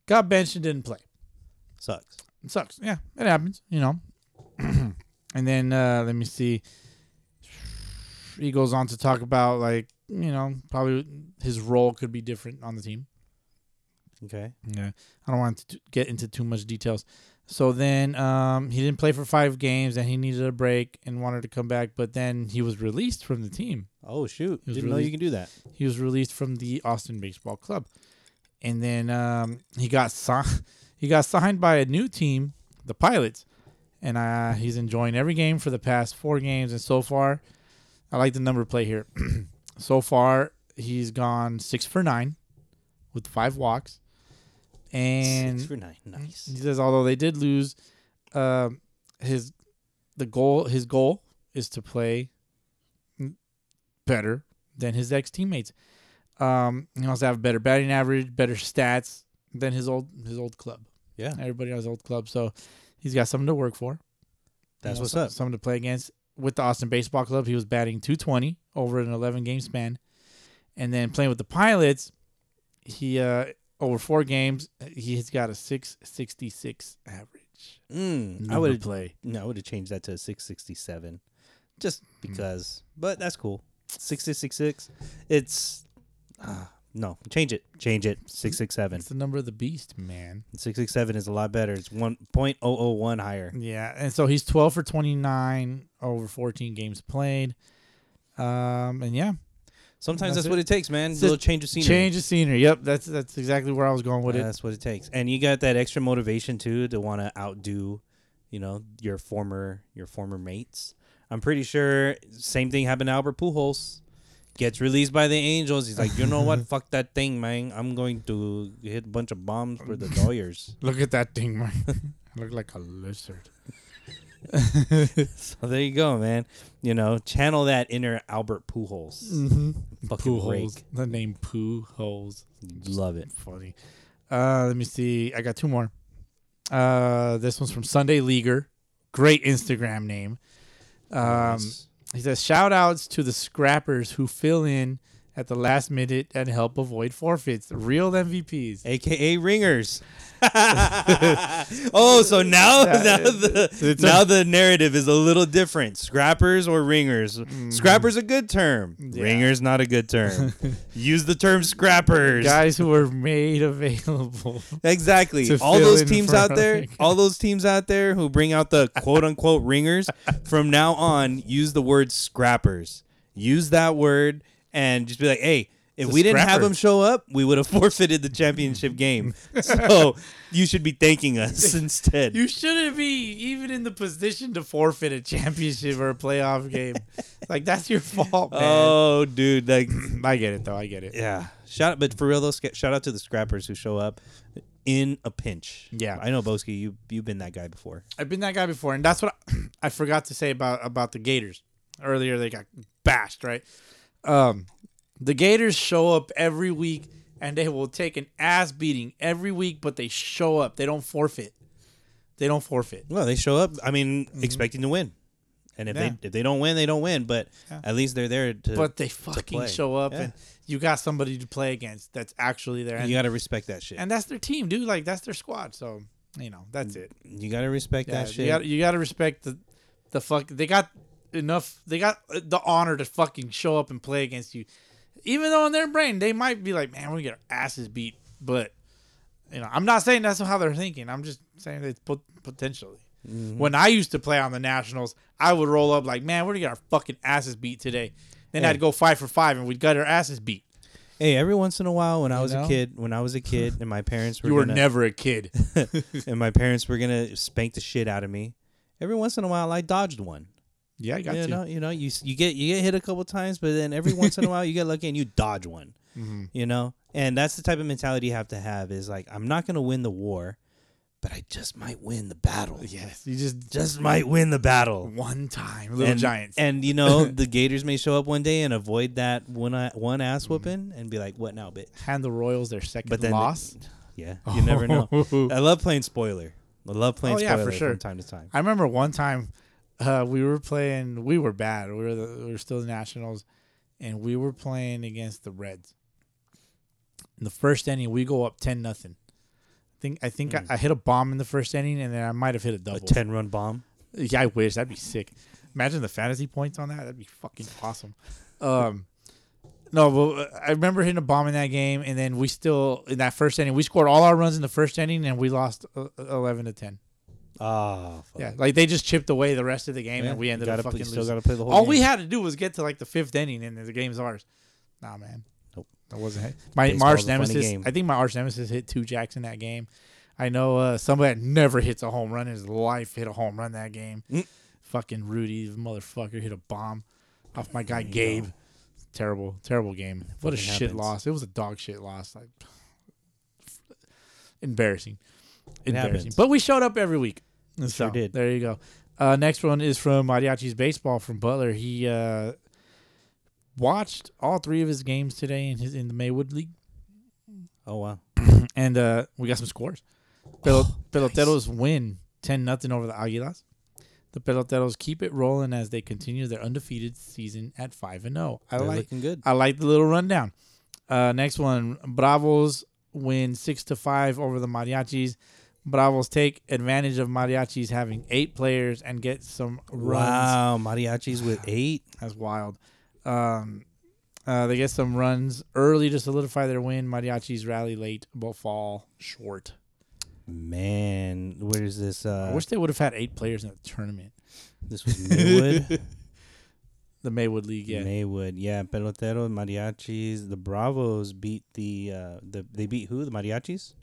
C: got benched and didn't play.
D: sucks.
C: It sucks. Yeah, it happens. You know. (clears throat) and then uh, let me see. He goes on to talk about like you know probably his role could be different on the team.
D: Okay.
C: Yeah, I don't want to t- get into too much details. So then um, he didn't play for five games, and he needed a break and wanted to come back. But then he was released from the team.
D: Oh shoot!
C: was
D: Didn't know you
C: really-
D: can do that.
C: He was released from the Austin Baseball Club, and then um, he got si- (laughs) he got signed by a new team, the Pilots, and uh, he's enjoying every game for the past four games. And so far, I like the number play here. (clears throat) so far, he's gone six for nine, with five walks, and
D: Six for nine. Nice.
C: he says although they did lose, um, his the goal his goal is to play better than his ex teammates. Um, he wants to have a better batting average, better stats than his old his old club.
D: Yeah.
C: everybody has old club, so he's got something to work for. You
D: That's
C: know,
D: what's
C: some-
D: up.
C: Something to play against. With the Austin Baseball Club, he was batting 220 over an 11 game span, and then playing with the Pilots, he uh over four games he's got a 666 average.
D: Mm, I
C: Number
D: would have
C: play.
D: No, I would have changed that to 667 just because, but that's cool. 6666. It's ah, no, change it. Change it. 667.
C: It's the number of the beast, man.
D: 667 is a lot better. It's 1.001 higher.
C: Yeah, and so he's 12 for 29 over 14 games played. Um, and yeah,
D: Sometimes
C: That's
D: that's, what
C: it.
D: it takes, man.
C: It's
D: little
C: just
D: change of scenery.
C: change of scenery. Yep, that's that's exactly where I was going with it.
D: That's what it takes. And you got that extra motivation too to want to outdo, you know, your former your former mates. I'm pretty sure same thing happened to Albert Pujols. Gets released by the Angels. He's like, you know
C: (laughs)
D: what? Fuck that thing, man. I'm going to hit
C: (laughs)
D: a bunch of bombs for the Dodgers.
C: Look at that thing, man. I look like a lizard.
D: so there you go, man. You know, channel that inner Albert Pujols.
C: Mm-hmm.
D: Fucking
C: Poo holes.
D: rake.
C: The name Poo holes.
D: Love it.
C: Funny. Uh, let me see. I got two more. Uh, this one's from Sunday Leaguer. Great Instagram name. Um, He says, shout outs to the scrappers who fill in at the last minute and help avoid forfeits. Real MVPs.
D: AKA ringers. (laughs) oh, so now now the now the narrative is a little different. Scrappers or ringers. Scrappers a good term. Ringers not a good term. Use the term scrappers.
C: Guys who were made available.
D: Exactly.
C: to
D: All
C: fill
D: those
C: in
D: teams
C: for
D: out there,
C: Rodriguez.
D: all those teams out there who bring out the quote unquote ringers, from now on, use the word scrappers. Use that word and just be like, hey, if
C: The
D: we didn't have
C: scrapper.
D: them show up, we would have (laughs) forfeited the championship game. So you should be
C: (laughs)
D: thanking us
C: (laughs)
D: instead.
C: You shouldn't be even in the position to forfeit a championship or a playoff (laughs) game. like that's your fault, man.
D: oh,
C: (clears throat)
D: dude. Like,
C: I get it though. I get it.
D: yeah. Shout out, but for real though, sca- shout out to the scrappers who show up in a pinch.
C: Yeah.
D: I know, Boski, you, you've been that guy before.
C: I've been that guy before, and that's what I, (clears throat) I forgot to say about about the Gators earlier. They got bashed, right? Um, the Gators show up every week, and they will take an ass beating every week, but they show up. They don't forfeit. They don't forfeit.
D: Well, they show up. I mean, expecting to win, and if
C: Mm-hmm. Yeah.
D: they if they don't win, they don't win. But at least they're there to.
C: But they fucking
D: play.
C: show up,
D: Yeah.
C: and you got somebody to play against that's actually there. And
D: you gotta respect that shit.
C: and that's their team, dude. Like that's their squad. So you know, that's
D: Mm.
C: it.
D: you gotta respect
C: Yeah,
D: that shit.
C: you got you got to respect the the fuck. They got enough. They got uh, the honor to fucking show up and play against you, even though in their brain they might be like, man, we get our asses beat. But you know, I'm not saying that's how they're thinking. I'm just saying it's pot- potentially.
D: Mm-hmm.
C: When I used to play on the Nationals, I would roll up like, man, we're gonna get our fucking asses beat today. Then I'd go five for five, and we'd get our asses beat.
D: hey, every once in a while, when I was a
C: know?
D: kid, when
C: (laughs)
D: I was a kid, and my parents were,
C: You were
D: gonna,
C: never a
D: (laughs)
C: kid.
D: and my parents were gonna spank the shit out of me. Every once in a while, I dodged one.
C: yeah, I got
D: You
C: you.
D: know, you know, you s- you get you get hit a couple times, but then every once
C: (laughs)
D: in a while, you get lucky and you dodge one.
C: Mm-hmm.
D: You know, and that's the type of mentality you have to have. Is like, I'm not gonna win the war, but I just might win the battle.
C: Yes, you just
D: just might win the battle.
C: one time, little
D: and,
C: giants.
D: And
C: (laughs)
D: you know, the Gators may show up one day and avoid that one one ass whooping and be like, "What now, bitch?"
C: hand the Royals their second
D: But then
C: loss.
D: Yeah, you
C: (laughs)
D: never know. I love playing spoiler. I love playing
C: Oh, yeah,
D: spoiler
C: for sure.
D: from time to time.
C: I remember one time uh, we were playing. We were bad. We were the, we were still the Nationals, and we were playing against the Reds. In the first inning, we go up ten nothing. I think I think I, I hit a bomb in the first inning, and then I might have hit a
D: Hmm. A
C: double.
D: ten run bomb.
C: Yeah, I wish that'd be sick. Imagine the fantasy points on that. That'd be fucking awesome. Um, no, but uh, I remember hitting a bomb in that game, and then we still in that first inning we scored all our runs in the first inning, and we lost uh, eleven to ten.
D: Oh, fuck.
C: Yeah, like they just chipped away the rest of the game,
D: Yeah,
C: and we
D: you
C: ended
D: gotta
C: up
D: play-
C: fucking
D: still
C: losing.
D: gotta play the whole
C: All we
D: game.
C: had to do was get to like the fifth inning, and then the game's ours. Nah, man,
D: Nope.
C: that wasn't it. My
D: Baseball's a
C: March
D: funny
C: nemesis.
D: game.
C: I think my arch nemesis hit two jacks in that game. I know uh, somebody that never hits a home run in his life hit a home run that game.
D: Mm.
C: Fucking Rudy, the motherfucker, hit a bomb off my guy Gabe. Terrible, terrible game. What a
D: fucking
C: shit
D: happens.
C: loss. It was a dog shit loss. Like (sighs) embarrassing, embarrassing.
D: happens.
C: But we showed up every week.
D: sure
C: So,
D: did.
C: There you go. Uh, next one is from Mariachi's baseball from Butler. He uh, watched all three of his games today in his in the Maywood League,
D: Oh wow.
C: and uh, we got some scores. Pel-
D: Oh,
C: Peloteros win ten nothing over the Aguilas. The Peloteros keep it rolling as they continue their undefeated season at five and zero. I
D: They're
C: like
D: looking good.
C: I like the little rundown. Uh, next one, Bravos win six to five over the Mariachis. Bravos take advantage of Mariachis having eight players and get some runs.
D: Wow, mariachis with eight.
C: That's wild. Um, uh, they get some runs early to solidify their win. Mariachis rally late but fall short.
D: Man, where is this?
C: I
D: Uh,
C: wish they would have had eight players in the tournament.
D: this was Maywood.
C: The Maywood League, (laughs) yeah.
D: Maywood, yeah. Pelotero, mariachis. The Bravos beat the uh, the they beat who? The mariachis.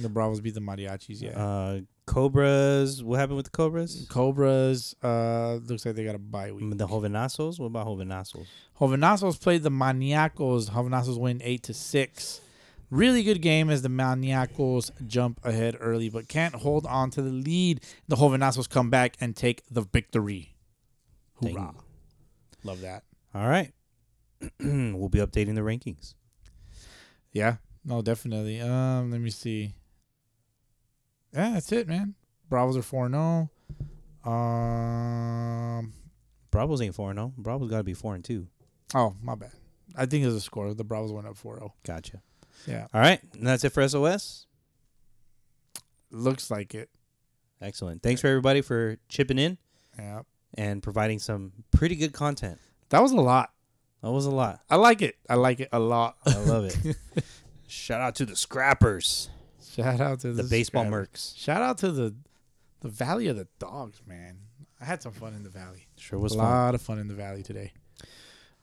C: The Bravos beat the Mariachis, yeah.
D: Uh, Cobras. What happened with the Cobras?
C: Cobras, uh, looks like they got a bye week.
D: Mm, The Jovenazos? What about Jovenazos?
C: Jovenazos played the Maniacos. Jovenazos win eight to six. Really good game as the Maniacos jump ahead early, but can't hold on to the lead. The Jovenazos come back and take the victory. Hoorah. Love that.
D: All right. (clears throat) we'll be updating the rankings.
C: Yeah. No, definitely. Um, let me see. Yeah, that's it, man. Bravos are four zero. Um.
D: Bravos ain't 4 0. Bravos got to be 4 and 2.
C: Oh, my bad. I think it was a score. The Bravos went up oh. 4-0.
D: Gotcha.
C: Yeah,
D: All right. And that's it for SOS.
C: looks like it.
D: Excellent. Thanks for everybody for chipping in
C: Yeah,
D: and providing some pretty good content.
C: that was a lot.
D: That was a lot.
C: I like it. I like it a
D: (laughs)
C: lot.
D: I love
C: (laughs)
D: it. Shout out to the scrappers,
C: Shout out to
D: the
C: the
D: baseball
C: subscribers.
D: mercs.
C: Shout out to the the Valley of the Dogs, man. I had some fun in the Valley.
D: Sure was
C: a
D: fun.
C: lot of fun in the Valley today.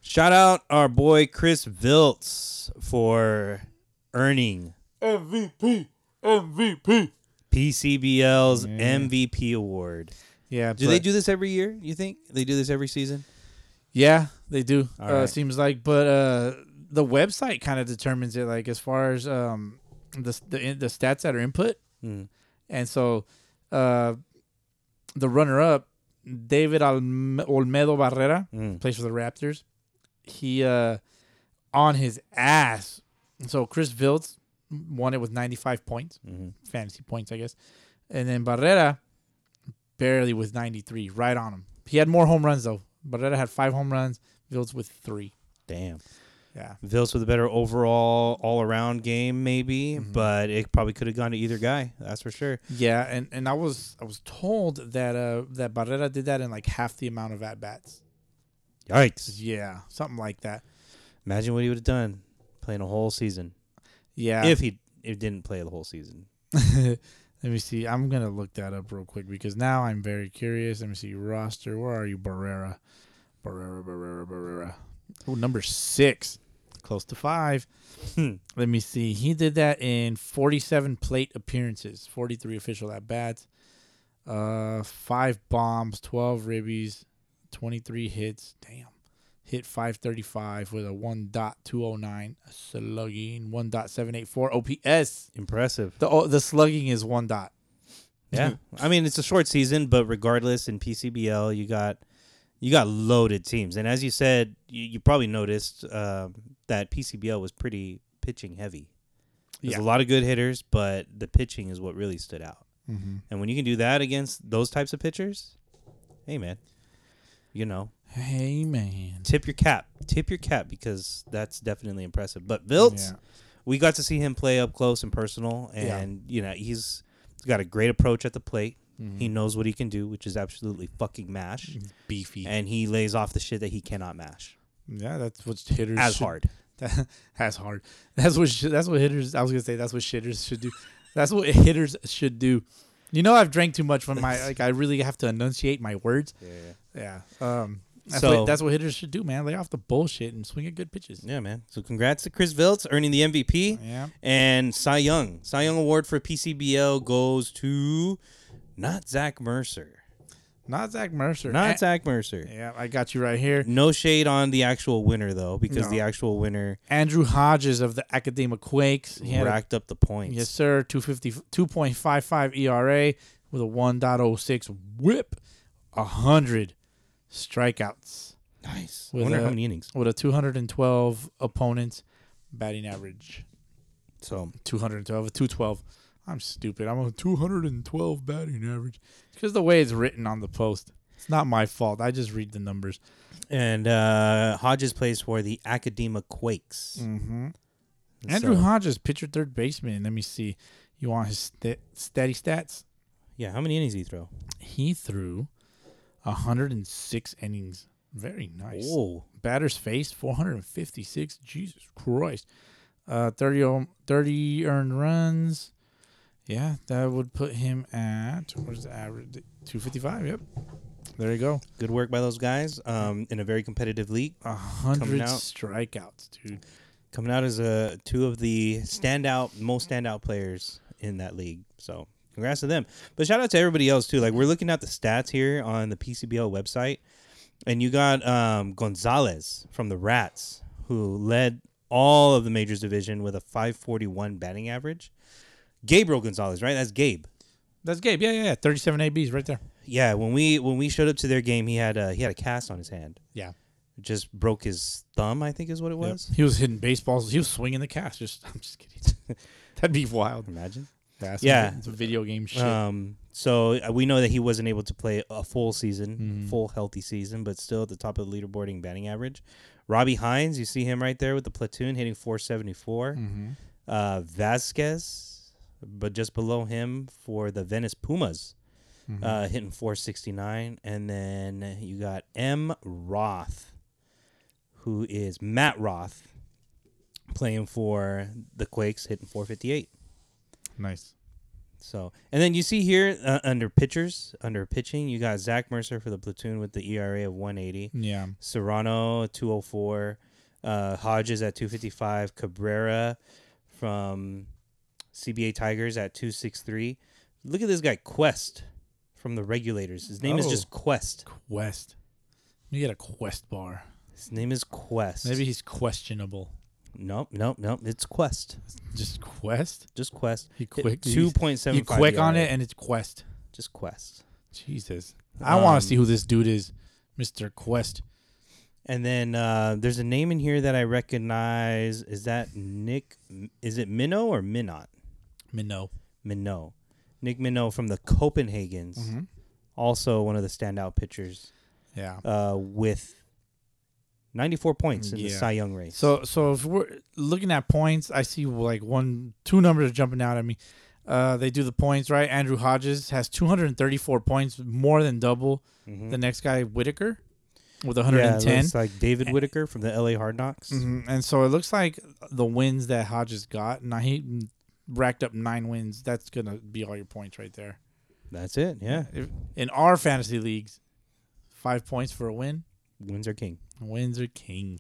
D: Shout out our boy Chris Viltz for earning MVP, MVP, PCBL's MVP award.
C: Yeah.
D: Do they do this every year? You think they do this every season?
C: Yeah, they do.
D: All
C: Uh,
D: right.
C: Seems like, but uh, the website kind of determines it. Like as far as um, the the, in- the stats that are input,
D: Mm.
C: and so uh, the runner up, David Alme- Olmedo Barrera,
D: Mm.
C: plays for the Raptors. He uh, on his ass. So Chris Viltz won it with ninety five points,
D: Mm-hmm.
C: fantasy points, I guess, and then Barrera barely with 93, right on him. He had more home runs though. Barrera had five home runs. Vilds with three.
D: Damn.
C: Yeah.
D: Viltz with a better overall all around game, maybe,
C: Mm-hmm.
D: but it probably could have gone to either guy. That's for sure.
C: Yeah, and, and I was I was told that uh that Barrera did that in like half the amount of at bats.
D: Yikes.
C: Yeah, something like that.
D: Imagine what he would have done playing a whole season.
C: Yeah.
D: If he if didn't play the whole season.
C: Let me see. I'm gonna look that up real quick because now I'm very curious. Let me see roster. Where are you, Barrera? Barrera, Barrera, Barrera. Oh, number six, close to five. Hmm. Let me see. He did that in 47 plate appearances, 43 official at bats, uh, five bombs, 12 ribbies, 23 hits. Damn. Hit 535 with a 1.209 slugging, 1.784 OPS.
D: Impressive.
C: The oh, the slugging is one dot.
D: Yeah, Mm-hmm. I mean it's a short season, but regardless, in PCBL you got you got loaded teams, and as you said, you, you probably noticed um, that PCBL was pretty pitching heavy. There's
C: Yeah.
D: a lot of good hitters, but the pitching is what really stood out. And when you can do that against those types of pitchers, hey man, you know,
C: Hey man.
D: tip your cap, tip your cap because that's definitely impressive. But Viltz,
C: Yeah.
D: we got to see him play up close and personal,
C: Yeah.
D: and you know he's, he's got a great approach at the plate.
C: Mm-hmm.
D: He knows what he can do, which is absolutely fucking mash,
C: Beefy.
D: and he lays off the shit that he cannot mash
C: yeah, that's what hitters
D: as
C: should- (laughs)
D: hard.
C: as hard. That's what sh- that's what hitters. I was gonna say that's what shitters should do. That's what hitters should do. You know, I've drank too much from
D: (laughs)
C: my like. I really have to enunciate my words. Yeah. Yeah. Um. That's,
D: So-
C: what, that's what hitters should do, man. Lay off the bullshit and swing at good pitches.
D: Yeah, man. So congrats to Chris Viltz earning the MVP.
C: Yeah.
D: And Cy Young. Cy Young Award for PCBL goes to not Zach Mercer.
C: Not Zach Mercer.
D: Not
C: Eh,
D: Zach Mercer.
C: Yeah, I got you right here.
D: No shade on the actual winner though, because
C: No.
D: the actual winner
C: Andrew Hodges of the Academic Quakes. He had a
D: racked up the points.
C: Yes, sir. 250, 2.55 ERA with E a 1.06 whip, 100 strikeouts
D: Nice. I
C: With
D: wonder
C: a-
D: how many innings.
C: with a 212 opponents batting average.
D: So
C: 212, a 212. I'm stupid. I'm a 212 batting average. It's because the way it's written on the post. It's not my fault. I just read the numbers.
D: and uh Hodges plays for the Academa Quakes.
C: Andrew
D: So-
C: Hodges, pitcher third baseman. Let me see. You want his st- steady stats?
D: Yeah, how many innings did he throw?
C: He threw 106 innings. Very nice.
D: Oh,
C: Batter's face, 456. Jesus Christ. Uh, 30, o- 30 earned runs. Yeah, that would put him at, what is the average? 255, yep. There you go.
D: good work by those guys. Um, in a very competitive league,
C: 100
D: out.
C: strikeouts, dude.
D: coming out as uh, two of the standout, most standout players in that league. So congrats to them. But shout out to everybody else too. Like we're looking at the stats here on the PCBL website, and you got um, Gonzalez from the Rats, who led all of the majors division with a 541 batting average. Gabriel Gonzalez, right? That's Gabe.
C: That's Gabe. Yeah, yeah, yeah. 37 ABs right there.
D: Yeah, when we when we showed up to their game, he had uh, he had a cast on his hand.
C: Yeah.
D: It just broke his thumb, I think is what it was.
C: He was hitting baseballs. He was swinging the cast. Just, (laughs) I'm just kidding. That'd be wild.
D: Imagine.
C: it's
D: Yeah.
C: a- It's a video game shit.
D: Um, so uh, we know that he wasn't able to play a full season, full healthy season, but still at the top of the leaderboard in batting average. Robbie Hines, you see him right there with the platoon hitting 474. Uh, Vasquez, but just below him for the Venice Pumas, uh, hitting 469. And then you got M. Roth, who is Matt Roth, playing for the Quakes, hitting 458.
C: nice.
D: So, and then you see here uh, under pitchers, under pitching, you got Zach Mercer for the platoon with the ERA of 180,
C: Yeah.
D: Serrano 204, uh, Hodges at 255, Cabrera from CBA Tigers at 263. Look at this guy Quest from the Regulators. His name is
C: Oh.
D: just Quest.
C: Quest. You get a quest bar.
D: His name is Quest.
C: Maybe he's questionable.
D: Nope, nope, nope. It's Quest.
C: Just quest?
D: Just Quest.
C: You quick.
D: Two point seven. E
C: You quick on it and it's quest.
D: Just Quest.
C: Jesus. I want
D: Um,
C: to see who this dude is, Mr. Quest.
D: And then uh, there's a name in here that I recognize. Is that Nick? Is it Minnow or Minot?
C: Minnow.
D: Minot. Nick Minot from the Copenhagens.
C: Mm-hmm.
D: Also one of the standout pitchers
C: Yeah.
D: uh, with 94 points in the
C: Yeah.
D: Cy Young race.
C: So so if we're looking at points, I see like one two numbers are jumping out at me. Uh, they do the points right. Andrew Hodges has 234 points, more than double the next guy Whitaker with
D: Mm-hmm. yeah,
C: 110.
D: it's like David Whitaker from the LA Hard Knocks.
C: Mhm. And so it looks like the wins that Hodges got, now he racked up nine wins. That's gonna be all your points right there.
D: That's it. Yeah.
C: If, in our fantasy leagues, five points for a win,
D: Wins are king.
C: wins are king.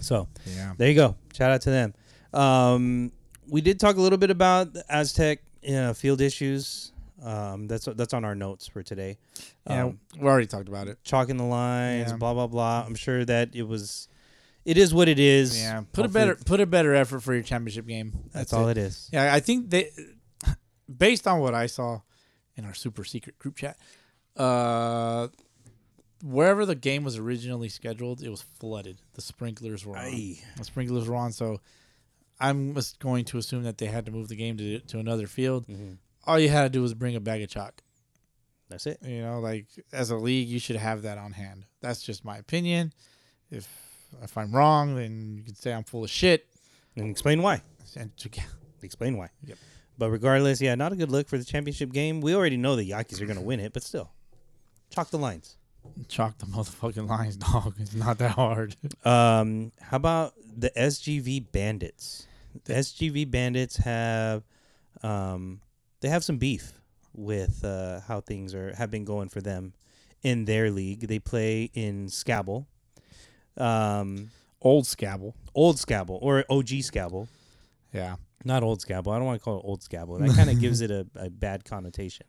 D: So
C: Yeah.
D: there you go. Shout out to them. Um, we did talk a little bit about the Aztec uh, field issues. Um, that's that's on our notes for today.
C: Yeah,
D: Um,
C: we already talked about it.
D: chalking the lines,
C: Yeah.
D: blah blah blah. I'm sure that it was. It is what it is.
C: Yeah, put a
D: Hopefully-
C: better put a better effort for your championship game.
D: That's, all it is.
C: Yeah, I think they, based on what I saw in our super secret group chat, uh, wherever the game was originally scheduled, it was flooded. The sprinklers were on.
D: Aye.
C: The sprinklers were on, so I'm just going to assume that they had to move the game to to another field. All you had to do was bring a bag of chalk.
D: That's it.
C: You know, like as a league, you should have that on hand. That's just my opinion. If if I'm wrong, then you can say I'm full of shit.
D: And explain why.
C: And to,
D: Explain why.
C: Yep.
D: But regardless, yeah, not a good look for the championship game. We already know the Yankees are going to win it, but still, chalk the lines.
C: chalk the (laughs) motherfucking lines, dog. It's not that hard. (laughs)
D: Um, how about the SGV Bandits? The SGV Bandits have, um, they have some beef with uh, how things are have been going for them in their league. They play in Scabble, um,
C: Old Scabble.
D: old Scabble or OG Scabble,
C: Yeah.
D: not old Scabble. I don't want to call it old Scabble. That
C: (laughs)
D: kind of gives it a, a bad connotation.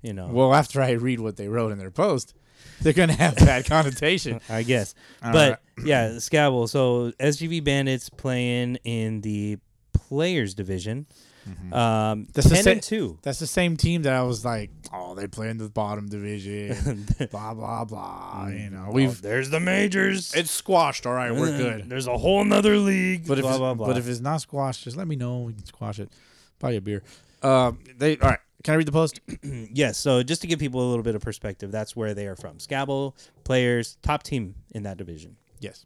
D: You know,
C: Well, after I read what they wrote in their post, (laughs) they're gonna have bad (laughs) connotation.
D: I guess. But
C: (clears throat)
D: yeah, the Scabble. So SGV Bandits playing in the players division.
C: Mm-hmm.
D: Um,
C: That's the
D: ten
C: sa-
D: and two.
C: That's the same team that I was like, oh, they play in the bottom
D: (laughs)
C: division. blah blah blah.
D: Mm,
C: You
D: oh,
C: know, we've
D: There's the majors. Uh,
C: it's squashed. All right,
D: (laughs)
C: we're good.
D: There's a whole nother league.
C: But if
D: blah
C: it's,
D: blah blah.
C: but if it's not squashed, just let me know. We can squash it. Buy you a beer. Um, they all right. Can I read the post?
D: yes, so just to give people a little bit of perspective, that's where they are from. Scabble players, top team in that division.
C: Yes.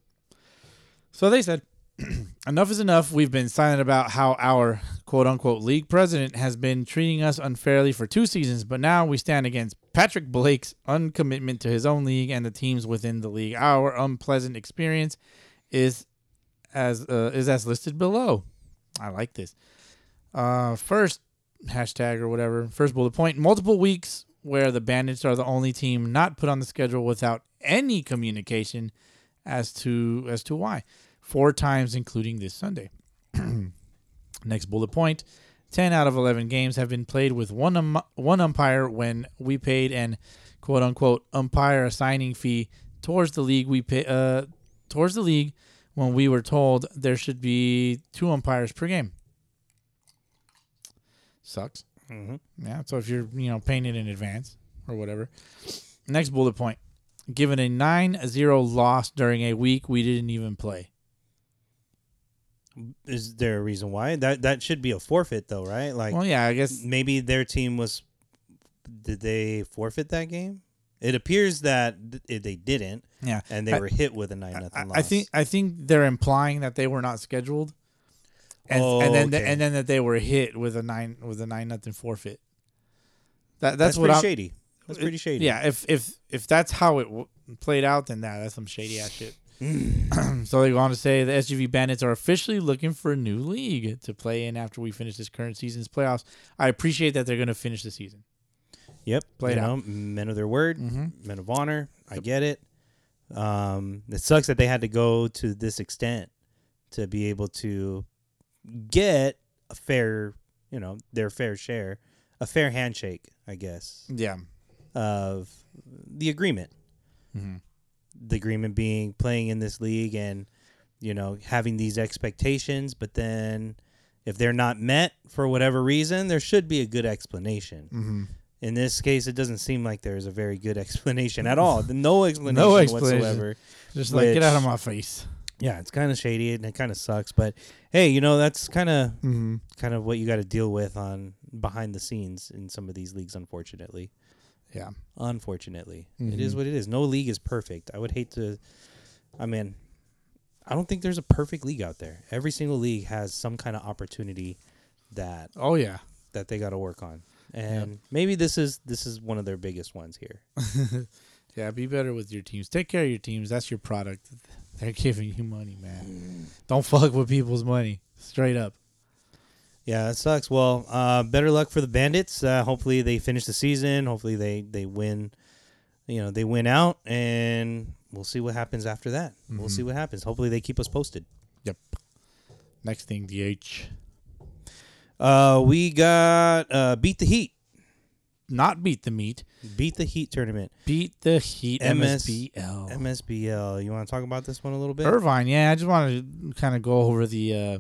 C: So they said, (clears throat) enough is enough. We've been silent about how our quote unquote league president has been treating us unfairly for two seasons, but now we stand against Patrick Blake's uncommitment to his own league and the teams within the league. Our unpleasant experience is as uh, is as listed below. I like this. Uh, first hashtag or whatever. First bullet point: multiple weeks where the Bandits are the only team not put on the schedule without any communication as to as to why. Four times, including this Sunday. (clears throat) Next bullet point: ten out of eleven games have been played with one um, one umpire when we paid an quote unquote umpire assigning fee towards the league we pay uh, towards the league when we were told there should be two umpires per game. Sucks. Yeah. So if you're you know paying it in advance or whatever. Next bullet point. Given a 9-0 loss during a week we didn't even play.
D: Is there a reason why that that should be a forfeit though, right? Like
C: Well, yeah, I guess
D: maybe their team was. Did they forfeit that game? It appears that th- they didn't,
C: yeah.
D: and they
C: I-
D: were hit with a nine nothing
C: I,
D: loss.
C: I think I think they're implying that they were not scheduled, and,
D: Oh,
C: and then
D: okay.
C: and then that they were hit with a nine with a nine nothing forfeit. That that's,
D: that's,
C: what
D: pretty
C: I'm.
D: shady. That's pretty shady.
C: Yeah, if if if that's how it w- played out, then that that's some shady ass
D: (sighs)
C: shit.
D: Mm.
C: so they go on to say the SGV Bandits are officially looking for a new league to play in after we finish this current season's playoffs. I appreciate that they're going to finish the season.
D: Yep.
C: Played Mm-hmm.
D: you know, men of their word, men of honor. I get it. Um, it sucks that they had to go to this extent to be able to get a fair, you know, their fair share, a fair handshake, I guess,
C: Yeah,
D: of the agreement. The agreement being playing in this league and, you know, having these expectations, but then if they're not met for whatever reason, there should be a good explanation. In this case, it doesn't seem like there is a very good (laughs) explanation at all. No explanation,
C: explanation.
D: whatsoever.
C: just like
D: Which-
C: get out of my face.
D: Yeah, it's kind of shady and it kind of sucks. But hey, you know that's kind of kind of what you got to deal with on behind the scenes in some of these leagues. Unfortunately,
C: Yeah,
D: unfortunately, It is what it is. No league is perfect. I would hate to. I mean, I don't think there's a perfect league out there. Every single league has some kind of opportunity that
C: oh yeah,
D: that they got to work on, and maybe this is this is one of their biggest ones here.
C: yeah. Be better with your teams. Take care of your teams. That's your product. They're giving you money, man. Don't fuck with people's money. Straight up.
D: Yeah, that sucks. Well, uh, better luck for the Bandits. Uh, hopefully they finish the season. Hopefully they they win. You know they win out, and we'll see what happens after that. We'll see what happens. Hopefully they keep us posted.
C: Yep. Next thing, DH.
D: Uh, we got uh, beat the Heat.
C: Not beat the meat.
D: Beat the Heat tournament.
C: Beat the heat.
D: MS Oh.
C: MSBL.
D: MSBL. You want to talk about this one a little bit?
C: Irvine. Yeah, I just wanted to kind of go over the uh,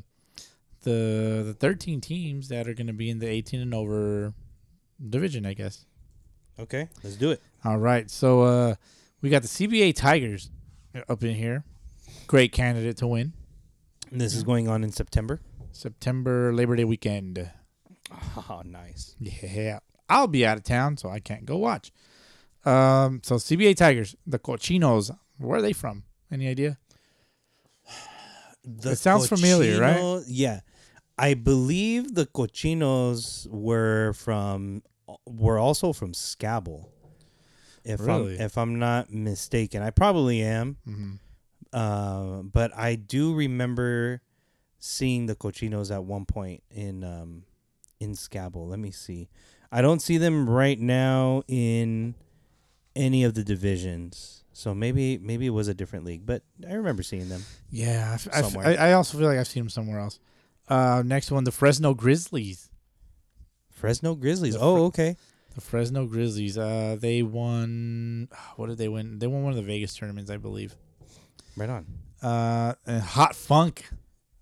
C: the the thirteen teams that are going to be in the eighteen and over division, I guess.
D: Okay, let's do it.
C: All right, so uh, we got the CBA Tigers up in here. Great candidate to win
D: This is going on in September.
C: September Labor Day weekend.
D: (laughs) Oh, nice.
C: Yeah, I'll be out of town, so I can't go watch. Um, so CBA Tigers, the Cochinos. Where are they from? Any idea?
D: The
C: It sounds familiar, right?
D: Cochino- Yeah, I believe the Cochinos were from were also from Scabble. If
C: Really? Mm-hmm.
D: I'm if I'm not mistaken, I probably am. Uh, but I do remember seeing the Cochinos at one point in um, in Scabble. Let me see. I don't see them right now in any of the divisions. So maybe maybe it was a different league, but I remember seeing them.
C: Yeah, I f- I f-
D: Somewhere.
C: I, I also feel like I've seen them somewhere else. Uh, next one, the Fresno Grizzlies.
D: Fresno Grizzlies. Oh, okay.
C: The Fresno Grizzlies. Uh, they won. (sighs) What did they win? They won one of the Vegas tournaments, I believe.
D: Right on.
C: Uh, and Hot Funk.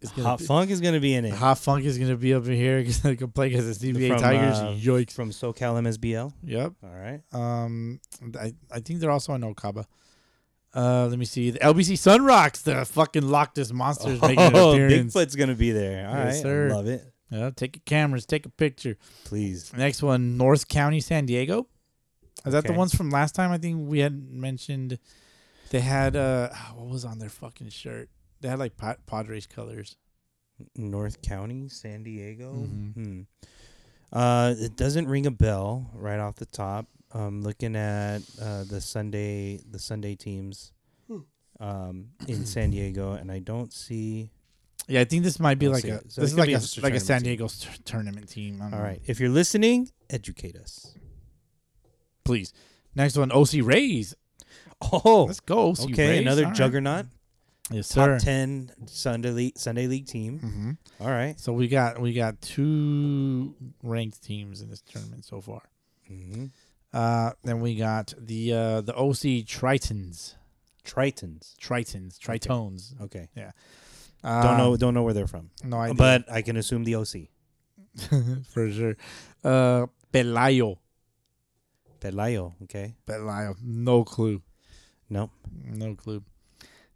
C: Is gonna
D: Hot
C: be,
D: Funk is going to be in it.
C: Hot Funk is gonna be up in here (laughs) because they can play against the CBA Tigers.
D: uh,
C: Yikes.
D: From SoCal MSBL.
C: yep.
D: All right.
C: Um, I, I think they're also in Okaba. Uh, let me see. The LBC Sun Rocks, the fucking Loch Ness
D: (laughs)
C: Monsters making an
D: oh,
C: appearance.
D: Bigfoot's going to be there. All right.
C: Yes, sir.
D: I love it.
C: Yeah, take your cameras, take a picture.
D: Please.
C: Next one, North County, San Diego. Is that the
D: Okay.
C: ones from last time? I think we had mentioned they had uh what was on their fucking shirt? They had like pa- Padres colors.
D: North County, San Diego.
C: Mm-hmm.
D: Hmm. Uh, it doesn't ring a bell right off the top. Um, looking at uh, the Sunday the Sunday teams
C: Hmm.
D: um, in San Diego, and I don't see.
C: Yeah, I think this might be
D: Oh,
C: like
D: so-
C: a this
D: so it
C: is
D: could
C: like
D: be
C: a
D: just a
C: like a San
D: tournament
C: Diego tur- tournament team. I don't
D: All
C: know.
D: right, if you're listening, educate us.
C: please. Next one, OC Rays.
D: Oh,
C: Let's go. OC
D: okay,
C: Rays.
D: another
C: All right.
D: juggernaut.
C: Yes,
D: top
C: sir.
D: 10 Sunday league, Sunday league team.
C: Mm-hmm.
D: All right.
C: So we got we got two ranked teams in this tournament so far.
D: Mm-hmm.
C: Uh, then we got the uh, the OC Tritons.
D: Tritons.
C: Tritons, Tritones.
D: Okay.
C: Yeah. Um,
D: don't know. Don't know where they're from.
C: No idea.
D: But I can assume the OC.
C: for sure. Uh, Pelayo.
D: Pelayo. Okay.
C: Pelayo. No clue.
D: No.
C: No clue.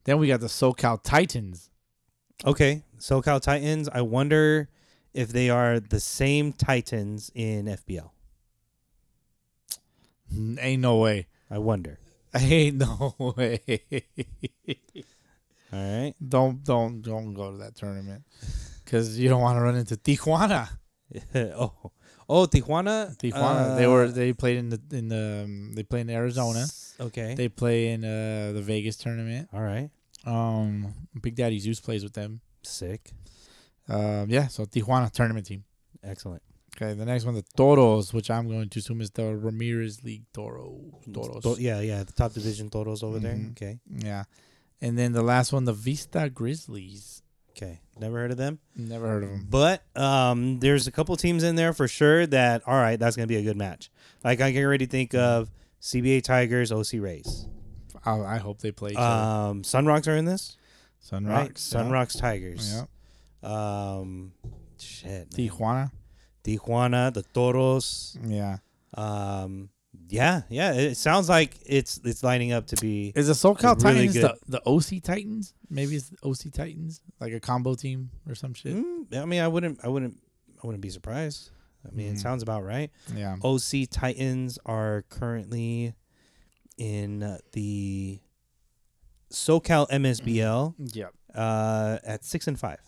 C: Then we got the SoCal Titans.
D: Okay. SoCal Titans. I wonder if they are the same Titans in FBL.
C: N- Ain't no way. (laughs)
D: I wonder.
C: Ain't no way. (laughs)
D: All right. (laughs)
C: don't don't don't go to that tournament because you don't want to run into Tijuana.
D: oh. Oh, Tijuana. Uh,
C: Tijuana. they were they played in the in the um, they play in Arizona.
D: Okay.
C: They play in uh, the Vegas tournament.
D: All right.
C: Um, Big Daddy Zeus plays with them.
D: Sick.
C: Um, yeah, so Tijuana tournament team.
D: Excellent.
C: Okay, the next one, the Toros, which I'm going to assume is the Ramirez League Toro Toros.
D: To- yeah, yeah. The top division totals over there.
C: Mhm.
D: Okay.
C: yeah, and then the last one, the Vista Grizzlies.
D: Okay. Never heard of them.
C: Never heard of them.
D: But um, there's a couple teams in there for sure that all right, that's gonna be a good match. Like I can already think
C: Mm-hmm.
D: of CBA Tigers, OC Rays,
C: I, I hope they play. each other.
D: um, Sunrocks are in
C: Uh,
D: this,
C: Sun
D: right?
C: Rocks,
D: Sunrocks Tigers.
C: Yeah.
D: Um, shit.
C: yeah,
D: man.
C: Tijuana.
D: Tijuana, the Toros.
C: Yeah,
D: Um, yeah, yeah. It it sounds like it's it's lining up to be.
C: is the SoCal
D: It's really
C: Titans
D: good.
C: the, the OC Titans? Maybe it's the OC Titans, like a combo team or some shit.
D: Mm, I mean, I wouldn't, I wouldn't, I wouldn't be surprised. I
C: Mm-hmm.
D: mean, it sounds about right.
C: Yeah,
D: OC Titans are currently in uh, the SoCal MSBL
C: yeah.
D: uh, at six and five,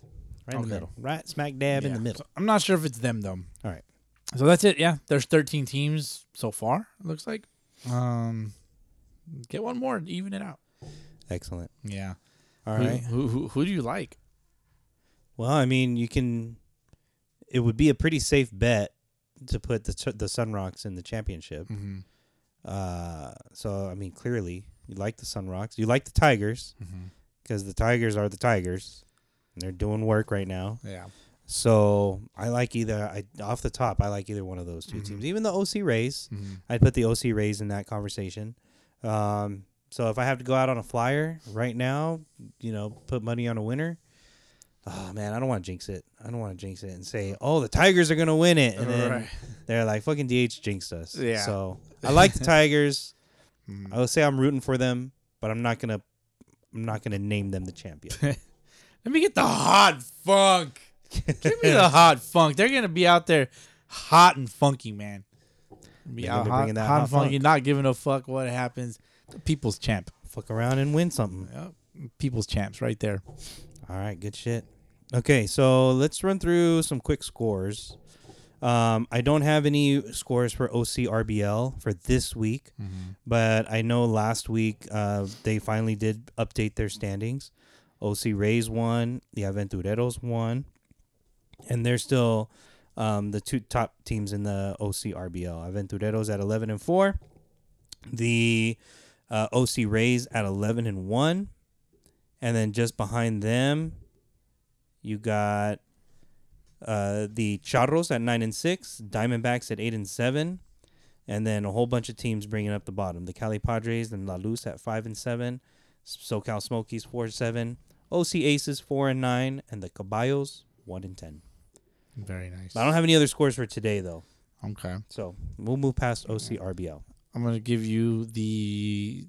D: right
C: Mm-hmm.
D: in
C: Okay.
D: the middle, right smack dab in
C: Yeah.
D: the middle.
C: So I'm not sure if it's them though.
D: All right.
C: So that's it. Yeah, there's 13 teams so far. It looks like. Um, get one more and even it out.
D: Excellent.
C: Yeah.
D: All
C: who,
D: right.
C: Who, who who do you like?
D: Well, I mean, you can. It would be a pretty safe bet to put the the Sunrocks in the championship.
C: Mm-hmm.
D: Uh, so I mean, clearly you like the Sunrocks. You like the Tigers
C: Mm-hmm.
D: because the Tigers are the Tigers. And they're doing work right now.
C: Yeah.
D: So I like either I off the top I like either one of those 2
C: Mm-hmm.
D: teams. Even the OC Rays, I'd put the OC Rays in that conversation. Um, so if I have to go out on a flyer right now, you know, put money on a winner. Oh man, I don't want to jinx it. I don't want to jinx it and say, oh, the Tigers are gonna win it, and then
C: Right.
D: they're like, fucking DH jinxed us.
C: Yeah. Mm.
D: So I like
C: (laughs)
D: the Tigers. I would say I'm rooting for them, but I'm not gonna, I'm not gonna name them the champion.
C: (laughs) Let me get the hot funk. Give me (laughs) the hot funk. They're gonna be out there, hot and funky, man. Be
D: They're
C: out
D: gonna be
C: hot,
D: bringing that
C: hot and
D: hot
C: funky,
D: funk.
C: not giving a fuck what happens. The people's champ.
D: Fuck around and win something.
C: Yep. People's champs, right there.
D: All right, good shit. Okay, so let's run through some quick scores. Um, I don't have any scores for OCRBL for this week, but I know last week uh, they finally did update their standings. OC Rays won, the Aventureros won, and they're still um, the two top teams in the OCRBL. Aventureros at 11 and 4, the uh, OC Rays at 11 and 1. And then just behind them, you got uh, the Charros at nine and six, Diamondbacks at eight and seven, and then a whole bunch of teams bringing up the bottom. The Cali Padres and La Luz at five and seven, SoCal Smokies four and seven, OC Aces four and nine, and the Caballos one and ten.
C: Very nice.
D: I don't have any other scores for today though,
C: Okay.
D: so we'll move past OC RBL.
C: I'm gonna give you the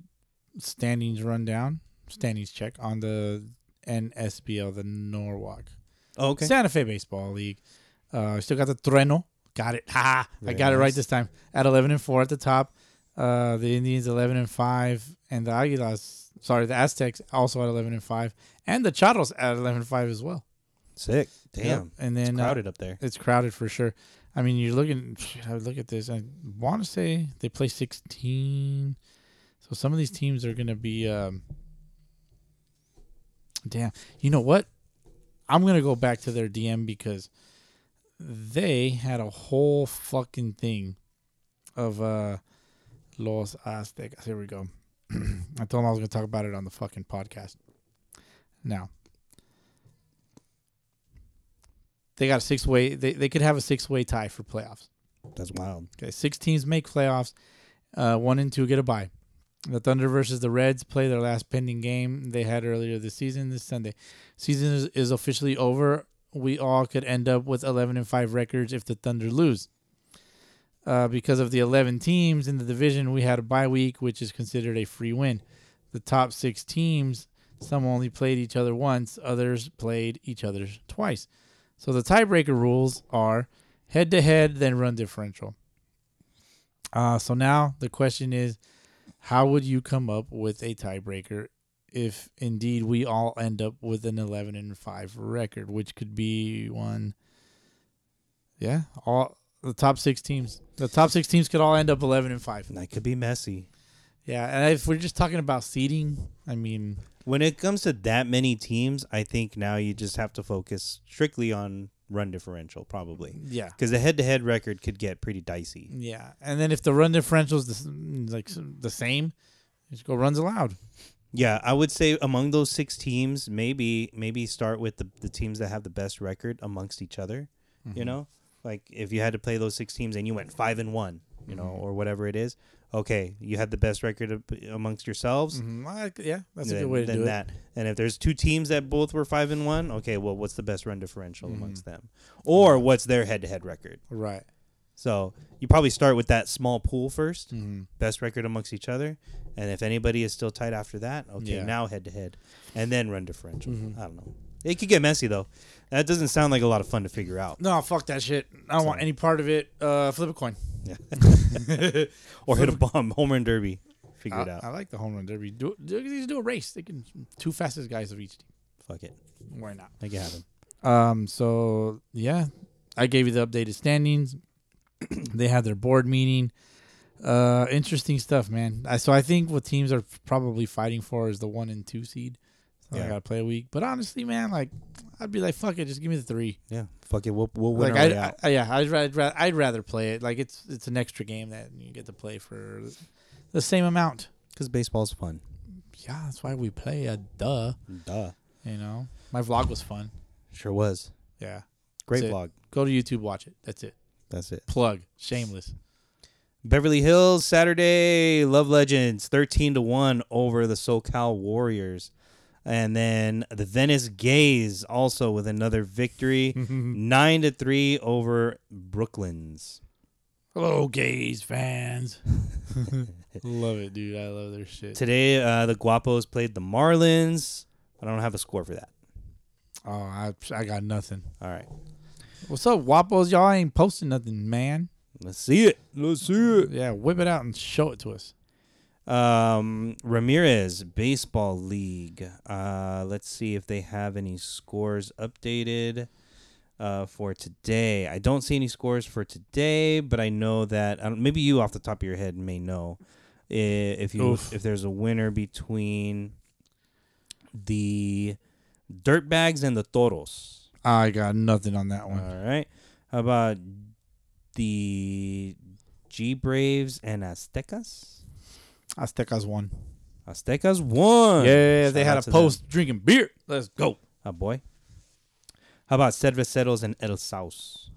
C: standings rundown, standings check on the NSBL, the Norwalk
D: Oh, okay.
C: Santa Fe Baseball League. Uh, still got the Treno. Got it. (laughs) Ha! I
D: Very
C: got it right
D: nice.
C: this time. At 11 and four at the top. Uh, the Indians 11 and five, and the Aguilas. Sorry, the Aztecs also at 11 and five, and the Charros at 11 and five as well.
D: Sick. Damn.
C: Yep. And then
D: it's
C: uh,
D: crowded up there.
C: it's crowded for sure. I mean, you're looking. I would look at this. I want to say they play 16, so some of these teams are going to be. Um, damn, you know what? I'm going to go back to their DM because they had a whole fucking thing of uh, Los Aztecas. Here we go. (clears throat) I told them I was going to talk about it on the fucking podcast. Now, they got a six way. They they could have a six way tie for playoffs.
D: That's wild.
C: Okay, six teams make playoffs. Uh, one and two get a bye. The Thunder versus the Reds play their last pending game they had earlier this season this Sunday. Season is, is officially over. We all could end up with 11 and 5 records if the Thunder lose. Uh, because of the 11 teams in the division, we had a bye week, which is considered a free win. The top six teams, some only played each other once, others played each other twice. So the tiebreaker rules are head to head, then run differential. Uh, so now the question is how would you come up with a tiebreaker if indeed we all end up with an 11 and 5 record which could be one yeah all the top 6 teams the top 6 teams could all end up 11 and 5
D: That could be messy.
C: yeah and if we're just talking about seeding i mean
D: When it comes to that many teams, I think now you just have to focus strictly on run differential, probably.
C: Yeah. Mm.
D: Because the head to head record could get pretty dicey.
C: yeah and then if the run differential is the, s- mm, like s- the same just go runs allowed
D: Yeah, I would say among those six teams, maybe maybe start with the, the teams that have the best record amongst each other. You know? Like if you had to play those six teams and you went five and one, you know, or whatever it is, okay, you had the best record ab- amongst yourselves.
C: Mm, I- yeah that's a
D: then,
C: good way to
D: then
C: do it
D: that. And if there's two teams that both were five and one, okay, well, what's the best run differential
C: Mm-hmm.
D: amongst them, or what's their head-to-head record?
C: right
D: So you probably start with that small pool 1st
C: Mm-hmm.
D: best record amongst each other, and if anybody is still tied after that,
C: Yeah.
D: okay,
C: Mm-hmm.
D: now head-to-head, and then run differential. I don't know. It could get messy though. That doesn't sound like a lot of fun to figure out.
C: no fuck that shit i don't want any part of it uh flip a coin (laughs)
D: Or hit a bomb, home run derby. Figure it
C: I,
D: out.
C: I like the home run derby. Do, do, just do a race. They can two fastest guys of each team.
D: Fuck it.
C: Why not?
D: Make it happen.
C: Um. So yeah, I gave you the updated standings. (clears throat) they had their board meeting. Uh, interesting stuff, man. I, so I think what teams are probably fighting for is the one and two seed. So I
D: Yeah.
C: gotta play a week. But honestly, man, like I'd be like, fuck it, just give me the three.
D: Yeah. Fuck it. We'll we'll win
C: Like
D: our way
C: I,
D: out.
C: I, yeah, I'd rather I'd rather play it. Like it's it's an extra game that you get to play for the same amount.
D: Because baseball's fun.
C: Yeah, that's why we play. A duh.
D: Duh.
C: You know, my vlog was fun.
D: Sure was.
C: Yeah.
D: Great
C: That's it.
D: vlog.
C: Go to YouTube, watch it. That's it.
D: That's it.
C: Plug. Shameless.
D: Beverly Hills Saturday Love Legends 13 to 1 over the SoCal Warriors. And then the Venice Gays also with another victory 9 to 3 over Brooklands.
C: Hello, gays
D: (laughs)
C: fans. love it, dude. I love their shit.
D: Today uh, the Guapos played the Marlins. I don't have a score for that.
C: Oh, I, I got nothing.
D: All right.
C: What's up, Wapos? Y'all ain't posting nothing, man.
D: Let's see it. Let's see it.
C: Yeah, whip it out and show it to us.
D: Um, Ramirez Baseball League. Uh, let's see if they have any scores updated uh, for today. I don't see any scores for today, but I know that I don't, maybe you, off the top of your head, may know i- if you
C: Oof.
D: if there's a winner between the Dirtbags and the Toros.
C: I got nothing on that one.
D: All right. How about the G Braves and Aztecas?
C: Aztecas won.
D: Aztecas won.
C: Yeah,
D: Shout
C: they had
D: out
C: a
D: to them.
C: post drinking beer. Let's go.
D: Oh boy. How about Cerveceros and El Saus?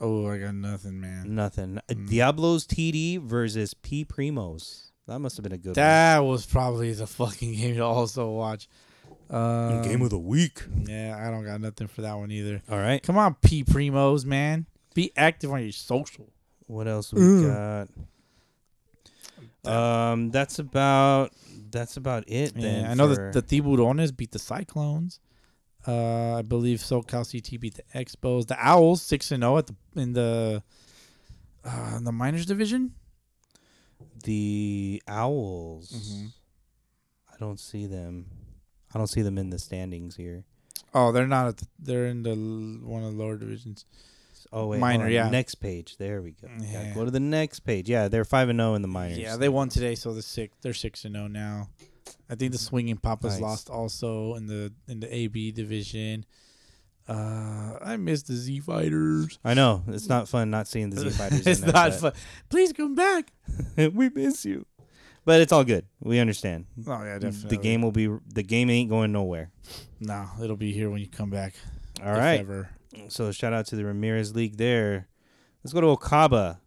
C: Oh, I got nothing, man.
D: Nothing. Uh,
C: Mm.
D: Diablos TD versus P Primos. That must have been a good
C: That was probably the fucking (laughs) game to also watch. Um,
D: one. Game of the week.
C: Yeah, I don't got nothing for that one either.
D: All right.
C: Come on, P primos, man. Be active on your social.
D: What else we
C: Mm.
D: got? Um, that's about that's about it. Then
C: Yeah, I know
D: for-
C: that the Tiburones beat the Cyclones. Uh, I believe SoCal CT beat the Expos. The Owls six and zero at the in the uh, in the minors division.
D: the Owls.
C: Mm-hmm.
D: I don't see them. I don't see them in the standings here.
C: Oh, they're not. At the, they're in the l- one of the lower divisions.
D: Oh wait,
C: Minor,
D: minor.
C: yeah.
D: Yeah. Next page. There we go. Yeah.
C: Yeah.
D: Go to the next page. Yeah, they're five and zero in the minors.
C: Yeah, they won today, so the six. They're six and zero now. I think the swinging papas
D: Mm-hmm. Nice.
C: lost also in the in the AB division. Uh, I miss the Z fighters.
D: I know it's not fun not seeing the
C: (laughs)
D: Z Fighters.
C: it's
D: in there,
C: not
D: but
C: fun. Please come back.
D: (laughs) we miss you, but it's all good. We understand.
C: Oh yeah, definitely.
D: The game will be. The game ain't going nowhere.
C: No, it'll be here when you come back.
D: All right.
C: Ever.
D: So shout out to the Ramirez League there. Let's go to Okaba.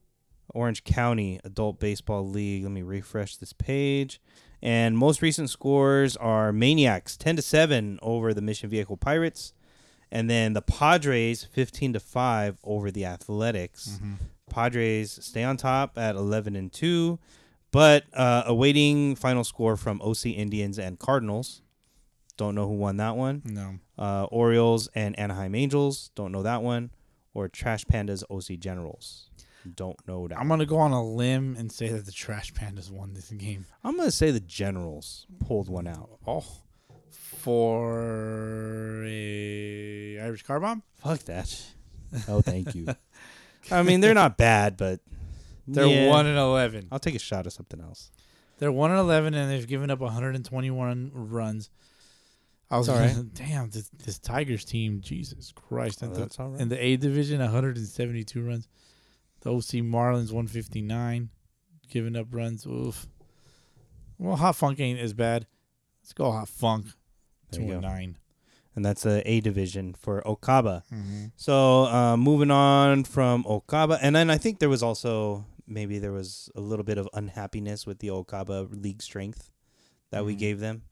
D: Orange County Adult Baseball League. Let me refresh this page. And most recent scores are Maniacs 10 to 7 over the Mission Vehicle Pirates and then the Padres 15 to 5 over the Athletics. Padres stay on top at 11 and 2, but uh, awaiting final score from OC Indians and Cardinals. Don't know who won that one
C: No.
D: uh, Orioles and Anaheim Angels. Don't know that one. Or Trash Pandas OC Generals. Don't know that.
C: I'm gonna go on a limb and say that the Trash Pandas won this game.
D: I'm gonna say the Generals pulled one out.
C: Oh, for a Irish car bomb.
D: Fuck that. Oh, thank you. I mean, they're not bad, but
C: (laughs) They're
D: Yeah.
C: one and eleven.
D: I'll take a shot at something else.
C: They're one and eleven, and they've given up 121 runs. I was
D: all right.
C: (laughs) Damn, this, this Tigers team, Jesus Christ!
D: Oh,
C: And the-
D: that's all right.
C: In the A division, 172 runs. The OC Marlins, 159, giving up runs. Oof. Well, Hot Funk ain't as bad. Let's go Hot Funk.
D: There
C: Two
D: you
C: and
D: go.
C: nine.
D: and that's a A division for Okaba.
C: Mm-hmm.
D: So uh, moving on from Okaba, and then I think there was also maybe there was a little bit of unhappiness with the Okaba league strength that we gave them.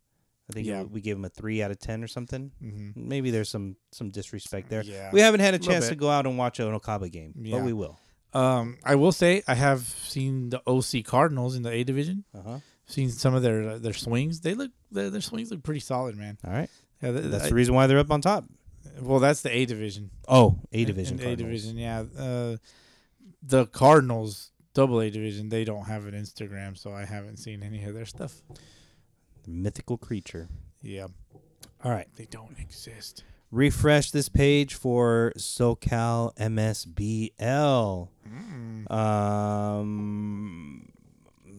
D: I think
C: Mm-hmm. Yeah. Mm-hmm.
D: we gave them a three out of ten or something. Maybe there's some some disrespect there.
C: Yeah.
D: We haven't had a
C: Little
D: chance to
C: bit.
D: go out and watch an Okaba game,
C: Yeah.
D: but we will.
C: Um, I will say I have seen the OC Cardinals in the A division.
D: Uh-huh.
C: Seen some of their their swings. They look their, their swings look pretty solid, man.
D: All right,
C: Yeah, th-
D: that's
C: I-
D: the reason why they're up on top.
C: well, that's the A division.
D: Oh, A division,
C: And A
D: Cardinals.
C: division, yeah. Uh, the Cardinals double A division, they don't have an Instagram, so I haven't seen any of their stuff.
D: mythical creature.
C: Yeah.
D: All right.
C: They don't exist.
D: refresh this page for SoCal MSBL. Um,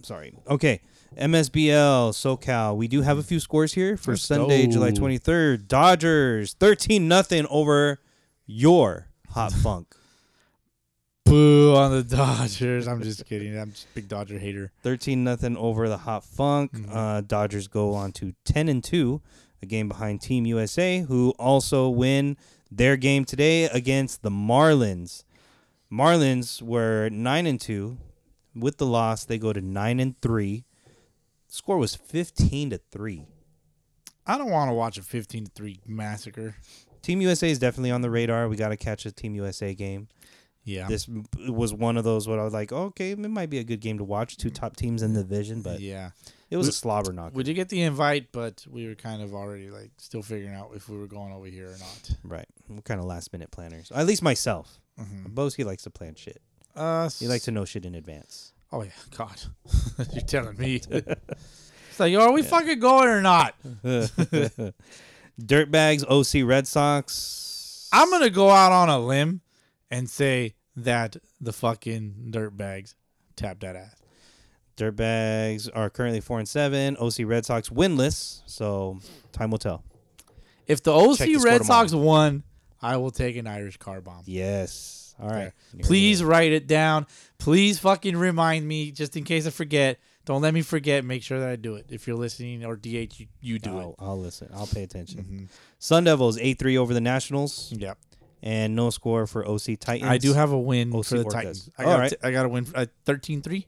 D: sorry. Okay. MSBL, SoCal. We do have a few scores here for Sunday, July 23rd. Dodgers, 13 nothing over your Hot Funk.
C: Boo on the (laughs) Dodgers. I'm just kidding. I'm just a big Dodger hater.
D: 13 nothing over the Hot Funk. Uh, Dodgers go on to 10 and 2, a game behind Team USA, who also win their game today against the Marlins. Marlins were 9 and 2. With the loss, they go to 9 and 3. Score was 15 to 3.
C: I don't want to watch a 15 to 3 massacre.
D: Team USA is definitely on the radar. We got to catch a Team USA game.
C: Yeah.
D: This m- was one of those what I was like, okay, it might be a good game to watch. Two top teams in the division, but
C: yeah.
D: it was a
C: We-
D: slobber knock.
C: We did get the invite, but we were kind of already like still figuring out if we were going over here or not.
D: Right. We're kind of last minute planners. At least myself. Boski likes to plan shit.
C: Uh,
D: He likes to know shit in advance.
C: Oh yeah, God, (laughs) you're telling me. it's like, are we fucking going or not?
D: Dirtbags, OC Red Sox.
C: I'm gonna go out on a limb and say that the fucking dirtbags tapped that ass.
D: Dirtbags are currently four and seven. OC Red Sox winless. So time will tell.
C: If the
D: Check the
C: OC
D: score
C: Red
D: tomorrow.
C: Sox won, I will take an Irish car bomb.
D: Yes. All right.
C: Please write it down. Please fucking remind me, just in case I forget. Don't let me forget. Make sure that I do it. If you're listening or DH, you, you do
D: I'll, I'll listen. I'll pay attention. Mm-hmm. Sun Devils eight three over the Nationals
C: it. Yep.
D: and no score for OC Titans.
C: I do have a win
D: OC
C: for the
D: Orcas.
C: Titans. I
D: All
C: got,
D: right.
C: I got a win. for- uh, 13-3?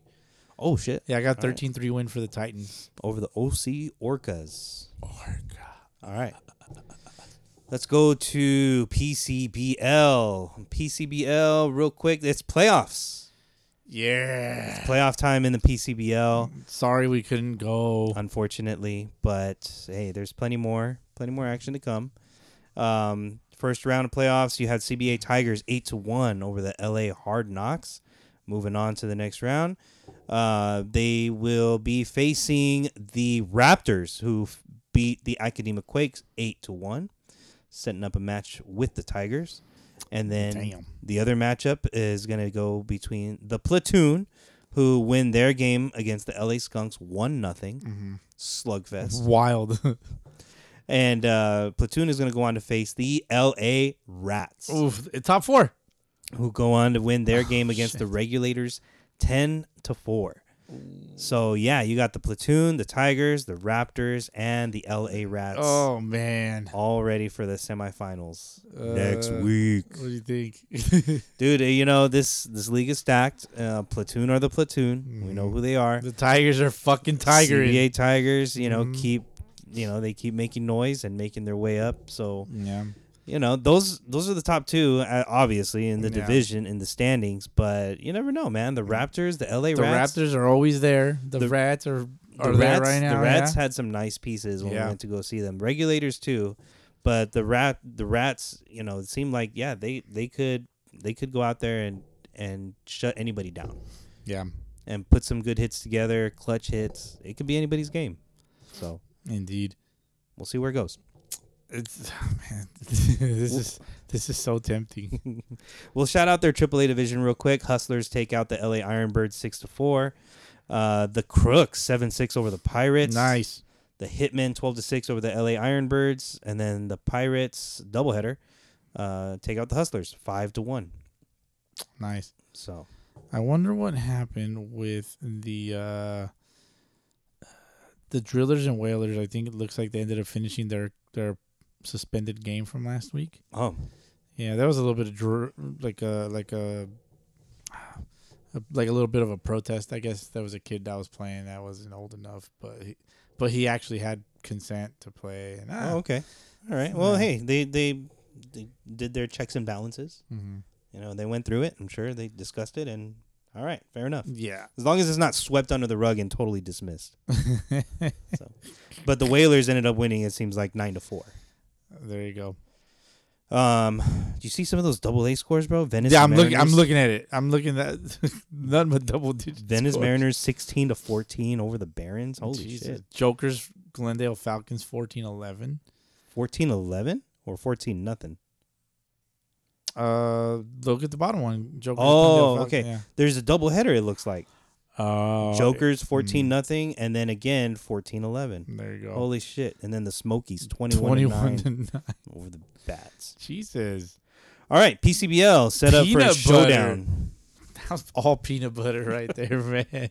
D: Oh shit!
C: Yeah, I got
D: All right.
C: 13-3 win for the Titans.
D: over the OC Orcas. Orca. All right. Let's go to PCBL. PCBL, real quick. It's playoffs.
C: Yeah.
D: Playoff time in the PCBL,
C: Sorry we couldn't go.
D: unfortunately. But hey, there's plenty more, plenty more action to come. Um, first round of playoffs, you had CBA Tigers eight to one over the LA Hard Knocks. Moving on to the next round, uh, they will be facing the Raptors, who f- beat the Academic Quakes eight to one, setting up a match with the Tigers. And then
C: Damn.
D: the other matchup is going to go between the Platoon, who win their game against the LA Skunks one nothing,
C: Mm-hmm.
D: slugfest
C: Wild. (laughs)
D: and uh, Platoon is going to go on to face the L.A. Rats,
C: Oof. Top four. Oh,
D: who go on to win their game against the Regulators, ten to four. So yeah, you got the platoon, the Tigers, the Raptors, and the LA Rats
C: Oh man,
D: all ready for the semifinals
C: Uh,
D: next week.
C: what do you think? (laughs)
D: Dude, uh, you know this this league is stacked. Uh, platoon are the platoon. We know who they are.
C: Mm-hmm. the Mm-hmm. Tigers are fucking Tigers.
D: CBA Tigers, you know, keep you know, they keep making noise and making their way up. So,
C: Yeah.
D: you know, those those are the top 2 uh, obviously in the
C: Yeah. Mm.
D: division in the standings, but you never know, man. The Raptors, the LA
C: The
D: Rats,
C: Raptors are always there. The,
D: The-
C: Rats are
D: the
C: are there
D: Rats,
C: right now.
D: the Rats
C: yeah?
D: had some nice pieces when
C: Yeah.
D: we went to go see them. Regulators too, but the rat the Rats, you know, it seemed like yeah, they they could they could go out there and and shut anybody down.
C: yeah,
D: and put some good hits together, clutch hits. It could be anybody's game. So
C: indeed.
D: we'll see where it goes.
C: It's (laughs) oh, man, this is this is so tempting.
D: We'll shout out their AAA division real quick. Hustlers take out the LA Ironbirds six to four. Uh, the Crooks seven six over the Pirates.
C: (laughs) nice.
D: The Hitmen twelve to six over the LA Ironbirds, and then the Pirates doubleheader uh, take out the Hustlers five to one.
C: Nice.
D: So
C: I wonder what happened with the uh the drillers and whalers. I think it looks like they ended up finishing their their suspended game from last week.
D: oh
C: Yeah, that was a little bit of dr- like a like a, a like a little bit of a protest. I guess there was a kid that was playing that wasn't old enough, but he, but he actually had consent to play. And ah,
D: oh okay, all right. Well, hey, they they, they did their checks and balances.
C: mhm.
D: You know, they went through it. I'm sure they discussed it, and all right, fair enough.
C: yeah,
D: As long as it's not swept under the rug and
C: (laughs)
D: totally dismissed. so, but the Whalers ended up winning. It seems like nine to four.
C: there you go.
D: Um, do you see some of those double A scores, bro? Venice.
C: yeah, I'm looking. I'm
D: Mariners-
C: looking at it. I'm looking at (laughs) nothing but double digits.
D: Venice
C: scores. (laughs)
D: Mariners sixteen to fourteen over the Barons. Holy
C: Jesus.
D: shit!
C: Jokers, Glendale Falcons, fourteen eleven.
D: 14-11 or fourteen nothing.
C: Uh, look at the bottom one. Jokers.
D: Oh,
C: Glendale Falcons,
D: okay. Uh, There's a double header. It looks like
C: Yeah. Oh,
D: Jokers fourteen nothing, and then again 14-11.
C: There you go.
D: Holy shit! And then the Smokies twenty-one, to
C: 21
D: (laughs) nine
C: to nine. (laughs)
D: over the Bats.
C: Jesus.
D: All right, PCBL set up for a
C: Peanut butter.
D: showdown.
C: That was all peanut butter right there, (laughs) man.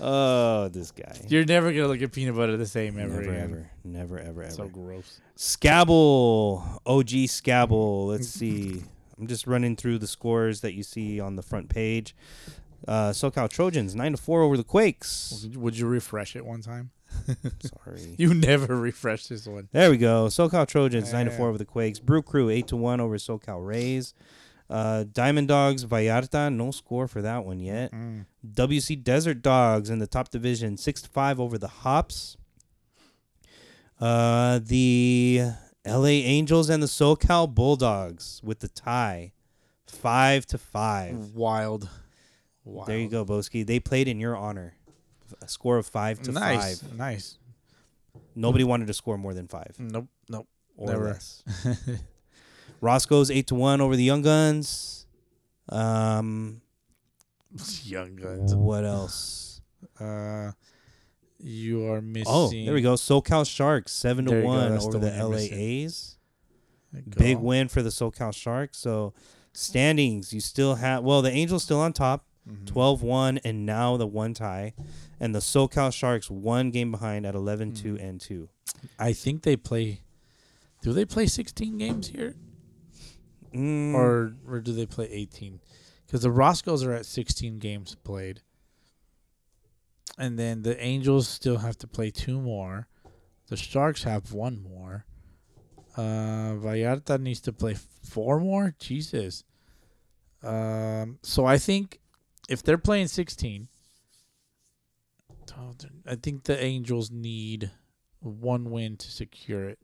D: Oh, this guy.
C: You're never gonna look at peanut butter the same ever.
D: Never,
C: again.
D: ever, never, ever, ever.
C: So gross.
D: Scabble, OG Scabble. (laughs) Let's see. I'm just running through the scores that you see on the front page. Uh, SoCal Trojans nine to four over the Quakes.
C: Would you refresh it one time? (laughs)
D: Sorry.
C: You never refresh this one.
D: There we go. SoCal Trojans nine to four over the Quakes. Brew Crew eight to one over SoCal Rays. Uh, Diamond Dogs Vallarta no score for that one yet. WC Desert Dogs in the top division six to five over the Hops. Uh, the LA Angels and the SoCal Bulldogs with the tie five to five.
C: Mm, Wild. Wild.
D: There you go, Boski. They played in your honor. A score of five to
C: Nice.
D: five.
C: Nice.
D: Nobody wanted to score more than five.
C: Nope. Nope. (laughs)
D: or
C: Never.
D: less. Roscoe's eight to one over the Young Guns. Um,
C: Young guns.
D: what else?
C: Uh, you are missing.
D: Oh, there we go. SoCal Sharks seven
C: There
D: to
C: you go.
D: one
C: That's the
D: over the,
C: one I
D: LA
C: missed it.
D: A's.
C: There you go.
D: Big win for the SoCal Sharks. So standings, you still have well the Angels still on top,
C: Mm-hmm.
D: 12-1 and now the one tie, and the SoCal Sharks one game behind at 11-2
C: Mm.
D: and two.
C: I think they play. Do they play 16 games here,
D: Mm,
C: or or do they play 18? Because the Roscoes are at 16 games played, and then the Angels still have to play two more. The Sharks have one more. Uh, Vallarta needs to play four more. Jesus. Um. So I think if they're playing 16, oh, they're- I think the Angels need one win to secure it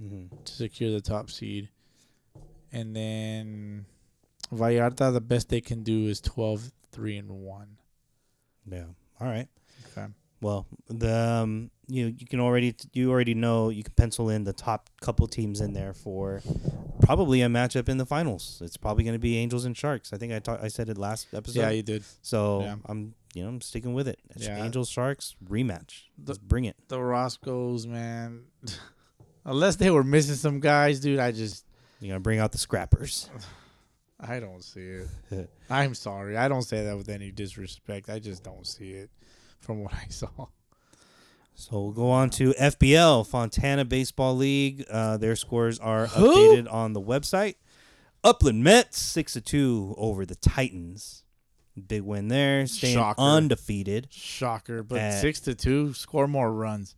D: mhm.
C: to secure the top seed. And then Vallarta, the best they can do is 12, 3 and 1.
D: Yeah. All right.
C: Okay.
D: Well, the um, you you can already you already know you can pencil in the top couple teams in there for probably a matchup in the finals. It's probably going to be Angels and Sharks. I think I ta- I said it last episode.
C: yeah, you did.
D: so
C: yeah.
D: I'm you know I'm sticking with it. It's
C: Yeah.
D: Angels Sharks rematch.
C: The-
D: Let's bring it.
C: The Roscoes, man. (laughs) Unless they were missing some guys, dude, I just
D: You know, bring out the scrappers.
C: I don't see it. I'm sorry. I don't say that with any disrespect. I just don't see it from what I saw.
D: So we'll go on to FBL Fontana Baseball League. Uh, their scores are updated on the website. Upland Mets six to two over the Titans. Big win there, staying
C: Shocker.
D: undefeated.
C: Shocker, but
D: Uh,
C: six to two, score more
D: (laughs)
C: runs.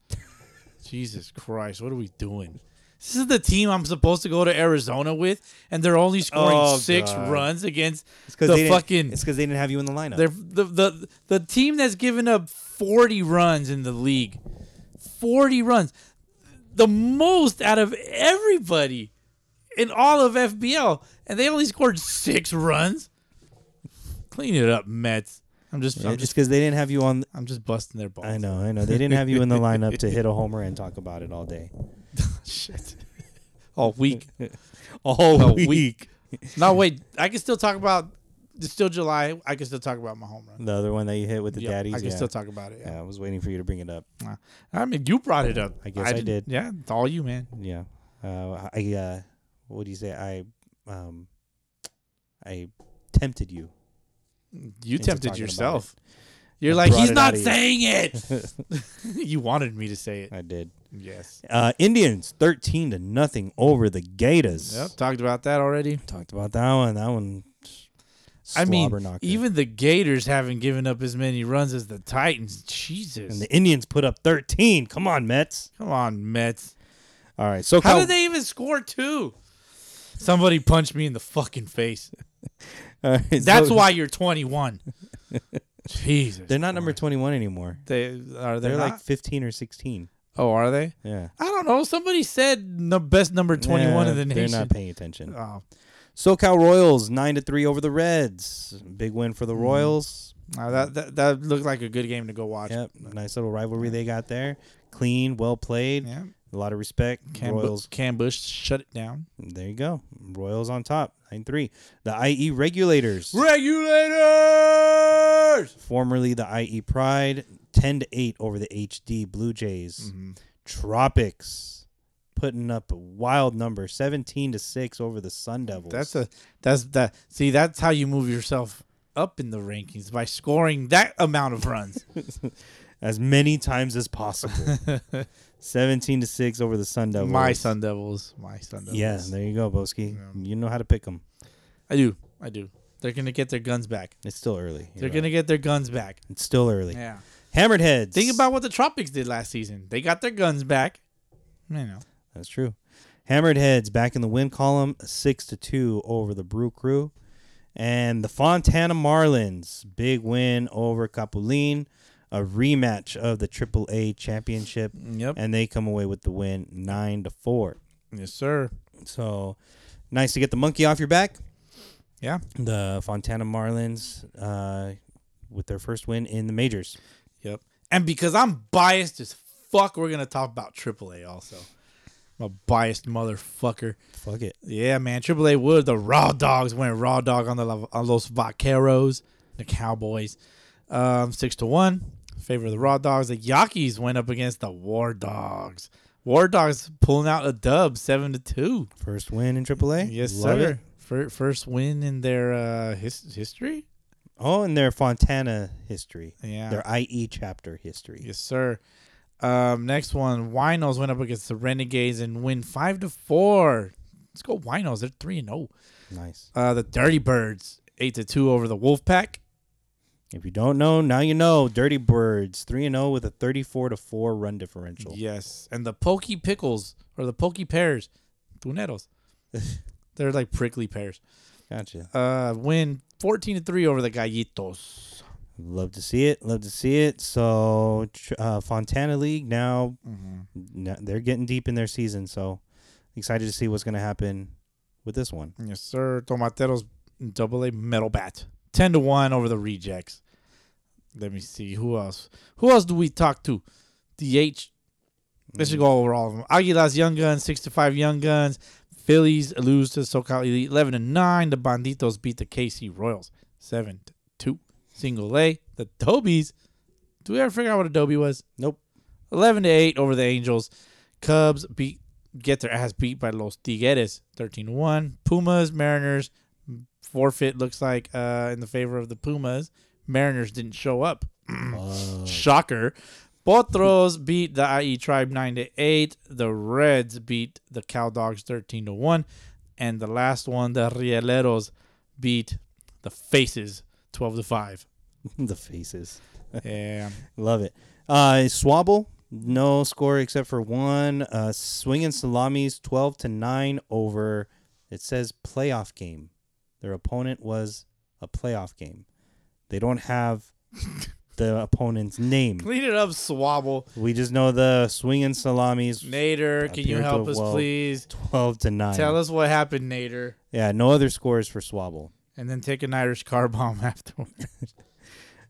C: Jesus Christ, what are we doing? This is the team I'm supposed to go to Arizona with, and they're only scoring
D: Oh,
C: six
D: God.
C: runs against
D: Because
C: the fucking.
D: It's because they didn't have you in the lineup.
C: They're the, the the team that's given up 40 runs in the league. 40 runs. The most out of everybody in all of FBL. And they only scored six runs. Clean it up, Mets. I'm just
D: Yeah,
C: I'm
D: just
C: just
D: because they didn't have you on.
C: I'm just busting their balls.
D: I know, I know. They didn't have you in the lineup to
C: (laughs)
D: hit a homer and talk about it all day, (laughs)
C: Shit. All (laughs) week.
D: all
C: A week. no, wait. I can still talk about it's still July. I can still talk about my home run.
D: The other one that you hit with the
C: Yep,
D: daddies.
C: I can
D: yeah.
C: still talk about it. Yeah.
D: Yeah, I was waiting for you to bring it up.
C: I mean, you brought it up.
D: I guess I
C: didn't-
D: did.
C: Yeah, it's all you, man.
D: Yeah. Uh, I uh, what do you say? I um, I tempted you.
C: You
D: into
C: tempted
D: talking about
C: yourself. You're like,
D: brought
C: he's
D: it
C: not
D: outta you."
C: saying it.
D: (laughs)
C: (laughs) you wanted me to say it.
D: I did.
C: Yes.
D: Uh, Indians thirteen to nothing over the Gators.
C: Yep. Talked about that already.
D: Talked about that one. That one.
C: I mean,
D: slobberknocker.
C: even the Gators haven't given up as many runs as the Titans. Jesus.
D: and the Indians put up thirteen. Come on, Mets.
C: Come on, Mets.
D: All right. So
C: How did they even score two? Somebody punched me in the fucking (laughs) face. That's (laughs) why you're 21. Jesus.
D: they're not number twenty one anymore.
C: They are they
D: They're
C: like
D: like fifteen or sixteen.
C: oh are they?
D: Yeah.
C: I don't know. Somebody said the best number 21
D: Nah,
C: in the
D: They're
C: nation.
D: not paying attention.
C: Oh,
D: SoCal Royals nine to three over the Reds. Big win for the Royals.
C: Now that, that that looked like a good game to go watch.
D: Yep, nice little rivalry they got there. Clean, well played.
C: Yeah.
D: A lot of respect.
C: Cam, Bu-
D: Royals.
C: Cam Bush shut it down.
D: There you go. Royals on top. Nine three. The IE Regulators,
C: Regulators.
D: formerly the IE Pride, ten to eight over the HD Blue Jays.
C: Mm-hmm.
D: Tropics putting up a wild number, seventeen to six over the Sun Devils.
C: That's a that's that. See, that's how you move yourself up in the rankings by scoring that amount of runs.
D: as many times
C: (laughs)
D: as possible. seventeen to six over the Sun Devils.
C: my Sun Devils. My Sun Devils.
D: Yeah, there you go, Boski. You know how to pick them.
C: I do. I do. They're gonna get their guns back.
D: It's still early.
C: They're gonna get their guns back.
D: It's still early.
C: Yeah.
D: Hammered heads.
C: Think about what the Tropics did last season. They got their guns back. You know.
D: That's true. Hammered heads back in the win column, six to two over the Brew Crew, and the Fontana Marlins big win over Capulin, a rematch of the AAA championship,
C: Yep.
D: and they come away with the win, nine to four.
C: Yes, sir.
D: So nice to get the monkey off your back.
C: Yeah.
D: The Fontana Marlins uh, with their first win in the majors.
C: Yep. And because I'm biased as fuck, we're gonna talk about AAA also. I'm a biased motherfucker.
D: Fuck it.
C: Yeah, man. AAA would the Raw Dogs went Raw Dog on the La- on Los Vaqueros, the Cowboys, um, six to one in favor of the Raw Dogs. The Yankees went up against the War Dogs. War Dogs pulling out a dub, seven to two.
D: First win in AAA.
C: Yes,
D: Love
C: sir.
D: it.
C: Fir- First win in their uh, his- history.
D: Oh, and their Fontana history.
C: Yeah.
D: Their IE chapter history.
C: Yes, sir. Um, next one, Winos went up against the Renegades and win five to four. Let's go Winos. They're three and zero.
D: Nice.
C: Uh, the Dirty Birds eight to two over the Wolfpack.
D: If you don't know, now you know. Dirty Birds, 3 and 0 with a 34 to 4 run differential.
C: Yes, and the Pokey Pickles or the Pokey Pears, Tuneros. (laughs) They're like prickly pears.
D: Gotcha.
C: Uh, win fourteen to three over the Gallitos.
D: Love to see it. Love to see it. So, tr- uh, Fontana League now, now they're getting deep in their season. So, excited to see what's going to happen with this one.
C: Yes, sir. Tomateros double A metal bat. Ten to one over the rejects. Let me see. Who else? Who else do we talk to? DH. Let's just go over all of them. Aguilas Young Guns, six to five Young Guns. Phillies lose to SoCal Elite eleven to nine. The Banditos beat the KC Royals. Seven to two. Single A. The Dobies. Do we ever figure out what a Dobie was?
D: Nope.
C: 11 to 8 over the Angels. Cubs beat get their ass beat by Los Tigres 13 to 1. Pumas, Mariners 4 forfeit looks like uh, in the favor of the Pumas. Mariners didn't show up. (clears throat) Shocker. Potros beat the IE Tribe 9 to 8. The Reds beat the Cow Dogs 13 to 1. And the last one, the Rieleros beat the Faces 12 to 5.
D: (laughs) the faces.
C: Yeah.
D: Love it. Uh, Swabble, no score except for one. Uh, swinging salamis, twelve to nine over. It says playoff game. Their opponent was a playoff game. They don't have the opponent's
C: (laughs)
D: name.
C: Clean it up, Swabble.
D: We just know the swinging salamis,
C: Nader, can you
D: Appear to
C: help
D: have
C: us,
D: well-
C: please?
D: twelve to nine.
C: Tell us what happened, Nader.
D: Yeah, no other scores for Swabble.
C: And then take an Irish car bomb (laughs) afterward.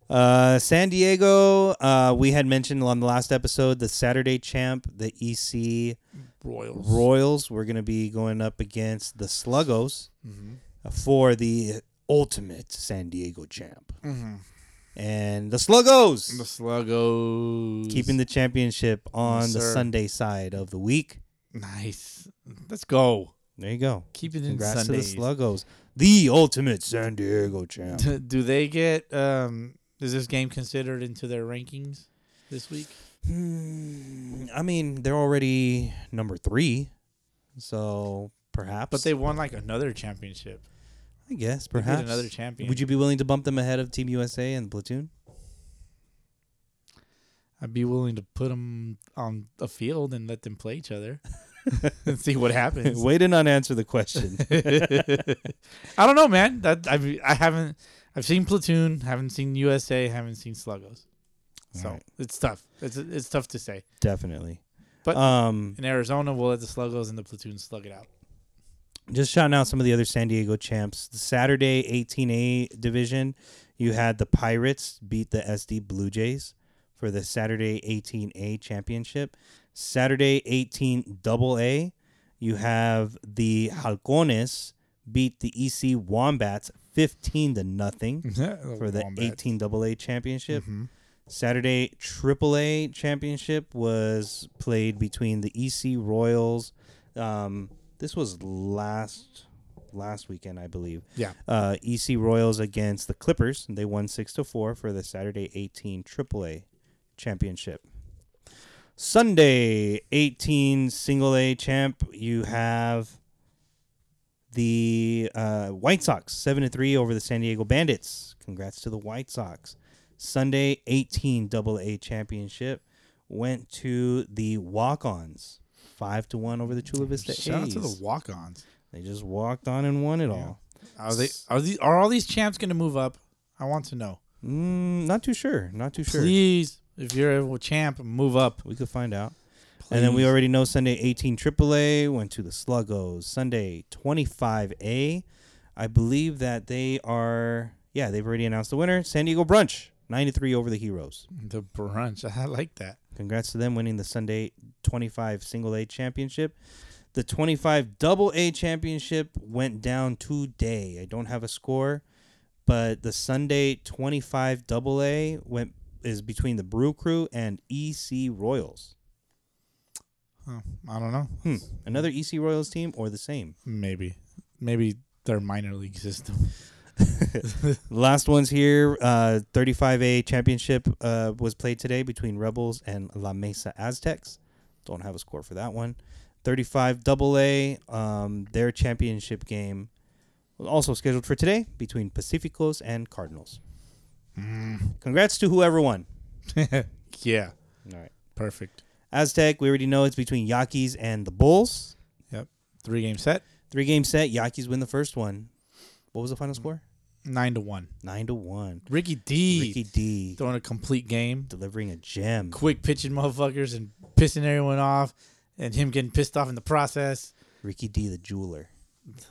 D: Uh, San Diego, uh, we had mentioned on the last episode the Saturday champ, the E EC
C: Royals.
D: Royals. We're going to be going up against the Sluggos for the ultimate San Diego champ. And the Sluggos
C: The Sluggos.
D: keeping the championship on
C: Yes,
D: the
C: sir.
D: Sunday side of the week.
C: Nice. Let's go.
D: There you go.
C: Keep it in
D: Congrats
C: Sundays.
D: to the Sluggos, the ultimate San Diego champ.
C: Do- (laughs) Do they get? Um, is this game considered into their rankings this week?
D: Hmm, I mean, they're already number three, so perhaps.
C: But they won like another championship.
D: I guess,
C: beat
D: perhaps
C: another champion.
D: Would you be willing to bump them ahead of Team USA and Platoon?
C: I'd be willing to put them on a field and let them play each (laughs) other and see what happens.
D: Way to not answer the question.
C: I don't know, man. That I I haven't. I've seen Platoon. Haven't seen USA. Haven't seen Sluggos. So
D: Alright.
C: it's tough. It's it's tough to say.
D: Definitely.
C: But-
D: um,
C: In Arizona, we'll let the Sluggos and the Platoon slug it out.
D: just shouting out some of the other San Diego champs. The Saturday 18A division, you had the Pirates beat the SD Blue Jays for the Saturday 18A championship. Saturday 18 AA, you have the Halcones beat the EC Wombats 15 to nothing for the 18 AA championship. Saturday AAA championship was played between the EC Royals. Um, this was last last weekend, I believe.
C: Yeah.
D: Uh, EC Royals against the Clippers. They won six to four for the Saturday 18 AAA championship. Sunday 18 single A champ. You have the uh, White Sox seven to three over the San Diego Bandits. Congrats to the White Sox. Sunday 18 double A championship went to the Walk-Ons five to one over the Chula Vista
C: Shout out to the
D: A's.
C: walk-ons.
D: they just walked on and won it all.
C: Are they? Are these? Are all these champs going to move up? I want to know.
D: Mm, not too sure. Not too sure.
C: Please, if you're a champ, move up.
D: We could find out. And then we
C: Please.
D: already know Sunday 18 AAA went to the Sluggos. Sunday 25A, I believe that they are, yeah, they've already announced the winner. San Diego Brunch, 93 over the Heroes.
C: The brunch. (laughs) I like that.
D: Congrats to them winning the Sunday 25 Single A Championship. The 25 Double A Championship went down today. I don't have a score, but the Sunday 25 Double A went is between the Brew Crew and EC Royals.
C: Oh, I don't know.
D: Hmm. Another EC Royals team or the same?
C: Maybe. Maybe their minor league system. (laughs)
D: Last ones here. Uh, 35A championship uh, was played today between Rebels and La Mesa Aztecs. Don't have a score for that one. 35 AA, um, their championship game was also scheduled for today between Pacificos and Cardinals. Congrats to whoever won.
C: yeah.
D: All right.
C: Perfect.
D: Aztec, we already know it's between Yaquis and the Bulls.
C: Yep. Three game set.
D: Three game set. Yaquis win the first one. What was the final score?
C: Nine to one.
D: Nine to one.
C: Ricky D.
D: Ricky D
C: throwing a complete game.
D: delivering a gem.
C: Quick pitching motherfuckers and pissing everyone off, and him getting pissed off in the process. (laughs)
D: Ricky D, the jeweler,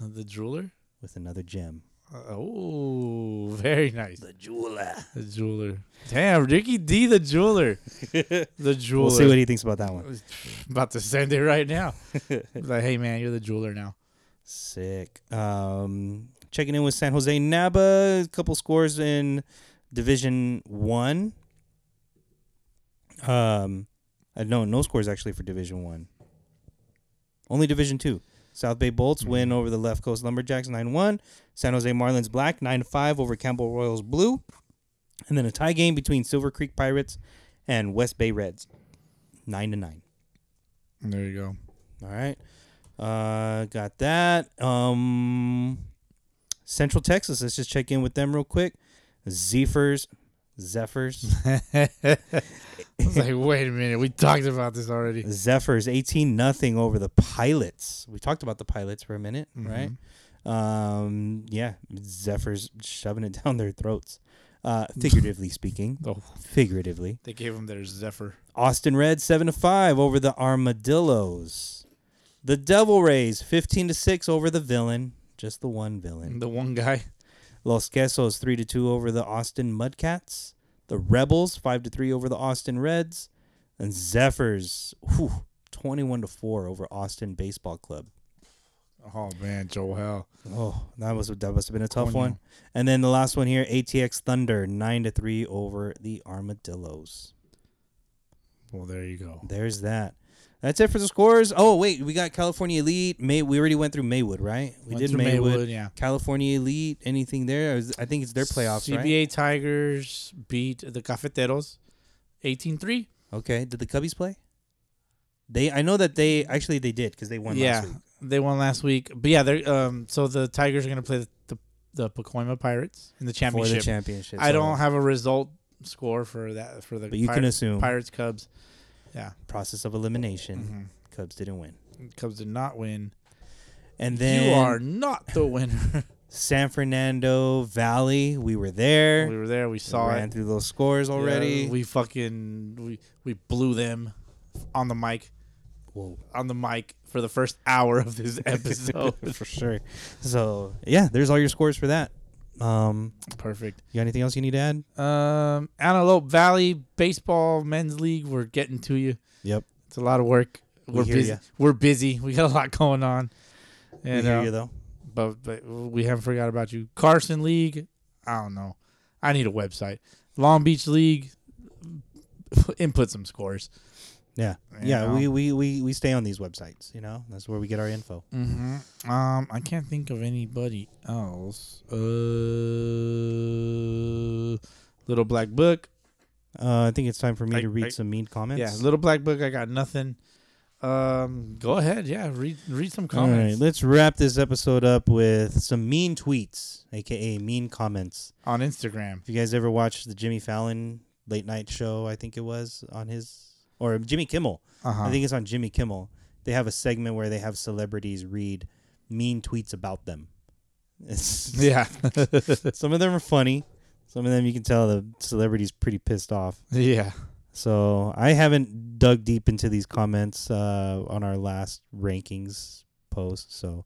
C: The jeweler.
D: with another gem.
C: Oh, (laughs) very nice.
D: The jeweler.
C: The jeweler. Damn, Ricky D, the
D: (laughs)
C: jeweler. The jeweler.
D: We'll see what he thinks about that one.
C: (laughs) About to send it right now.
D: (laughs)
C: like, hey man, you're the jeweler now.
D: Sick. Um, checking in with San Jose Naba. A couple scores in Division One. Um, uh, no, no scores actually for Division One. Only Division Two. South Bay Bolts win over the Left Coast Lumberjacks 9 1. San Jose Marlins Black 9 5 over Campbell Royals Blue. And then a tie game between Silver Creek Pirates and West Bay Reds 9 to 9.
C: There you go. (laughs)
D: All right. Uh, got that. Um, Central Texas. Let's just check in with them real quick. Zephyrs, Zephyrs,
C: I was like, wait a minute, we talked about this already.
D: Zephyrs. Eighteen nothing over the Pilots. We talked about the Pilots for a minute, right? Um, yeah, Zephyrs shoving it (laughs) down their throats, uh, figuratively speaking.
C: Oh.
D: Figuratively.
C: They gave him their Zephyr.
D: Austin Red seven to five over the Armadillos. The Devil Rays fifteen to six over the villain. Just the one villain.
C: The one guy.
D: Los Quesos three to two over the Austin Mudcats. The Rebels five to three over the Austin Reds. And Zephyrs whew, twenty-one to four over Austin Baseball Club.
C: Oh man, Joel Hell.
D: Oh, that was that must have been a tough
C: Coño.
D: one. And then the last one here, ATX Thunder nine to three over the Armadillos.
C: Well, there you go.
D: There's that. That's it for the scores. Oh wait, we got California Elite. May we already went through Maywood, right? We
C: Went
D: did
C: through
D: Maywood.
C: Maywood, yeah.
D: California Elite. Anything there? I was- I think it's their playoffs, right?
C: CBA Tigers beat the Cafeteros 18-3.
D: Okay. Did the Cubbies play? They. I know that they actually they did because they won
C: yeah,
D: last week.
C: they won last week. But yeah, they're um. So the Tigers are gonna play the the, the Pacoima Pirates in the
D: For
C: championship.
D: the championship.
C: I
D: so
C: don't have a result score for that for the.
D: But you can assume.
C: Pirates Cubs. Yeah,
D: process of elimination. Cubs didn't win.
C: Cubs did not win.
D: Mm-hmm. And then
C: you are not the winner. (laughs)
D: San Fernando Valley. We were there.
C: we were there. We saw
D: ran
C: it
D: through those scores
C: Yeah,
D: already. (laughs)
C: we (laughs) fucking we we blew them on the mic.
D: Whoa.
C: On the mic for the first hour of
D: (laughs)
C: this episode.
D: for sure. So yeah, there's all your scores for that. Um,
C: Perfect.
D: you got anything else you need to add?
C: Um, Antelope Valley baseball men's league. We're getting to you.
D: Yep.
C: It's a lot of work. We're
D: hear
C: busy.
D: ya.
C: We're busy. We got a lot going on.
D: We
C: And,
D: hear
C: uh,
D: you though.
C: but, but we haven't forgot about you. Carson League. I don't know. I need a website. Long Beach League. (laughs) Input some scores.
D: Yeah.
C: you
D: Yeah.
C: know.
D: We, we we we stay on these websites. You know, that's where we get our info.
C: Mm. Um, I can't think of anybody else. Uh, Little Black Book.
D: Uh, I think it's time for me
C: I-
D: to read
C: I-
D: some mean comments.
C: Yeah, Little Black Book. I got nothing. Um, go ahead. Yeah, read read some
D: all
C: comments.
D: right. Let's wrap this episode up with some mean tweets, aka mean comments.
C: on Instagram.
D: If you guys ever watched the Jimmy Fallon late night show, I think it was on his or Jimmy Kimmel.
C: Uh-huh.
D: I think it's on Jimmy Kimmel. They have a segment where they have celebrities read mean tweets about them. (laughs) It's-
C: (laughs) Yeah, (laughs)
D: some of them are funny. Some of them you can tell the celebrity's pretty pissed off.
C: yeah.
D: So I haven't dug deep into these comments uh, on our last rankings post. So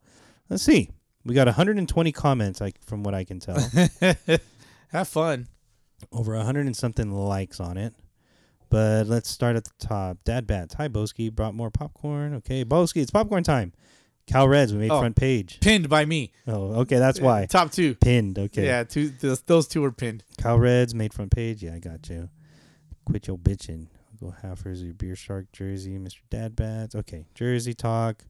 D: let's see. We got 120 comments, I, from what I
C: (laughs)
D: can tell.
C: Have fun.
D: over a hundred and something likes on it. But let's start at the top. Dad Bats. Hi, Boski. Brought more popcorn. Okay, Boski, it's popcorn time. Cal Reds, we made
C: Oh.
D: front page.
C: Pinned by me.
D: Oh, okay, that's why.
C: Top two.
D: Pinned. Okay.
C: Yeah, two. Those, those two were pinned.
D: Cal Reds made front page. Yeah, I got you. Quit your bitching. Go Halfers, your beer shark jersey, Mr. Dad Bats. Okay, jersey talk.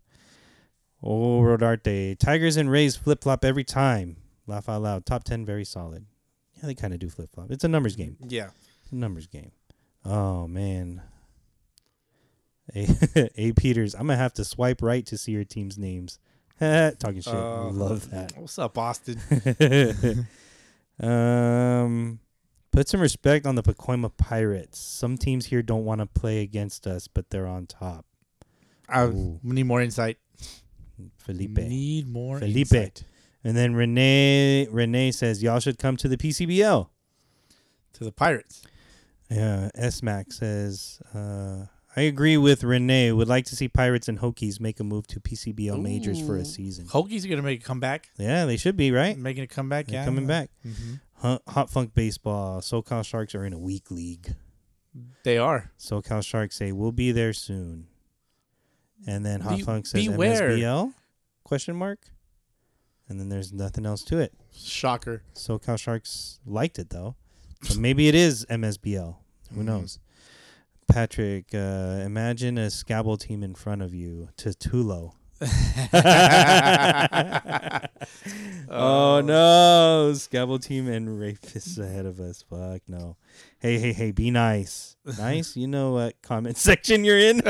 D: Oh, Rodarte. Tigers and Rays flip flop every time. Laugh out loud. Top 10, very solid. Yeah, they kind of do flip flop. It's a numbers game.
C: Yeah.
D: numbers game. Oh man. (laughs) A, a Peters, I'm gonna have to swipe right to see your team's names. (laughs) Talking shit,
C: Uh,
D: love that.
C: What's up, Austin?
D: um, put some respect on the Pacoima Pirates. Some teams here don't want to play against us, but they're on top.
C: I
D: Ooh.
C: need more insight.
D: Felipe,
C: Need more
D: Felipe,
C: insight
D: and then Renee. Renee says y'all should come to the PCBL.
C: to the Pirates.
D: Yeah, S Mac says, uh, I agree with Renee. Would like to see Pirates and Hokies make a move to PCBL majors for a season.
C: Hokies are gonna make a comeback.
D: Yeah, they should be right.
C: Making a comeback.
D: They're
C: yeah, Mm-hmm.
D: coming back. Hot, Hot Funk Baseball. SoCal Sharks are in a weak league.
C: They are.
D: SoCal Sharks say we'll be there soon. And then Hot
C: Be-
D: Funk says
C: beware.
D: MSBL? Question mark. And then there's nothing else to it.
C: Shocker.
D: SoCal Sharks liked it though. So maybe it is MSBL. Who knows? Patrick, uh, imagine a Scabble team in front of you. Tatulo. (laughs) oh no, Scabble Team and rapists ahead of us. Fuck no. Hey, hey, hey, be (laughs) nice. Nice? You know what comment (laughs) section you're in?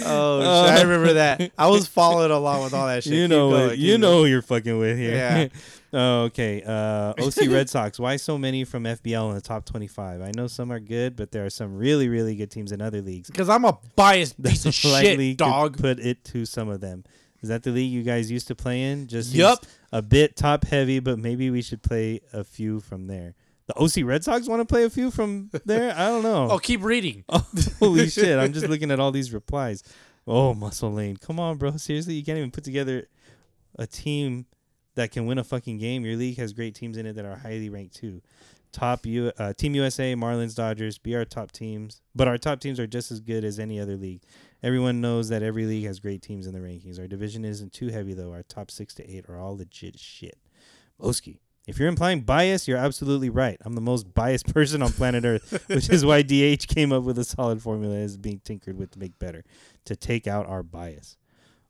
C: Oh, shit, I remember that. I
D: (laughs)
C: was following along with all that shit.
D: you
C: Keep
D: know
C: going,
D: what,
C: keep
D: you
C: going.
D: know who you're fucking with here.
C: Yeah.
D: (laughs) Oh, okay. Uh,
C: (laughs)
D: OC Red Sox. Why so many from FBL in the top 25? I know some are good, but there are some really, really good teams in other leagues.
C: Because I'm a
D: (laughs)
C: biased piece of
D: Likely
C: shit,
D: could
C: dog.
D: Put it to some of them. Is that the league you guys used to play in? Just he's
C: Yup.
D: a bit top heavy, but maybe we should play a few from there. The OC Red Sox want to play a few from there. I don't know.
C: (laughs) Oh, keep reading.
D: (laughs)
C: (laughs)
D: Holy shit! I'm just looking at all these replies. Oh, Muscle Lane, come on, bro. Seriously, you can't even put together a team that can win a fucking game. Your league has great teams in it that are highly ranked too. Top U, uh, Team USA, Marlins, Dodgers be our top teams, but our top teams are just as good as any other league. Everyone knows that every league has great teams in the rankings. Our division isn't too heavy though. Our top six to eight are all legit shit. Oski. If you're implying bias, you're absolutely right. I'm the most biased (laughs) person on planet Earth, which is why DH came up with a solid formula that is being tinkered with to make better, to take out our bias.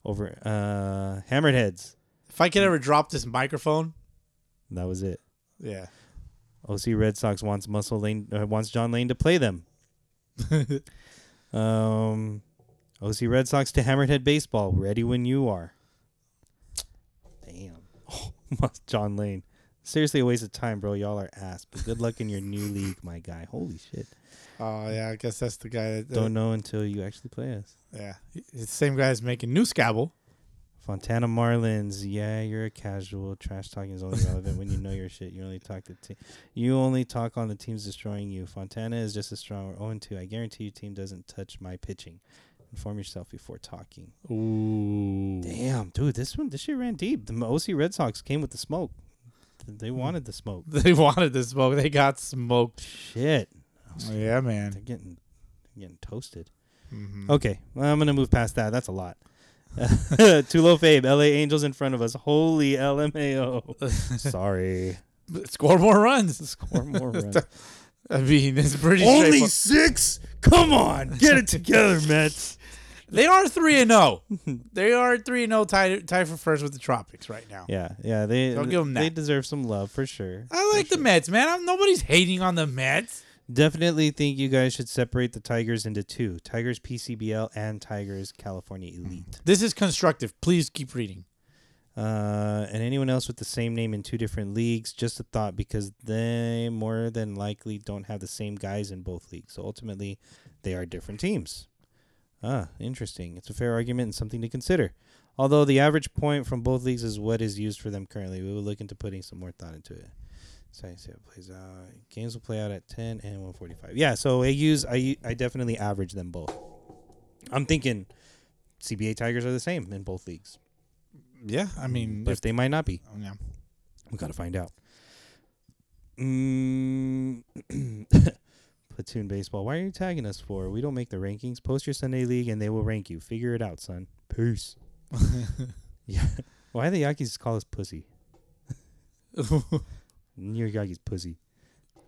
D: Over uh hammered heads.
C: If I could ever drop this microphone,
D: That was it.
C: yeah.
D: OC Red Sox wants Muscle Lane uh, wants John Lane to play them. um, OC Red Sox to Hammerhead Baseball, ready when you are. Damn, (laughs) oh, must- John Lane. Seriously, a waste of time, bro. Y'all are ass. But good luck in your new league, my guy. Holy shit!
C: Oh yeah, I guess that's the guy that
D: Don't know until you actually play us.
C: Yeah, it's the same guy that's making new Scabble.
D: Fontana Marlins, yeah, you're a casual. Trash talking is only relevant when you know your shit. You only talk to te- you only talk on the teams destroying you. Fontana is just as strong. We're 0 2. I guarantee your team doesn't touch my pitching. Inform yourself before talking. Ooh. Damn, dude, this one this shit ran deep. The OC Red Sox came with the smoke. They wanted the smoke.
C: (laughs) They wanted to smoke. They got smoked.
D: Oh, Shit.
C: yeah,
D: They're
C: man.
D: getting they're getting toasted. Okay, well, I'm gonna move past that. That's a lot. (laughs) Tulo Fabe, LA Angels in front of us. Holy LMAO. Sorry.
C: Score more
D: (laughs)
C: runs.
D: Score more runs.
C: I mean, it's pretty.
D: Only
C: straightforward.
D: six? Come on, get it together, Mets.
C: They are three and oh. zero. They are three and zero, tied tied for first with the Tropics right now.
D: (laughs) Yeah, yeah. They
C: Don't give 'em
D: they
C: that.
D: deserve some love for sure.
C: I like the Mets, man. I'm, nobody's hating on the Mets.
D: Definitely think you guys should separate the Tigers into two: Tigers PCBL and Tigers California Elite.
C: This is constructive. Please keep reading.
D: uh, and anyone else with the same name in two different leagues. Just a thought because they more than likely don't have the same guys in both leagues. So ultimately, they are different teams. Ah, interesting. It's a fair argument and something to consider. Although the average point from both leagues is what is used for them currently, we will look into putting some more thought into it. So I see how it plays out. Games will play out at ten and one forty-five. Yeah, so I use I I definitely average them both. I'm thinking CBA Tigers are the same in both leagues,
C: Yeah, I mean,
D: but they might not be.
C: if- yeah.
D: We gotta find out. Mm. (clears throat) Platoon baseball. Why are you tagging us for? We don't make the rankings. Post your Sunday league and they will rank you. Figure it out, son. Peace. yeah. Why the Yankees call us pussy? New York Yankees pussy.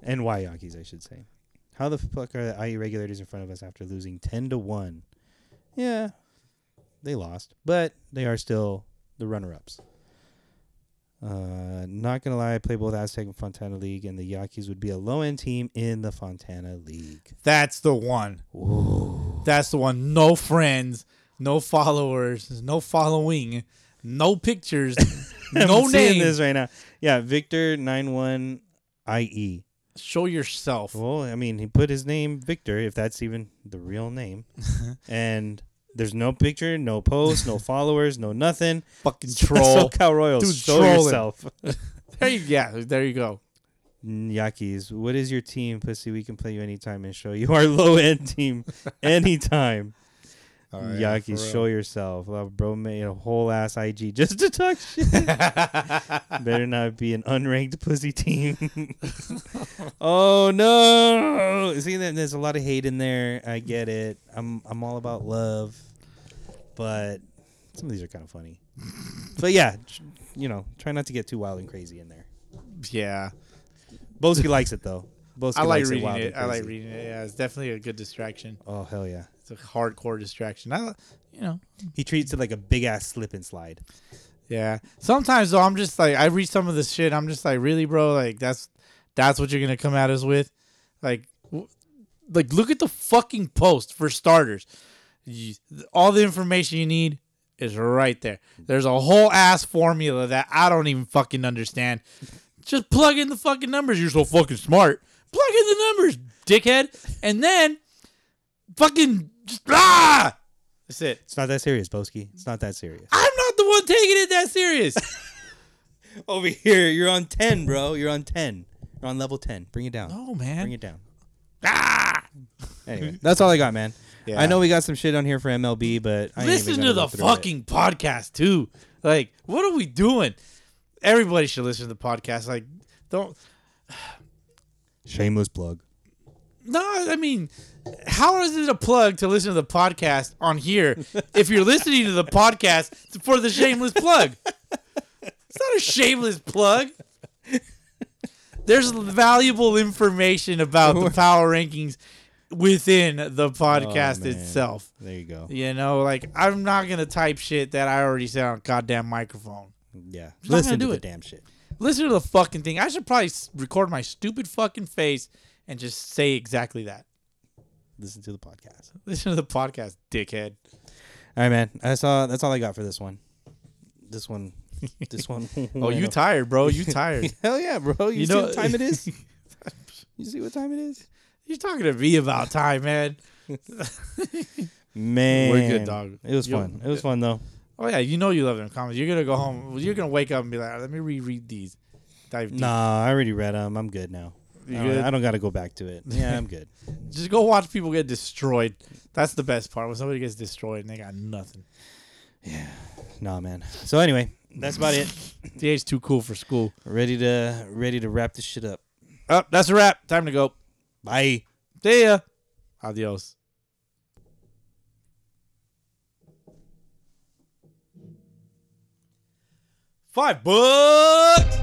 D: And why Yankees, I should say. How the fuck are the IE regulators in front of us after losing ten to one? Yeah. They lost. But they are still the runner ups. Uh, not gonna lie, I play both Aztec and Fontana League, and the Yankees would be a low end team in the Fontana League.
C: That's the one. That's the one. No friends, no followers, no following, no
D: (laughs)
C: pictures, no
D: I'm seeing
C: name.
D: this right now. Yeah, Victor nine one IE.
C: Show yourself.
D: Well, I mean, he put his name Victor, if that's even the real
C: (laughs)
D: name, and there's no picture, no
C: (laughs)
D: post, no followers, no nothing. (laughs)
C: Fucking
D: So
C: troll.
D: Cal Royals,
C: Dude's
D: show
C: trolling.
D: yourself.
C: there you, yeah, there you go.
D: Yakis, what is your team, pussy? We can play you anytime and show you our (laughs) low
C: (laughs)
D: end team anytime.
C: Oh,
D: Yakis, show yourself. Well, bro made a whole ass IG just
C: (laughs)
D: to talk shit. Better not be an unranked pussy team. (laughs) oh no! See, there- there's a lot of hate in there. I get it. I'm I'm all about love, but some of these are kind
C: (laughs)
D: of funny. but yeah, tr- you know, try not to get too wild and crazy in there.
C: Yeah.
D: Boski likes it though. Boski
C: I like
D: likes
C: reading
D: wild
C: it.
D: and
C: I like
D: crazy.
C: reading it. Yeah, it's definitely a good distraction.
D: Oh hell yeah!
C: It's a hardcore distraction. I, you know,
D: He treats it like a big ass slip and slide.
C: yeah. Sometimes though, I'm just like, I read some of this shit. I'm just like, really, bro? Like that's that's what you're gonna come at us with? Like, w- like look at the fucking post for starters. You, all the information you need is right there. There's a whole ass formula that I don't even fucking understand. Just plug in the fucking numbers. You're so fucking smart. Plug in the numbers, dickhead. And then fucking just, ah! That's it.
D: It's not that serious, Boski. It's not that serious.
C: I'm not the one taking it that serious.
D: Over here, you're on ten, bro. You're on ten. You're on level ten. Bring it down.
C: No,
D: Bring
C: man.
D: it down.
C: (laughs)
D: Ah! Anyway, that's all I got, man. I know we got some shit on here for MLB, but I ain't even
C: listen
D: gonna
C: to
D: go
C: the
D: through it.
C: fucking podcast too. Like, what are we doing? Everybody should listen to the podcast. Like, don't.
D: shameless plug.
C: No, I mean, how is it a plug to listen to the podcast on here if you're listening to the podcast for the shameless plug? It's not a shameless plug. There's valuable information about
D: (laughs)
C: the power rankings within the podcast
D: Oh, man.
C: itself.
D: There you go.
C: You know, like I'm not gonna type shit that I already said on a goddamn microphone.
D: Yeah,
C: not
D: listen
C: gonna
D: to
C: do
D: the
C: it.
D: damn shit.
C: Listen to the fucking thing. I should probably s- record my stupid fucking face and just say exactly that.
D: Listen to the podcast.
C: Listen to the podcast, dickhead.
D: All right, man. That's all. That's all I got for this one. This one. This one.
C: (laughs)
D: (laughs)
C: Oh, you tired, bro? You tired?
D: Hell yeah, bro. You,
C: You
D: see
C: know-
D: what time
C: (laughs)
D: it is? you see what time it is?
C: You're talking to me about time, man.
D: Man,
C: dog.
D: It was
C: Yo-
D: fun. It was fun though.
C: Oh yeah, you know you love them comments. You're gonna go home. You're gonna wake up and be like, let me reread these. Dive deep.
D: Nah, I already read them. I'm good now. I don't,
C: good?
D: I don't got to go back to it. Yeah,
C: (laughs)
D: I'm good.
C: Just go watch people get destroyed. That's the best part when somebody gets destroyed and they got nothing.
D: nah, man. So anyway, that's about it.
C: DH's too cool for school.
D: Ready to ready to wrap this shit up.
C: Up, Oh, that's a wrap. Time to go.
D: Bye.
C: See ya. Adios. Five bucks.